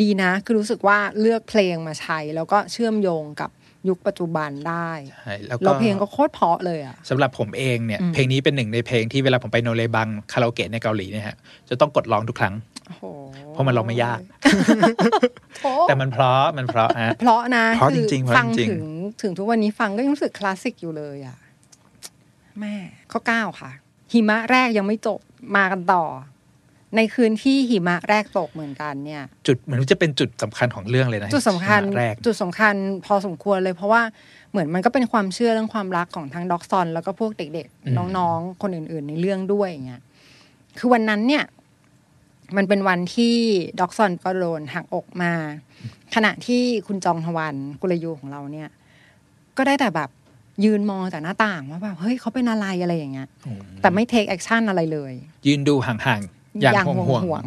S2: ดีนะ คือรู้สึกว่าเลือกเพลงมาใช้ แล้วก็เชื่อมโยงกับยุคปัจจุบันได้
S3: ใช่แล้วก็
S2: แล้วเพลงก็โคตรเพราะเลยอ่ะ
S3: สำหรับผมเองเนี่ย
S2: อืม
S3: เพลงนี้เป็นหนึ่งในเพลงที่เวลาผมไปโนเลบังคาราโอเกะในเกาหลีเนี่ยฮะ จะต้องกดร้องทุกครั้ง
S2: โอ้โห
S3: เพราะมันร้องไม่ยาก
S2: โอ้
S3: แต่มันเพราะมันเพราะอ่ะ
S2: เพราะนะ
S3: เพราะ
S2: คือ
S3: จริงๆเพราะ
S2: ฟัง
S3: จริงๆ
S2: ถึงถึงทุกวันนี้ฟังก็ยังรู้สึกคลาสสิกอยู่เลยอ่ะ แม่ข้อเก้าค่ะ หิมะแรกยังไม่จบมากันต่อ ในคืนที่หิมะแรกตกเหมือนกันเนี่ย
S3: จุดเหมือนจะเป็นจุดสำคัญของเรื่องเลยนะ
S2: จุดสำคัญ
S3: ฉากแรก
S2: จุดสำคัญพอสมควรเลยเพราะว่าเหมือนมันก็เป็นความเชื่อเรื่องความรักของทั้งด็อกซอน แล้วก็พวกเด็ก
S3: อืม
S2: ๆ น้องๆ คนอื่น ๆ ในเรื่องด้วยอย่างเงี้ยคือวันนั้นเนี่ย มันเป็นวันที่ด็อกซอนก็โดนหักอกมา ขณะที่คุณจองทวันกุลยูของเราเนี่ย ก็ได้แต่แบบยืนมองจากหน้าต่างว่าแบบเฮ้ยเขาเป็นอะไรอะไรอย่างเงี้ย
S3: อืม
S2: แต่ไม่เทคแอคชั่นอะไรเลย
S3: ยืนดูห่างๆ อย่างห่วงห่วง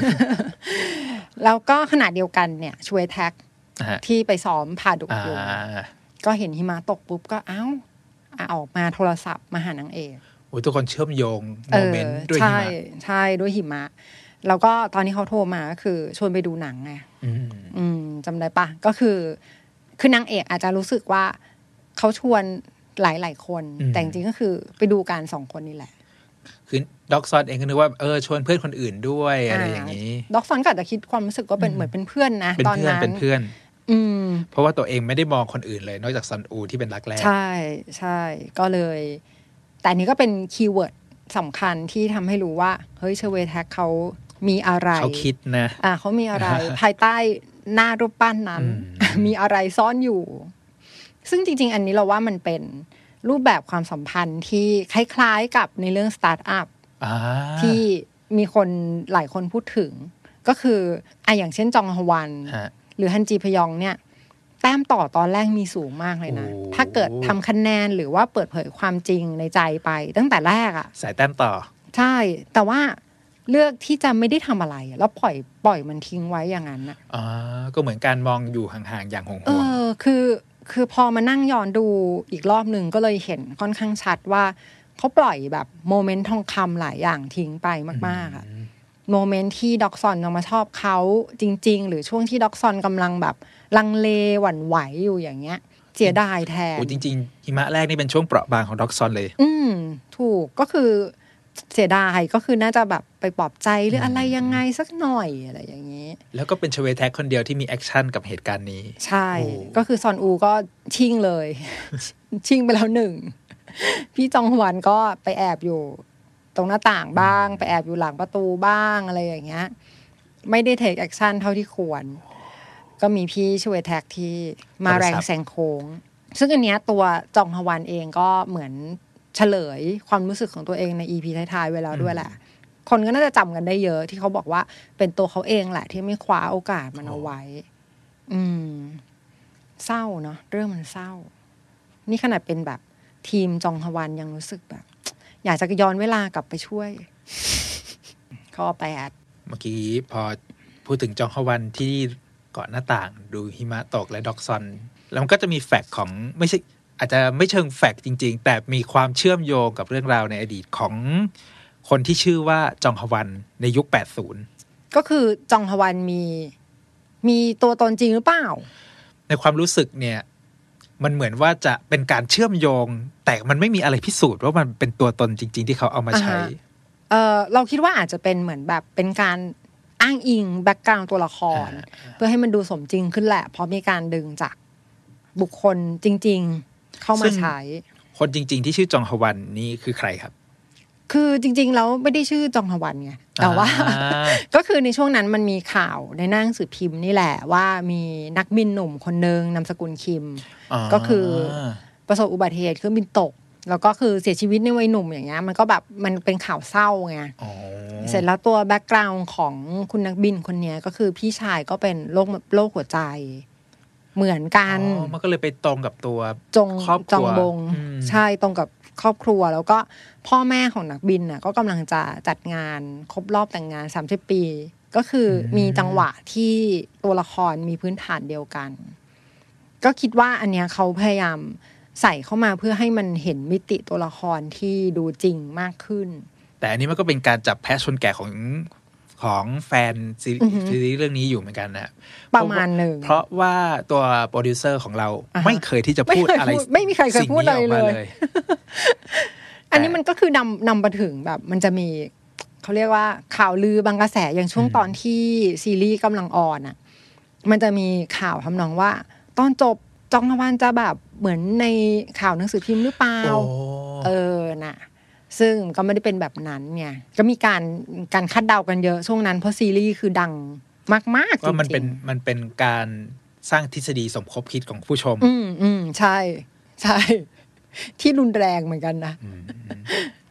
S2: ๆ แล้วก็ขณะเดียวกันเนี่ยช่วยแท็ก
S3: นะฮะ
S2: ที่ไปซ้อมพาดุก
S3: อ่า
S2: อยู่ก็เห็นหิมะตกปุ๊บก็เอ้าอ่ะออกมาโทรศัพท์มาหานางเอก
S3: โอ้ยทุกคนเชื่อมโยง
S2: เอ
S3: โม
S2: อ
S3: เมนต์ด้วยหิ
S2: ใช่
S3: มะ
S2: ใช่ด้วยหิมะ แล้วก็ตอนที่เขาโทรมาก็คือชวนไปดูหนังไง
S3: อืม
S2: อืมจำได้ปะก็คือ คือนางเอกอาจจะรู้สึกว่าเขาชวนหลายหลายๆคน แต่จริงๆก็คือไปดูการสองคนนี่แหละ
S3: คือด็อกซอนเองก็นึกว่าเออชวนเพื่อนคนอื่นด้วยอะไรอย่างนี้
S2: ด็อกฟันก็อาจจะคิดความรู้สึกว่าเป็นเหมือนเป็นเพื่อนนะ
S3: เป็น
S2: ตอน
S3: เพื่อน
S2: นั้น
S3: เป็นเพื่อน
S2: อืม
S3: เพราะว่าตัวเองไม่ได้มองคนอื่นเลย นอกจากซอนอูที่เป็นรักแรก
S2: ใช่ใช่ก็เลย แต่อันนี้ก็เป็นคีย์เวิร์ดสำคัญที่ทำให้รู้ว่า เฮ้ยเชเวแท็กเขามีอะไร
S3: เขาคิดนะ
S2: อ่าเขามี อะไร ภายใต้หน้ารูปปั้นนั้น
S3: อืม
S2: มีอะไรซ่อนอยู่ ซึ่งจริง ๆ อันนี้เราว่ามันเป็นรูปแบบความสัมพันธ์ที่คล้ายๆกับในเรื่องสตาร์ทอัพ
S3: อ่า
S2: ที่มีคนหลายคนพูดถึง ก็คืออ่ะอย่างเช่นจองฮวัน
S3: ฮะ
S2: หรือฮันจีพยองเนี่ย แต้มต่อตอนแรกมีสูงมากเลยนะ
S3: โอ้
S2: ถ้าเกิดทำคะแนนหรือว่าเปิดเผยความจริงในใจไป ตั้งแต่แรกอะ่ะ
S3: สายแต้มต่อ
S2: ใช่ แต่ว่าเลือกที่จะไม่ได้ทำอะไร แล้วปล่อยปล่อยมันทิ้งไว้อย่างนั้นอะ
S3: อ๋อ ก็เหมือนการมองอยู่ห่างๆ อย่างห่วง
S2: เออ คือคือพอมานั่งย้อนดูอีกรอบหนึ่งก็เลยเห็นค่อนข้างชัดว่าเขาปล่อยแบบโมเมนต์ทองคำหลายอย่างทิ้งไป
S3: ๆ
S2: มากๆอะ โมเมนต์ที่ด็อกซอนยังมาชอบเขาจริง ๆ หรือช่วงที่ด็อกซอนกำลังแบบลังเลหวั่นไหวอยู่อย่างเงี้ย เสียดายแทน
S3: โอ้จริงๆหิมะแรกนี่เป็นช่วงเปราะบางของด็อกซอนเลย
S2: อืม ถูกก็คือเสียดายก็คือน่าจะแบบไปปลอบใจหรืออะไรยังไงสักหน่อยอะไรอย่างนี้
S3: แล้วก็เป็นชเวแท็กคนเดียวที่มีแอคชั่นกับเหตุการณ์นี้
S2: ใช่
S3: โอ้
S2: ก็คือซอนอูก็ชิ่งเลย ชิ่งไปแล้วหนึ่ง พี่จองหวันก็ไปแอบอยู่ ตรงหน้าต่างบ้าง ไปแอบอยู่หลังประตูบ้างอะไรอย่างเงี้ย ไม่ได้เทคแอคชั่นเท่าที่ควร ก็มีพี่ช่วยแท็กที่มาแรงแซงโค้ง ซึ่งอันเนี้ยตัวจองฮวันเองก็เหมือนเฉลยความรู้สึกของตัวเองในอีพีท้ายๆไว้แล้วด้วยแหละ คนก็น่าจะจำกันได้เยอะที่เขาบอกว่าเป็นตัวเขาเองแหละ ที่ไม่คว้าโอกาสมันเอาไว้ อืม เศร้าเนาะเรื่องมันเศร้า นี่ขนาดเป็นแบบทีมจองฮวันยังรู้สึกแบบ อยากจะย้อนเวลากลับไปช่วย ข้อแปด
S3: เมื่อกี้พอพูดถึงจองฮวันที่เกาะหน้าต่างดูหิมะตกและด็อกซอน แล้วมันก็จะมีแฟกต์ของไม่ใช่อาจจะไม่เชิงแฟกต์จริง ๆ แต่มีความเชื่อมโยงกับเรื่องราวในอดีตของคนที่ชื่อว่าจองฮวันในยุค 80
S2: ก็คือจองฮวันมี มีตัวตนจริงหรือเปล่า
S3: ในความรู้สึกเนี่ย มันเหมือนว่าจะเป็นการเชื่อมโยง แต่มันไม่มีอะไรพิสูจน์ว่ามันเป็นตัวตนจริง ๆ ที่เขาเอามาใช้
S2: อ่าฮะ เออเราคิดว่าอาจจะเป็นเหมือนแบบเป็นการอ้างอิงแบ็กกราวตัวละคร
S3: อ่า
S2: เพื่อให้มันดูสมจริงขึ้นแหละ เพราะมีการดึงจากบุคคลจริง ๆ เข้ามาใช้
S3: คนจริง ๆ ที่ชื่อจองฮวันนี่คือใครครับ
S2: คือจริง ๆ แล้วไม่ได้ชื่อจองฮวันไงแต่ว่า
S3: อ่า
S2: ก็คือในช่วงนั้นมันมีข่าวในหน้าหนังสือพิมพ์นี่แหละว่ามีนักบินหนุ่มคนนึงนามสกุลคิม ก็คือ ประสบอุบัติเหตุเครื่องบินตก แล้วก็คือเสียชีวิตในวัยหนุ่มอย่างเงี้ยมันก็แบบมันเป็นข่าวเศร้าไง
S3: อ๋อ
S2: เสร็จแล้วตัวแบ็กกราวน์ของคุณนักบินคนเนี้ยก็คือพี่ชายก็เป็นโรคโรคหัวใจ เหมือนกัน
S3: อ๋อมันก็เลยไปตรงกับตัว
S2: จง
S3: ครอบครัว
S2: จองบง
S3: อืม
S2: ใช่ตรงกับครอบครัว แล้วก็พ่อแม่ของนักบินน่ะก็กำลังจะจัดงานครบรอบแต่งงาน 30 ปี ก็คือมีจังหวะที่ตัวละครมีพื้นฐานเดียวกัน ก็คิดว่าอันเนี้ยเขาพยายามใส่เข้ามาเพื่อให้มันเห็นมิติตัวละครที่ดูจริงมากขึ้น
S3: แต่อันนี้มันก็เป็นการจับแพะชนแก่ของของแฟนซีรี
S2: อือฮึ
S3: ซีรีส์เรื่องนี้อยู่เหมือนกันนะ
S2: ประมาณหนึ่ง
S3: เพราะว่าตัวโปรดิวเซอร์ของเรา
S2: อ่าฮะ
S3: ไม่เคยที่จะพูด
S2: ไม่เคย
S3: อะไร
S2: พูดไม่มีใครเคย
S3: สิ่งนี้
S2: พูดอะไร
S3: กมา
S2: เลย อันนี้มันก็คือนำนำมาถึงแบบ มันจะมีเขาเรียกว่าข่าวลือบางกระแสอย่างช่วงตอนที่ซีรีส์กำลังออนอ่ะ มันจะมีข่าวทำนองว่า ตอนจบจองฮวานจะแบบเหมือนในข่าวหนังสือพิมพ์หรือเปล่า
S3: โอ้
S2: เออน่ะ ซึ่งก็ไม่ได้เป็นแบบนั้นไงก็มีการการคาดเดากันเยอะช่วงนั้นเพราะซีรีส์คือดังมากๆจ
S3: ก็
S2: ริงๆ
S3: มันเป็นมันเป็นการสร้างทฤษฎีสมคบคิดของผู้ชม
S2: อืมอืมใช่ ใช่ ที่รุนแรงเหมือนกันนะ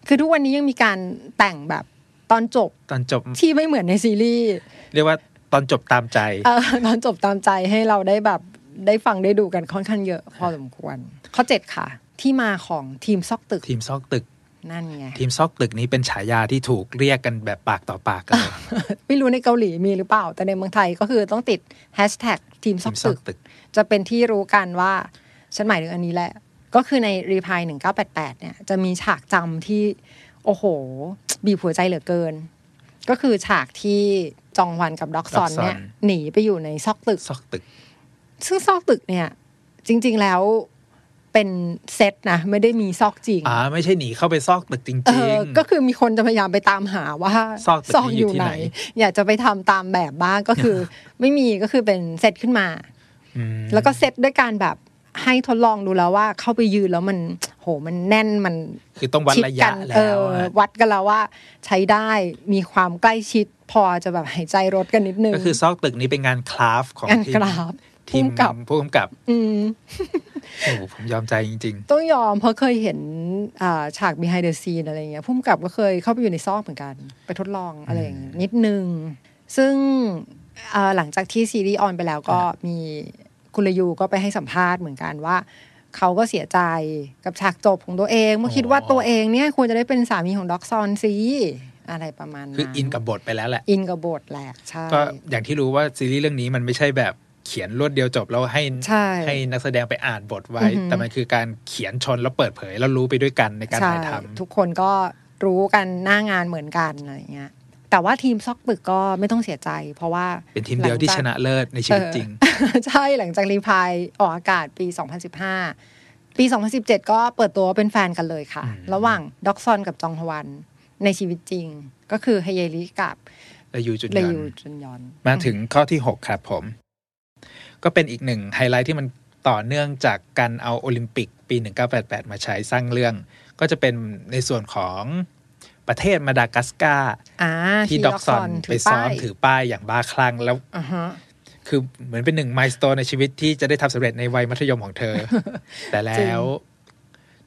S2: คือทุกวันนี้ยังมีการแต่งแบบตอนจบ
S3: ตอนจบ
S2: ที่ไม่เหมือนในซีรีส์
S3: เรียกว่าตอนจบตามใจ
S2: เออตอนจบตามใจให้เราได้แบบได้ฟังได้ดูกันค่อนข้างเยอะพอสมควร ข้อเจ็ดค่ะ ที่มาของทีมซอกตึก
S3: ทีมซอกตึก
S2: นั่นไง
S3: ทีมซอกตึกนี้เป็นฉายาที่ถูกเรียกกันแบบปากต่อปากกันเลย
S2: ไม่รู้ในเกาหลีมีหรือเปล่า แต่ในเมืองไทยก็คือต้องติดแฮชแท็กทีมซ
S3: ที
S2: อก
S3: มซอ
S2: ตึ
S3: ก
S2: ก
S3: ตึก
S2: จะเป็นที่รู้กันว่าฉันหมายถึงอันนี้แหละ ก็คือในรีพาย1988 เนี่ย จะมีฉากจำที่ โอ้โห บีบหัวใจเหลือเกิน ก็คือฉากที่จองฮวันกับด็อกซอน
S3: ด็อกซอน
S2: เนี่ย หนีไปอยู่ในซอกตึก
S3: ซอกตึก
S2: ซึ่งซอกตึกเนี่ย จริง ๆแล้วเป็นเซตนะ ไม่ได้มีซอกจริง
S3: อ่าไม่ใช่หนีเข้าไปซอกตึกจริง
S2: เออก็คือมีคนจะพยายามไปตามหาว่า
S3: ซอกตึกนี้อยู่ที่ไหน
S2: อยากจะไปทำตามแบบบ้างก็คือ ไม่มีก็คือเป็นเซตขึ้นมา
S3: ม
S2: แล้วก็เซตด้วยการแบบให้ทดลองดูแล้วว่าเข้าไปยืนแล้วมัน โหมันแน่นมัน
S3: คือต้องวัด
S2: ชิด
S3: ระ
S2: กั
S3: ยะ
S2: เอ
S3: แล้ว
S2: อ
S3: อะ
S2: วัดกันแล้วว่าใช้ได้มีความใกล้ชิดพอจะแบบหายใจรถกันนิดนึง
S3: ก็คือซอกตึกนี้เป็นงานคลาฟของ
S2: งาน
S3: ทีม
S2: กราฟ
S3: ทีม
S2: พุ่มกับ
S3: ผู้กำกับ
S2: อืม
S3: โอ้โหผมยอมใจจริง
S2: ต้องยอมเพราะเคยเห็นอ่าฉาก behind the scene อะไรอย่างเงี้ยพุ่มกับก็เคยเข้าไปอยู่ในซอกเหมือนกัน ไปทดลองอะไรอย่างเงี้ยนิดนึง ซึ่งอ่าหลังจากที่ซีรีส์ออนไปแล้วก็มีคุณรยูก็ไปให้สัมภาษณ์เหมือนกันว่า เขาก็เสียใจกับฉากจบของตัวเองเมื่อคิดว่า
S3: โอ้
S2: ตัวเองเนี่ยควรจะได้เป็นสามีของด็อกซอนซีอะไรประมาณ
S3: ๆ
S2: นั้น
S3: คืออินกับบทไปแล้วแหละ
S2: อินกับบทแหละใช่
S3: ก็อย่างที่รู้ว่าซีรีส์เรื่องนี้มันไม่ใช่แบบเขียนรวดเดียวจบแล้วให้
S2: ใช่
S3: ให้นักแสดงไปอ่านบทไว้
S2: อือหือ
S3: แต่มันคือการเขียนชนแล้วเปิดเผยแล้วรู้ไปด้วยกันในการ
S2: ใช่
S3: ถ่ายท
S2: ทุกคนก็รู้กันหน้างานเหมือนกันอะไรอย่างเงี้ย แต่ว่าทีมซอกปึกก็ไม่ต้องเสียใจ เพราะว่า
S3: เป็นทีมเดียวที่
S2: หลัง
S3: ช
S2: จาก
S3: นะเลิศในชีวิตจริง
S2: เออ ใช่หลังจากรีพายออกอากาศปี 2015 ปี 2017 ก็เปิดตัวว่าเป็นแฟนกันเลยค่ะ
S3: อืม
S2: ระหว่างด็อกซอนกับจองฮวันในชีวิตจริง ก็คือไฮเยริกับ
S3: และยูจุน
S2: เลย
S3: อน
S2: ยูจุนยอน
S3: มาถึงข้อที่ 6 ครับผม ก็เป็นอีกหนึ่งไฮไลท์ที่มันต่อเนื่องจากการเอาโอลิมปิกปี 1988 มาใช้สร้างเรื่อง ก็จะเป็นในส่วนของประเทศมาดากัสการ์
S2: อ่า
S3: ที่ด็อกซอนไปซ้อมถือป้ายอย่างบ้าคลั่งแล้ว
S2: อ่าฮะ
S3: คือเหมือนเป็นหนึ่งมายสเตนในชีวิตที่จะได้ทำสำเร็จในวัยมัธยมของ เธอ แต่แล้ว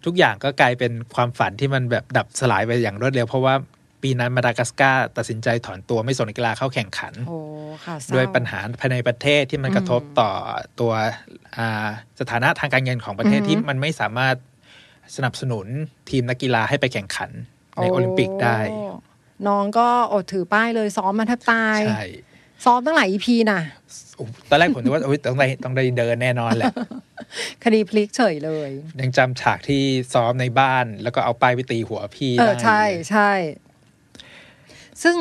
S3: ทุกอย่างก็กลายเป็นความฝันที่มันแบบดับสลายไปอย่างรวดเร็ว เพราะว่าปีนั้นมาดากัสการ์ตัดสินใจถอนตัวไม่ส่งนักกีฬาเข้าแข่งขัน
S2: โอ้ค่ะเศร้
S3: ด้วยปัญหาภายในประเทศที่มันกระทบต่อตัวอ่าสถานะทางการเงินของประเทศที่มันไม่สามารถสนับสนุนทีมนักกีฬาให้ไปแข่งขันในโอลิมปิกได้
S2: น้องก็อดถือป้ายเลยซ้อมมาแทบตาย
S3: ใช่
S2: ซ้อมตั้งหลาย EP น่ะ
S3: โอ้ตอนแรกผมนึกว่าโอ๊ยต้องได้ต้องได้เดินแน่นอนแหละ
S2: คดีพลิกเฉยเลย
S3: ยังจำฉากที่ซ้อมในบ้าน แล้วก็เอาป้ายไปตีหัวพี่
S2: เออ
S3: ได้
S2: ใช่ใช่ ซึ่ง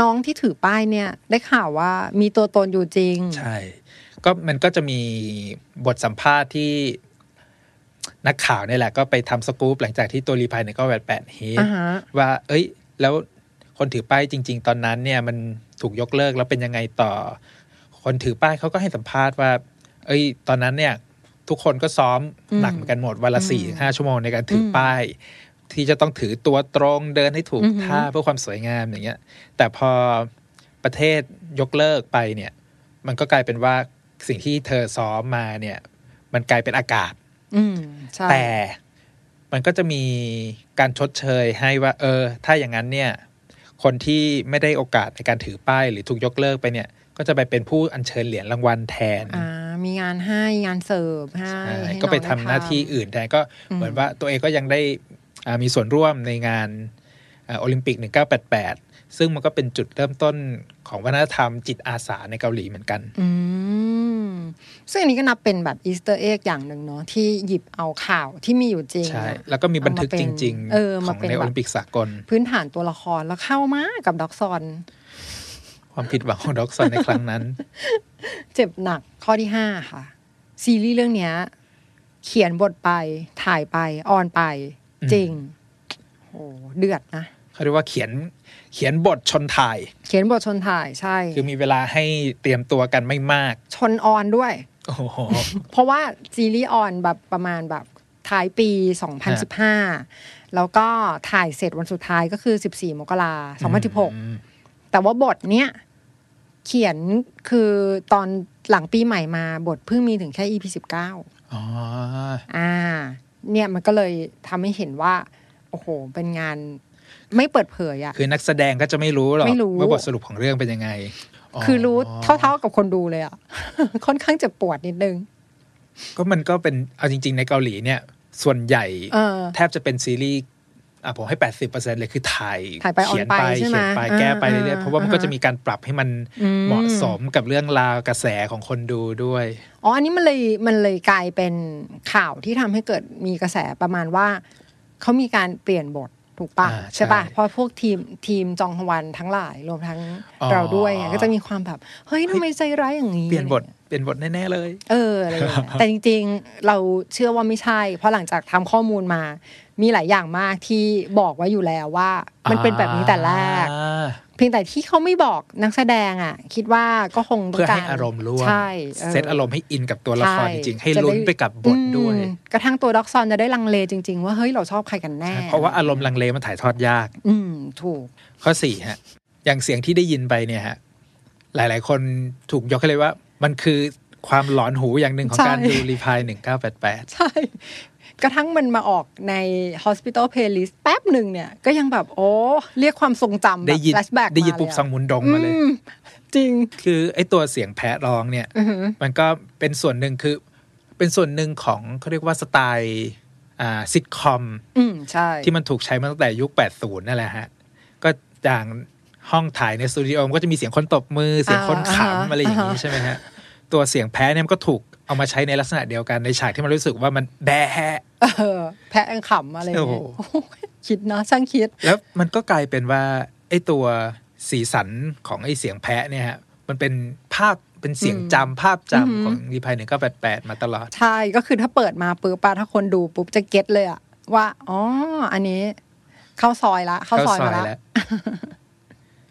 S2: น้องที่ถือป้ายเนี่ย ได้ข่าวว่ามีตัวตนอยู่จริง
S3: ใช่ ก็มันก็จะมีบทสัมภาษณ์ที่นักข่าวเนี่ยแหละ ก็ไปทำสกู๊ปหลังจากที่ตัวรีพายเนี่ยก็แปดแปดเฮด
S2: อ่าฮะ
S3: ว่า เอ้ย แล้วคนถือป้ายจริง ๆ ตอนนั้นเนี่ย มันถูกยกเลิกแล้วเป็นยังไงต่อ คนถือป้ายเขาก็ให้สัมภาษณ์ว่า เอ้ย ตอนนั้นเนี่ย ทุกคนก็ซ้อมหนักเหมือนกันหมดวันละสี่ห้าชั่วโมงในการถือ
S2: ม
S3: อป้าย ที่จะต้องถือตัวตรงเดินให้ถูก
S2: อือหือ
S3: ท่าเพื่อความสวยงามอย่างเงี้ย แต่พอประเทศยกเลิกไปเนี่ย มันก็กลายเป็นว่าสิ่งที่เธอซ้อมมาเนี่ย มันกลายเป็นอากาศ
S2: อืมใช่
S3: แต่มันก็จะมีการชดเชยให้ว่า เออ ถ้าอย่างนั้นเนี่ย คนที่ไม่ได้โอกาสในการถือป้ายหรือถูกยกเลิกไปเนี่ย ก็จะไปเป็นผู้อัญเชิญเหรียญรางวัลแทน
S2: อ่า มีงานให้งานเสิร์ฟให้
S3: ใช่
S2: ให้อง
S3: ก็ไปทำ
S2: ด้
S3: หน้าที่อื่นแทนก็เหมือนว่าตัวเองก็ยังได้อ่ามีส่วนร่วมในงานอ่าโอลิมปิก 1988 ซึ่งมันก็เป็นจุดเริ่มต้นของวัฒนธรรมจิตอาสาในเกาหลีเหมือนกัน
S2: อืม ซึ่งอันนี้ก็นับเป็นแบบอีสเตอร์เอ็กอย่างหนึ่งเนาะที่หยิบเอาข่าวที่มีอยู่จริง
S3: ใช่
S2: อะ
S3: แล้วก็มีบันทึกจริง
S2: เออ
S3: ๆ ข
S2: มา
S3: อง
S2: เป็น
S3: ใน
S2: แบบ
S3: โอลิมปิกสากล
S2: พื้นฐานตัวละครแล้วเข้ามากับด็อกซอน
S3: ความผิดหวังของด็อกซอนในครั้งนั้น
S2: เจ็บหนักข้อที่ห้าค่ะ ซีรีส์เรื่องเนี้ย เขียนบทไปถ่ายไปออนไป
S3: อืม
S2: จริงโหเดือดนะ
S3: เขาเรียกว่าเขียนเขียนบทชนถ่าย
S2: เขียนบทชนถ่ายใช่
S3: คือมีเวลาให้เตรียมตัวกันไม่มาก
S2: ชนออนด้วย
S3: โอ้โห
S2: เพราะว่าซีรีส์ออนแบบประมาณแบบท้ายปี 2015 แล้วก็ถ่ายเสร็จวันสุดท้ายก็คือ 14 มกราคม
S3: อืม
S2: 2016 แต่ว่าบทเนี้ยเขียนคือตอนหลังปีใหม่มาบทเพิ่งมีถึงแค่ EP 19
S3: อ๋อ
S2: อ่า เนี่ยมันก็เลยทำให้เห็นว่า โอ้โห เป็นงานไม่เปิดเผยอะ
S3: คือนักแสดงก็จะไม่รู้หรอก
S2: ไม่รู้
S3: ว่าบทสรุปของเรื่องเป็นยังไง
S2: คือรู้เท่าๆกับคนดูเลยอะ ค่อนข้างเจ็บปวดนิดนึง
S3: ก็มันก็เป็นเอาจริง ๆ ในเกาหลีเนี่ย ส่วนใหญ่
S2: เออ
S3: แทบจะเป็นซีรีส์อ่ะผมให้ 80%เลยคือถ่าย
S2: ถ่ายไป
S3: เขีน
S2: ออนไปใช่ไหม
S3: เขียนไป
S2: อ่า
S3: แก้ไปเรื่อยๆ
S2: อ่า
S3: เพราะว่ามัน
S2: อ่า
S3: ก็จะมีการปรับให้มันเหมาะสมกับเรื่องราวกระแสของคนดูด้วย
S2: อ๋อ อันนี้มันเลยมันเลยกลายเป็นข่าวที่ทำให้เกิดมีกระแสประมาณว่า เขามีการเปลี่ยนบทถูกปะ
S3: อ่าใช่
S2: ใช่ปะเพราะพวกทีมทีมจองฮวันทั้งหลายรวมทั้ง
S3: อ๋อ
S2: เราด้วยอะก็จะมีความแบบ เฮ้ยทำไมใจร้ายอย่างนี้
S3: เปลี่ยนบทเปลี่ยนบทแน่ๆเลย
S2: เอออะไรอย่างเงี้ยแต่จริงๆ เราเชื่อว่าไม่ใช่ เพราะหลังจากทำข้อมูลมา มีหลายอย่างมากที่บอกไว้อยู่แล้วว่า มันเป็นแบบนี้แต่แรก
S3: อ่า
S2: เพียงแต่ที่เขาไม่บอกนักแสดงอ่ะ คิดว่าก็คงต้งก
S3: เพื่อให้อารมณ์ร่วม
S2: ใช่
S3: เซตอารมณ์ให้อินกับตัวละครจริงๆ ให้
S2: จะด้
S3: ลุ้นไปกับบทด้วย
S2: อืมกระทั่งตัวด็อกซอนจะได้ลังเลจริง ๆ ว่าเฮ้ยเราชอบใครกันแน่
S3: เพราะว่าอารมณ์ลังเลมันถ่ายทอดยาก
S2: อืม ถูก
S3: ข้อสี่ฮะ อย่างเสียงที่ได้ยินไปเนี่ยฮะ หลายๆ คนถูกยกให้เลยว่า มันคือความหลอนหูอย่างหนึ่งของการ
S2: ใช่
S3: ดูรีพายหนึ่งเก้าแปดแปด
S2: ใช่ กระทั่งมันมาออกใน hospital playlist แป๊บหนึ่งเนี่ย ก็ยังแบบโอ้เรียกความทรงจำแบ
S3: ได้
S2: บ
S3: ยิน
S2: flashback
S3: ได้ยิน
S2: มา
S3: ปุ๊บ
S2: เล
S3: ซองมุนดงมาเลย
S2: อืมจริง
S3: คือไอ้ตัวเสียงแพะร้องเนี่ย มันก็เป็นส่วนหนึ่งคือ เป็นส่วนหนึ่งของเขาเรียกว่าสไตล์อ่าซิทคอม
S2: อืม ใช่
S3: ที่มันถูกใช้มาตั้งแต่ยุค 80 นั่นแหละฮะ ก็อย่างห้องถ่ายในสตูดิโอมันก็จะมีเสียงคนตบมือ เสียงคน
S2: อ่า
S3: ข
S2: ฮะ
S3: ำอะไรอย่าง
S2: อ่า
S3: นี้
S2: ฮะ
S3: ใช่ไหมฮะ ตัวเสียงแพ้เนี่ยมันก็ถูกเอามาใช้ในลักษณะเดียวกันในฉากที่มันรู้สึกว่ามันแบะ
S2: เออ แพะยังขำอะไรอย่างเงี้ย
S3: โอ้โห
S2: โอ้โหคิดเนาะช่างคิด
S3: แล้วมันก็กลายเป็นว่าไอ้ตัว สีสันของไอเสียงแพะเนี่ยฮะมันเป็นภาพเป็นเสียงจำภาพจำของรีพายหนึ่งก็แปดแปดมาตลอด
S2: ใช่ก็คือถ้าเปิดมาปุ๊บปะถ้าคนดูปุ๊บจะเก็ตเลยอะว่า อ๋อ อันนี้ เข้าซอยละ เข้าซอยมาละ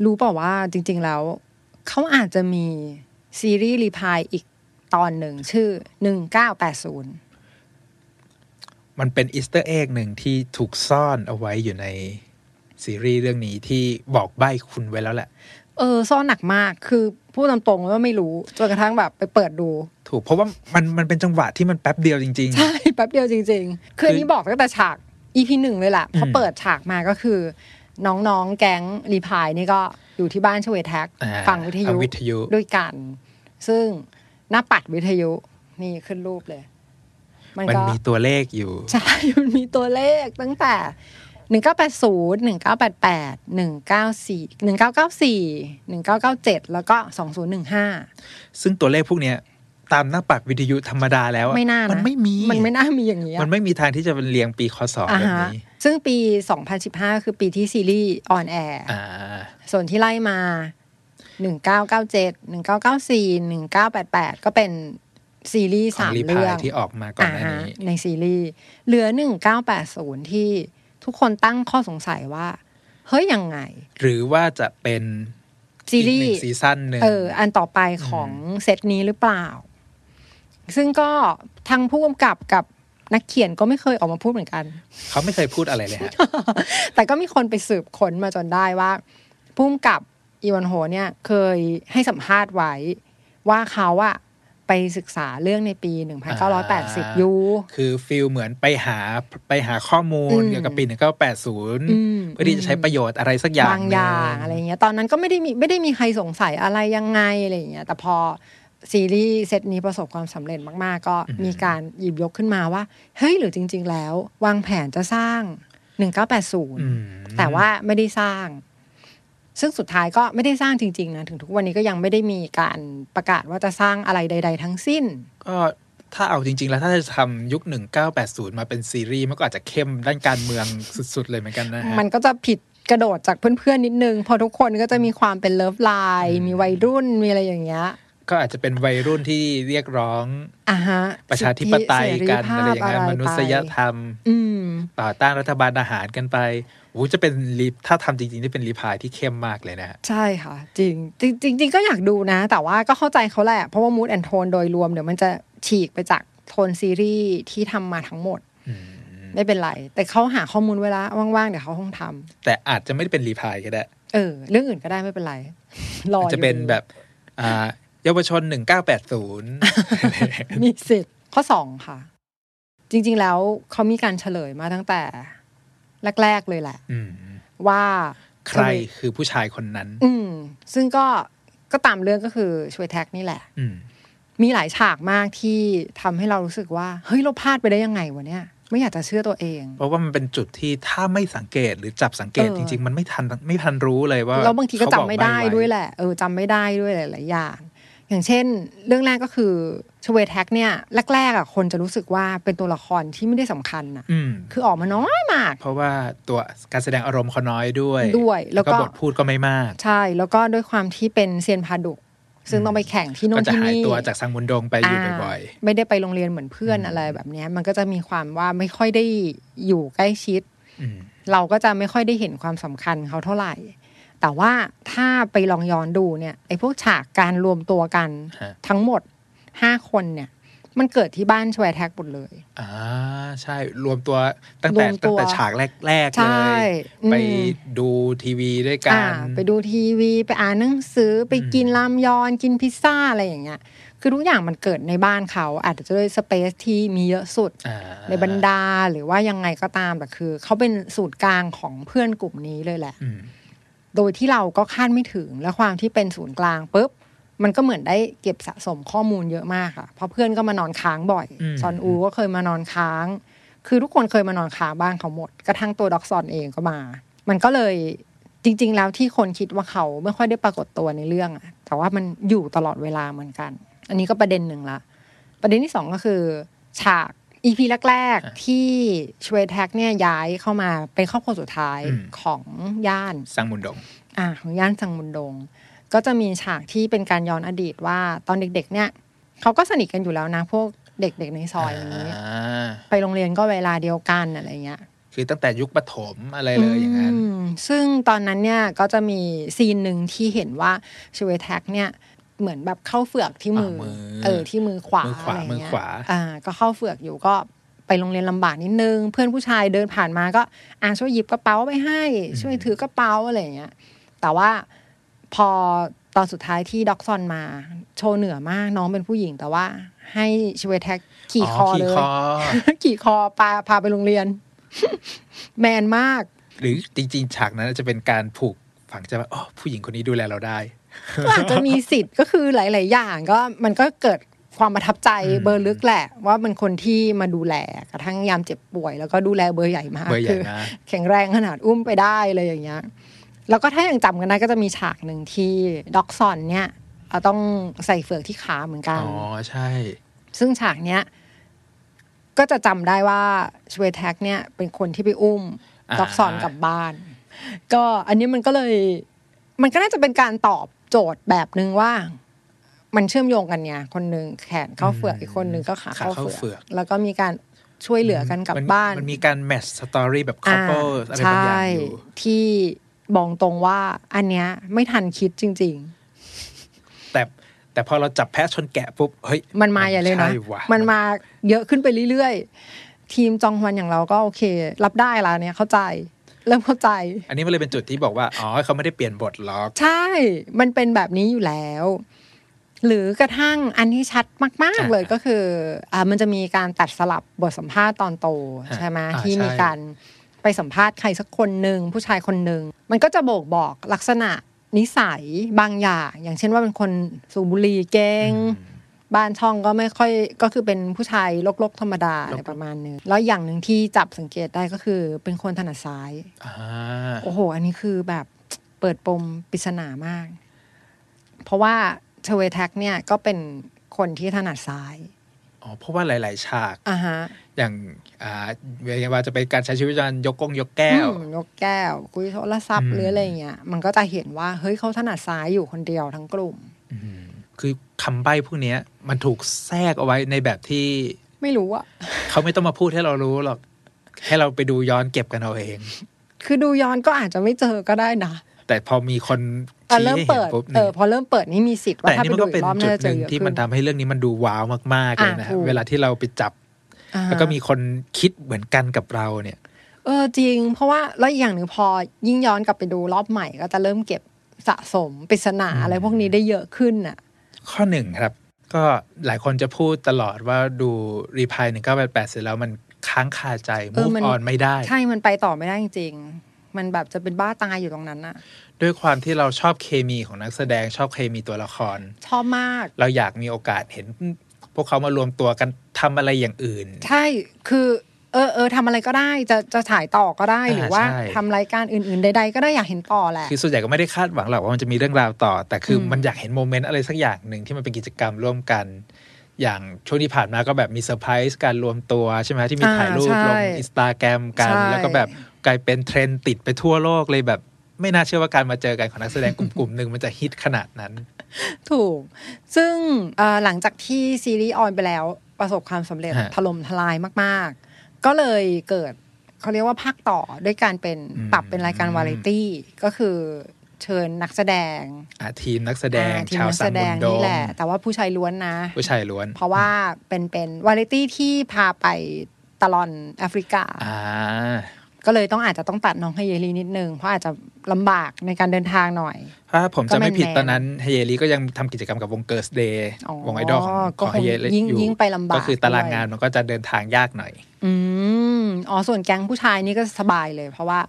S2: รู้เปล่าว่าจริง ๆ แล้ว เขาอาจจะมี ซีรีส์รีพายอีกตอนหนึ่งชื่อ 1980
S3: มันเป็นอีสเตอร์เอ็กหนึ่งที่ถูกซ่อนเอาไว้อยู่ในซีรีส์เรื่องนี้ที่บอกใบ้คุณไว้แล้วแหละ
S2: เออ ซ่อนหนักมากคือพูดตามตรงว่าไม่รู้จนกระทั่งแบบไปเปิดดู
S3: ถูกเพราะว่ามันมันเป็นจังหวะที่มันแป๊บเดียวจริง
S2: ใช่ แป๊บเดียวจริง ๆ คืออนนี้บอกตั้งแต่ฉาก EP หนึ่งเลยแหละพอเปิดฉากมาก็คือ น้อง ๆ แก๊งรีพายนี่ก็อยู่ที่บ้านชเวแท็ก
S3: อ่า
S2: ฟังวิทยุ
S3: เอาวิทยุ
S2: ด้วยกัน ซึ่งหน้าปัดวิทยุนี่ขึ้นรูปเลย มัน
S3: ๆ มัน
S2: ก็
S3: มีตัวเลขอยู่
S2: ใช่ มันมีตัวเลขตั้งแต่ 1980 1988 194 1994 1997 แล้วก็ 2015
S3: ซึ่งตัวเลขพวกเนี้ยตามหน้าปัดวิทยุธรรมดาแล้วอะ
S2: ไม่น่านะ
S3: มันไม่มี
S2: มันไม่น่ามีอย่างนี้ย
S3: มันไม่มีทางที่จะเป็นเรียงปีคศ
S2: อ่า
S3: แบบ
S2: ฮะ
S3: นี้
S2: ซึ่งปี 2015 คือปีที่ซีรีส์ออนแอร์
S3: อ่า
S2: ส่วนที่ไล่มา 1997 1994 1988 ก็เป็นซีรีส์
S3: ขอ
S2: สาง ม
S3: รีพา
S2: เรื่
S3: ย
S2: อง
S3: ที่ออกมาก่อนหน้า
S2: ฮะ
S3: นี้
S2: ในซีรีส์ เหลือ 1980 ที่ทุกคนตั้งข้อสงสัยว่า เฮ้ยยังไง
S3: หรือว่าจะเป็น
S2: ซีรี
S3: อีก
S2: ส์
S3: หนึ่งซีซั่นหนึ่ง
S2: เออ อันต่อไปของเซตนี้หรือเปล่า ซึ่งก็ทางผู้กำกับกับนักเขียนก็ไม่เคยออกมาพูดเหมือนกัน
S3: เขาไม่เคยพูดอะไรเลยฮะ
S2: แต่ก็มีคนไปสืบค้นมาจนได้ว่าพุ่มกับอีวันโฮเนี่ยเคยให้สัมภาษณ์ไว้ ว่าเขาอะไปศึกษาเรื่องในปี 1980 อยู่
S3: คือฟิลเหมือนไปหาไปหาข้อมูล
S2: อืม
S3: เกี่ยวกับปี 1980
S2: อืม
S3: เพื่อที่จะใช้ประโยชน์อะไรสักอย่าง
S2: บางอย่าง
S3: หนึ่
S2: อะไรเงี้ย ตอนนั้นก็ไม่ได้มีไม่ได้มีใครสงสัยอะไรยังไงอะไรเงี้ย แต่พอซีรีส์เซตนี้ประสบความสำเร็จมาก ๆ ก็มีการหยิบยกขึ้นมาว่า เฮ้ย หรือจริง ๆ แล้ว วางแผนจะสร้าง 1980
S3: อืม
S2: แต่ว่าไม่ได้สร้าง ซึ่งสุดท้ายก็ไม่ได้สร้างจริง ๆ นะ ถึงทุกวันนี้ก็ยังไม่ได้มีการประกาศว่าจะสร้างอะไรใด ๆ ทั้งสิ้น
S3: ก็ถ้าเอาจริง ๆ แล้วถ้าจะทำยุค 1980 มาเป็นซีรีส์มันก็อาจจะเข้มด้านการเมืองสุด ๆ เลยเหมือนกันนะฮะ
S2: มันก็จะผิดกระโดดจากเพื่อน ๆ นิดนึงเพอทุกคนก็จะมีความเป็นเลิฟไลน์มีวัยรุ่นมีอะไรอย่างเงี้ย
S3: ก็อาจจะเป็นวัยรุ่นที่เรียกร้อง
S2: อ่ะฮะ
S3: ประชาธิปไตยกัน
S2: สิทธิ
S3: อะไรอย่างเงี้ย
S2: เสภพ
S3: มนุษยธรรม
S2: อืม
S3: ต่อต้านรัฐบาลอาหารกันไปโอ้โหจะเป็นรีถ้าทำจริงๆนี่เป็นรีพายที่เข้มมากเลยนะฮะ
S2: ใช่ค่ะ จริง จริงจริงจริงก็อยากดูนะ แต่ว่าก็เข้าใจเขาแหละ เพราะว่ามูดแอนโทนโดยรวมเดี๋ยวมันจะฉีกไปจากโทนซีรีส์ที่ทำมาทั้งหมด ไม่เป็นไร แต่เขาหาข้อมูลเวลาว่างๆ เดี๋ยวเขาคงทำ
S3: แต่อาจจะไม่ได้เป็นรีพายก็ได้
S2: เออ เรื่องอื่นก็ได้ไม่เป็นไร รอ
S3: อา
S2: อ
S3: จ
S2: ยู่
S3: จะเป็น
S2: ดี
S3: แบบอ่าเยาวชน 1980
S2: มีสิทธิ์ข้อสองค่ะ จริง ๆ แล้วเขามีการเฉลยมาตั้งแต่ แรก ๆ เลยแหละ
S3: อืม
S2: ว่า
S3: ใครคือผู้ชายคนนั้น
S2: อืม ซึ่งก็ก็ตามเรื่องก็คือช่วยแท็กนี่แหละ
S3: อืม
S2: มีหลายฉากมากที่ทำให้เรารู้สึกว่า เฮ้ย เราพลาดไปได้ยังไงวะเนี่ย ไม่อยากจะเชื่อตัวเอง
S3: เพราะว่ามันเป็นจุดที่ถ้าไม่สังเกตหรือจับสังเกต
S2: เออ
S3: จริง ๆ มันไม่ทันไม่ทันรู้เลยว่า
S2: แล้วบางทีก็จำ
S3: เขอก
S2: ไม่ได้
S3: ใบ้ว้
S2: ด้วยแหละ เออจำไม่ได้ด้วยหลายๆอย่าง อย่างเช่น เรื่องแรกก็คือชเวแท็กเนี่ยแรกๆอ่ะคนจะรู้สึกว่าเป็นตัวละครที่ไม่ได้สำคัญน่ะ
S3: อืม
S2: คือออกมาน้อยมาก
S3: เพราะว่าตัวการแสดงอารมณ์เขาน้อยด้วย
S2: ด้วยแล้วก็
S3: บทพูดก็ไม่มาก
S2: ใช่แล้วก็ด้วยความที่เป็นเซียนพาดุก ซึ่งต้องไปแข่งที่โน่
S3: ก็
S2: น
S3: จะ
S2: ที่
S3: หาย
S2: นี่
S3: ตัวจากสังมุนดงไปอยู่บ่อย
S2: าไม่ได้ไปโรงเรียนเหมือนเพื่อนอะไรแบบเนี้ยมันก็จะมีความว่าไม่ค่อยได้อยู่ใกล้ชิด
S3: ๆอืม
S2: เราก็จะไม่ค่อยได้เห็นความสำคัญเขาเท่าไหร่ แต่ว่าถ้าไปลองย้อนดูเนี่ยไอ้พวกฉากการรวมตัวกัน
S3: ฮะ
S2: ทั้งหมดห้าคนเนี่ย มันเกิดที่บ้านชวแท็กหมดเลย
S3: อ่าใช่รวมตัวตั้งแต่
S2: รวมตัว
S3: ตั้งแต่ฉากแรก ๆ
S2: ใช่
S3: เลย
S2: อืม
S3: ไปดูทีวีด้วยกั
S2: อ่าน ไปดูทีวีไปอ่านหนังสือไปกินรามยอนกินพิซซ่าอะไรอย่างเงี้ย คือทุกอย่างมันเกิดในบ้านเขา อาจจะด้วยสเปซที่มีเยอะสุด
S3: อ่า
S2: ในบรรดาหรือว่ายังไงก็ตามแต่คือเขาเป็นสูตรกลางของเพื่อนกลุ่มนี้เลยแหละ
S3: อืม
S2: โดยที่เราก็คาดไม่ถึงและความที่เป็นศูนย์กลางปุ๊บ มันก็เหมือนได้เก็บสะสมข้อมูลเยอะมากอะเพราะเพื่อนก็มานอนค้างบ่อย
S3: อืม
S2: ซอนอูก็เคยมานอนค้าง คือทุกคนเคยมานอนค้างบ้านเขาหมด กระทั่งตัวด็อกซอนเองก็มา มันก็เลยจริง ๆ แล้วที่คนคิดว่าเขาไม่ค่อยได้ปรากฏตัวในเรื่องอะแต่ว่ามันอยู่ตลอดเวลาเหมือนกัน อันนี้ก็ประเด็นหนึ่งละ ประเด็นที่สองก็คือฉากอีพีแรกๆที่ชเวแท็กเนี่ยย้ายเข้ามาเป็นครอบครัวสุดท้าย
S3: อืม
S2: ของย่าน
S3: สังมุนดง
S2: อ่าของย่านสังมุนดง ก็จะมีฉากที่เป็นการย้อนอดีตว่าตอนเด็ก ๆ เนี่ยเขาก็สนิทกันอยู่แล้วนะ พวกเด็ก ๆ ในซอยนี้
S3: า
S2: ไปโรงเรียนก็เวลาเดียวกันอะไรเงี้ย
S3: คือตั้งแต่ยุคปฐมอะไรเลยอย่างนั้น
S2: อืมซึ่งตอนนั้นเนี่ยก็จะมีซีนหนึ่งที่เห็นว่าชเวแท็กเนี่ยเหมือนแบบเข้าเฟือกที่มือ
S3: อ่ามือ
S2: เออที่มือขวา
S3: มือขวา
S2: อะไรเงี้
S3: มือย ขวา
S2: อ่า ก็เข้าเฟือกอยู่ก็ไปโรงเรียนลำบากนิดนึง เพื่อนผู้ชายเดินผ่านมาก็อ่าช่วยหยิบกระเป๋าไปให้ ช่วยถือกระเป๋าอะไรเงี้ยแต่ว่าพอตอนสุดท้ายที่ด็อกซอนมา โชว์เหนือมากน้องเป็นผู้หญิง แต่ว่าให้ชเวแท็กขี่คอ
S3: ขี่
S2: เลย
S3: คอ
S2: ขี่คอพาพาไปโรงเรียน แมนมาก
S3: หรือจริงๆ ฉากนั้นอาจจะเป็นการผูกฝังใจว่าอ๋อผู้หญิงคนนี้ดูแลเราได้
S2: ก็อาจจะมีสิทธิ์ก็คือหลาย ๆ อย่างก็มันก็เกิดความประทับใจเบอร์ลึกแหละ ว่ามันคนที่มาดูแลกระทั่งยามเจ็บป่วย แล้วก็ดูแลเบอร์ใหญ่มาก
S3: เบอร์ใหญ่
S2: คือ
S3: นะ
S2: แข็งแรงขนาดอุ้มไปได้เลยอย่างเงี้ยแล้วก็ถ้ายังจำกันได้ก็จะมีฉากหนึ่งที่ด็อกซอนเนี่ยเอาต้องใส่เฟือกที่ขาเหมือนกัน
S3: อ๋อ ใช่
S2: ซึ่งฉากเนี้ยก็จะจำได้ว่าชเวแท็กเนี่ยเป็นคนที่ไปอุ้ม
S3: อ่า
S2: ด็อกซอนกลับบ้าน ก็อันนี้มันก็เลย มันก็น่าจะเป็นการตอบโจทย์แบบนึงว่า มันเชื่อมโยงกันไงคนหนึ่งแขนเข้าเฟือกอีกคนหนึ่งก็ขาเข้า
S3: ขาเข้าเฟื
S2: เฟื
S3: อ
S2: อก ก แล้วก็มีการช่วยเหลือกันกลับบ้าน
S3: มันมีการแมทสตอรี่แบบคัพเปิล
S2: อ่า
S3: อะไรบางอย่างอยู่
S2: ที่บอกตรงว่าอันเนี้ยไม่ทันคิดจริง ๆ
S3: แต่แต่พอเราจับแพะชนแกะปุ๊บ เฮ้ย
S2: มันมาอย่าเลยนะ
S3: ใช่ว่
S2: มันมาเยอะขึ้นไปเรื่อยๆ ทีมจองฮวันอย่างเราก็โอเค รับได้ละเนี่ยเข้าใจ เริ่มเข้าใจ
S3: อันนี้มันเลยเป็นจุดที่บอกว่า อ๋อเขาไม่ได้เปลี่ยนบทหรอก
S2: ใช่ มันเป็นแบบนี้อยู่แล้ว หรือกระทั่งอันที่ชัดมาก
S3: อ่า
S2: ๆ เลยก็คืออ่ามันจะมีการตัดสลับบทสัมภาษณ์ตอนโต
S3: อ่า
S2: ใช่ไหม
S3: อ่า
S2: ที่
S3: ใช่
S2: มีการไปสัมภาษณ์ใครสักคนหนึ่งผู้ชายคนหนึ่งมันก็จะบอกบอกลักษณะนิสัยบางอย่าง อย่างเช่นว่าเป็นคนสูบบุหรี่เก่ง บ้านช่องก็ไม่ค่อยก็คือเป็นผู้ชายลกๆธรรมดาอะไรประมาณนึงแล้วอย่างหนึ่งที่จับสังเกตได้ก็คือเป็นคนถนัดซ้าย
S3: อ่า
S2: โอ้โห อันนี้คือแบบ เปิดปมปริศนามาก เพราะว่าเชเวแท็กเนี่ยก็เป็นคนที่ถนัดซ้าย
S3: อ๋อเพราะว่าหลาย ๆ ฉาก
S2: อ่าฮะ
S3: อย่างอ่าเวลาจะเป็นการใช้ชีวิตประจำวันยกกงยกแก้ว
S2: อืมนกแก้ว คุยโทรศัพท์
S3: อืม
S2: หรืออะไรเงี้ย มันก็จะเห็นว่าเฮ้ยเขาถนัดซ้ายอยู่คนเดียวทั้งกลุ่ม
S3: อืมคือคำใบ้พวกเนี้ย มันถูกแทรกเอาไว้ในแบบที่
S2: ไม่รู้อะ
S3: เขาไม่ต้องมาพูดให้เรารู้หรอก ให้เราไปดูย้อนเก็บกันเอาเอง
S2: คือดูย้อนก็อาจจะไม่เจอก็ได้นะ
S3: แต่พอมีคน
S2: อ่ะ
S3: ชี้
S2: เริ่ม
S3: ให้เห็น
S2: เปิด
S3: ปุ๊บ
S2: เอ
S3: เนี่ย
S2: อพอเริ่มเปิดนี่มีสิทธิ์ว่า
S3: แต่
S2: ถ้า
S3: นี่
S2: ไป
S3: มั
S2: ดู
S3: นก็
S2: อี
S3: เป็น
S2: กรอบ
S3: จุ
S2: น่า
S3: ด
S2: จะ
S3: ห
S2: เจ
S3: นึ่
S2: อง เยอะ
S3: ที่
S2: ขึ้
S3: มัน
S2: น
S3: ทำให้เรื่องนี้มันดูว้าวมากๆเลยนะ
S2: อ่ะถูก
S3: เวลาที่เราไปจับ
S2: อ่า
S3: แล้วก็มีคนคิดเหมือนกันกับเราเนี่ย
S2: เออจริง เพราะว่าแล้วอีกอย่างหนึ่งพอยิ่งย้อนกลับไปดูรอบใหม่ก็จะเริ่มเก็บสะสมปริศนาอะไรพวกนี้ได้เยอะขึ้นอ่ะ
S3: ข้อหนึ่งครับ ก็หลายคนจะพูดตลอดว่าดูรีพายหนึ่งเก้าแปดแปดเสร็จแล้วมันค้างคาใจ
S2: เอ
S3: move
S2: อมัน
S3: on ไม่ได้
S2: ใช่มันไปต่อไม่ได้จริงๆมันแบบจะเป็นบ้าตายอยู่ตรงนั้นอ่ะ
S3: ด้วยความที่เราชอบเคมีของนักแสดงชอบเคมีตัวละคร
S2: ชอบมาก
S3: เราอยากมีโอกาสเห็น พวกเขามารวมตัวกันทำอะไรอย่างอื่น
S2: ใช่คือ เออเออทำอะไรก็ได้จะจะถ่ายต่อก็ได้
S3: อ่า
S2: หรือว่า
S3: ใช่
S2: ทำรายการอื่นๆใดๆก็ได้อยากเห็นต่อแหละ
S3: คือส่วนใหญ่ก็ไม่ได้คาดหวังหรอกว่ามันจะมีเรื่องราวต่อ แต่คืออ
S2: ม
S3: มันอยากเห็นโมเมนต์อะไรสักอย่างหนึ่งที่มันเป็นกิจกรรมร่วมกัน อย่างช่วงที่ผ่านมาก็แบบมีเซอร์ไพรส์การรวมตัวใช่ไหมที่มีถ่ายรูป
S2: อ่าใช่
S3: ลงอินสตาแกรมกัน
S2: ใช่
S3: แล้วก็แบบกลายเป็นเทรนด์ติดไปทั่วโลกเลยแบบ ไม่น่าเชื่อว่าการมาเจอกันของนักแสดงกลุ่มๆหนึ่งมันจะฮิตขนาดนั้น
S2: ถูก ซึ่งเอ่อหลังจากที่ซีรีส์ออนไปแล้วประสบความสำเร็จ
S3: ฮะ
S2: ถล่มทลายมากๆ ก็เลยเกิดเขาเรียกว่าภาคต่อด้วยการเป็น
S3: อืม
S2: ปรับเป็นรายการวาไรตี้ ก็คือเชิญนักแสดง
S3: อ่ะทีมนักแสดง
S2: อ่ทีม
S3: ชาว
S2: นัก
S3: สั
S2: แส
S3: น
S2: ด
S3: บุ
S2: ง
S3: นโด
S2: นี่
S3: ม
S2: แหละ แต่ว่าผู้ชายล้วนนะ
S3: ผู้ชายล้วน
S2: เพราะว่าเป็นเป็นวาไรตี้ที่พาไปตลอนแอฟริกา
S3: อ่า
S2: ก็เลยต้องอาจจะต้องตัดน้องไฮเยลีนิดนึง เพราะอาจจะลำบากในการเดินทางหน่อย
S3: ถ้าผมจะไม่
S2: ก็แมนๆ
S3: ผิดตอนนั้นเฮเยลีก็ยังทำกิจกรรมกับวงเกิร์สเดย์วงไอดอลของข
S2: ก็
S3: อง
S2: ค
S3: เฮ
S2: ง
S3: เยลี
S2: ยิ่ง
S3: อยู่
S2: ยิ่งไปลำบาก
S3: ก็คือตาราง
S2: ด้วย
S3: งานมันก็จะเดินทางยากหน่อย
S2: อืม อ๋อ ส่วนแก๊งผู้ชายนี่ก็สบายเลย เพราะว่า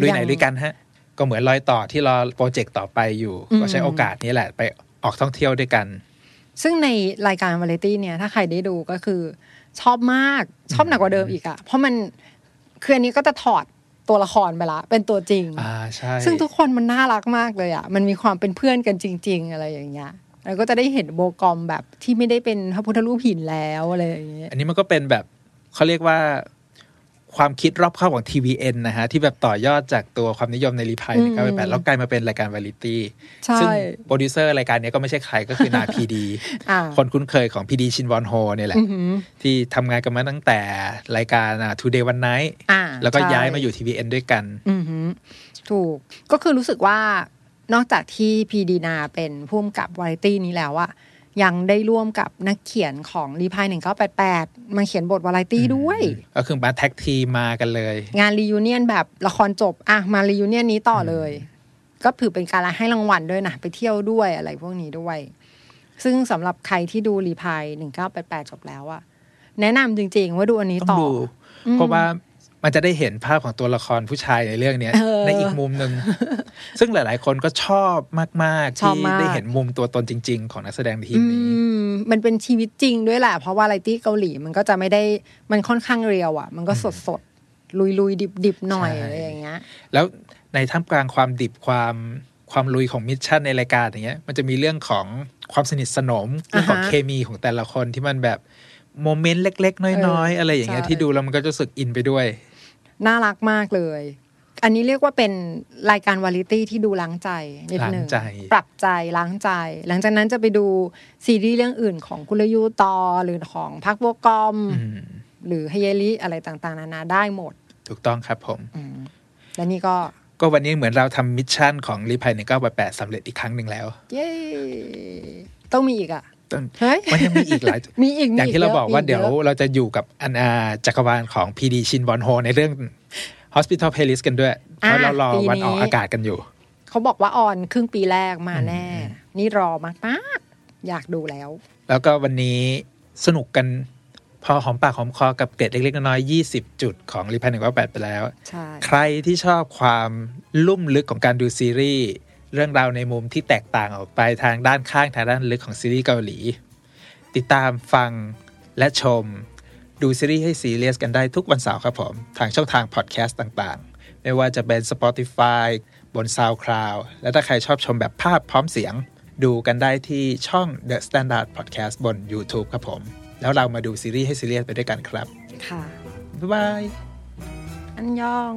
S3: ลุยไหน
S2: ง
S3: ลุยกันฮะ ก็เหมือนรอยต่อที่รอโปรเจกต์ต่อไปอยู่
S2: อืม
S3: ก็ใช้โอกาสนี้แหละ ไปออกท่องเที่ยวด้วยกัน
S2: ซึ่งในรายการวาไรตี้เนี่ย ถ้าใครได้ดูก็คือ ชอบมาก ชอบหนักกว่าเดิมอีกอะเพราะมัน คืออันนี้ก็จะถอดตัวละครไปละ เป็นตัวจริง
S3: อ่าใช่
S2: ซึ่งทุกคนมันน่ารักมากเลยอะมันมีความเป็นเพื่อนกันจริง ๆ อะไรอย่างเงี้ย แล้วก็จะได้เห็นโบกอมแบบที่ไม่ได้เป็นพระพุทธรูปหินแล้วอะไรอย่างเงี้ย
S3: อันนี้มันก็เป็นแบบเขาเรียกว่า ความคิดรอบครอบของ TVN นะฮะ ที่แบบต่อยอดจากตัวความนิยมในรีพาย
S2: อื
S3: ใน
S2: ม
S3: เก้าแปดแล้วกลายมาเป็นรายการวาไรตี้
S2: ใช่
S3: ซึ่งโปรดิวเซอร์รายการเนี้ยก็ไม่ใช่ใครก็ คือนาพีดี
S2: อ่า
S3: คนคุ้นเคยของพีดีชินวอนโฮเนี่ยแหละ
S2: อือหือ
S3: ที่ทำงานกันมาตั้งแต่รายการอ่า Today One Night
S2: อ่า
S3: แล้วก็
S2: ใช่
S3: ย้ายมาอยู่ TVN ด้วยกัน
S2: อือหือถูกก็คือรู้สึกว่านอกจากที่พีดีนาเป็นผู้กำกับวาไรตี้นี้แล้วอะยังได้ร่วมกับนักเขียนของรีพายหนึ่งเก้าแปดแปดมาเขียนบทวาไรตี้ด้วย
S3: ก็คือมาแท็กทีมมากันเลย
S2: งานรียูเนียนแบบละครจบอะมารียูเนียนนี้ต่อเลย ก็ถือเป็นการให้รางวัลด้วยนะ ไปเที่ยวด้วยอะไรพวกนี้ด้วย ซึ่งสำหรับใครที่ดูรีพายหนึ่งเก้าแปดแปดจบแล้วอะแนะนำจริง ๆ ว่าดูอันนี้
S3: ต้อ
S2: ต่
S3: ง
S2: อ
S3: ดู
S2: อืม
S3: เพราะว่ามันจะได้เห็นภาพของตัวละครผู้ชายในเรื่องเนี้ย
S2: เออ
S3: ในอีกมุมหนึ่ง ซึ่งหลาย ๆ คนก็ชอบมาก ๆ
S2: ชอบ
S3: ที่
S2: มาก
S3: ได้เห็นมุมตัวตนจริง ๆ ของนักแสดงทีม
S2: อื
S3: นี้
S2: มมันเป็นชีวิตจริงด้วยแหละ เพราะว่าไรตี้เกาหลีมันก็จะไม่ได้มันค่อนข้างเรียวอ่ะ มันก็สดสดลุยลุยดิบดิบๆหน่อย
S3: ใช่
S2: อะไรอย่างเงี้ย
S3: แล้วในท่ามกลางความดิบความความลุยของมิชชั่นในรายการอย่างเงี้ยมันจะมีเรื่องของความสนิทสนมเรื่องของ
S2: อ่าฮะ
S3: เคมีของแต่ละคนที่มันแบบโมเมนต์เล็ก ๆ น้อย ๆ อะไรอย่างเงี้ย
S2: ใช่
S3: ที่ดูแล้วมันก็รู้สึกอินไปด้วย
S2: น่ารักมากเลย อันนี้เรียกว่าเป็นรายการวาไรตี้ที่ดูล้างใจนิดหนึ่ง
S3: ล้างใจ
S2: ปรับใจล้างใจ หลังจากนั้นจะไปดูซีรีส์เรื่องอื่นของกุลยุตอหรือของพักโบวกอม
S3: อืม
S2: หรือฮเยลิอะไรต่างๆ นานาได้หมด
S3: ถูกต้องครับผม
S2: อืมและนี่ก็
S3: ก็วันนี้เหมือนเราทำมิชชั่นของรีพายหนึ่งเก้าแปดแปดสำเร็จอีกครั้งหนึ่งแล้ว
S2: เย้ต้องมีอีกอ่ะ
S3: ต้อง
S2: เฮ้ย
S3: มันยังมีอีกหลาย
S2: มีอีกมี
S3: อย่างที่เรา
S2: ะ
S3: บอกว่า
S2: มี
S3: เดี๋ยว
S2: อะ
S3: เราจะอยู่กับอันอาจักรวาลของพีดีชินบอนโฮในเรื่อง Hospital Playlist กันด้วยเพ
S2: อ่ะ
S3: ราะเรารอ
S2: ปีนี้
S3: วันออกอากาศกันอยู่
S2: เขาบอกว่าออนครึ่งปีแรกมาแน่ นี่รอมากมากๆอยากดูแล้ว
S3: แล้วก็วันนี้สนุกกันพอหอมปากหอมคอกับเกร็ดเล็กๆ น้อยๆ20 จุดของรีพันหนึ่งว่าแปดไปแล้ว
S2: ใช่
S3: ใครที่ชอบความลุ่มลึกของการดูซีรีส์เรื่องราวในมุมที่แตกต่างออกไปทางด้านข้างทางด้านลึกของซีรีส์เกาหลี ติดตามฟังและชม ดูซีรีส์ให้ซีเรียสกันได้ทุกวันเสาร์ครับผม ทางช่องทางพอดแคสต์ต่างๆ ไม่ว่าจะเป็น Spotify บน SoundCloud และถ้าใครชอบชมแบบภาพพร้อมเสียง ดูกันได้ที่ช่อง The Standard Podcast บน YouTube ครับผม แล้วเรามาดูซีรีส์ให้ซีเรียสไปด้วยกันครับ
S2: ค่ะ
S3: บ๊ายบาย
S2: อันยอง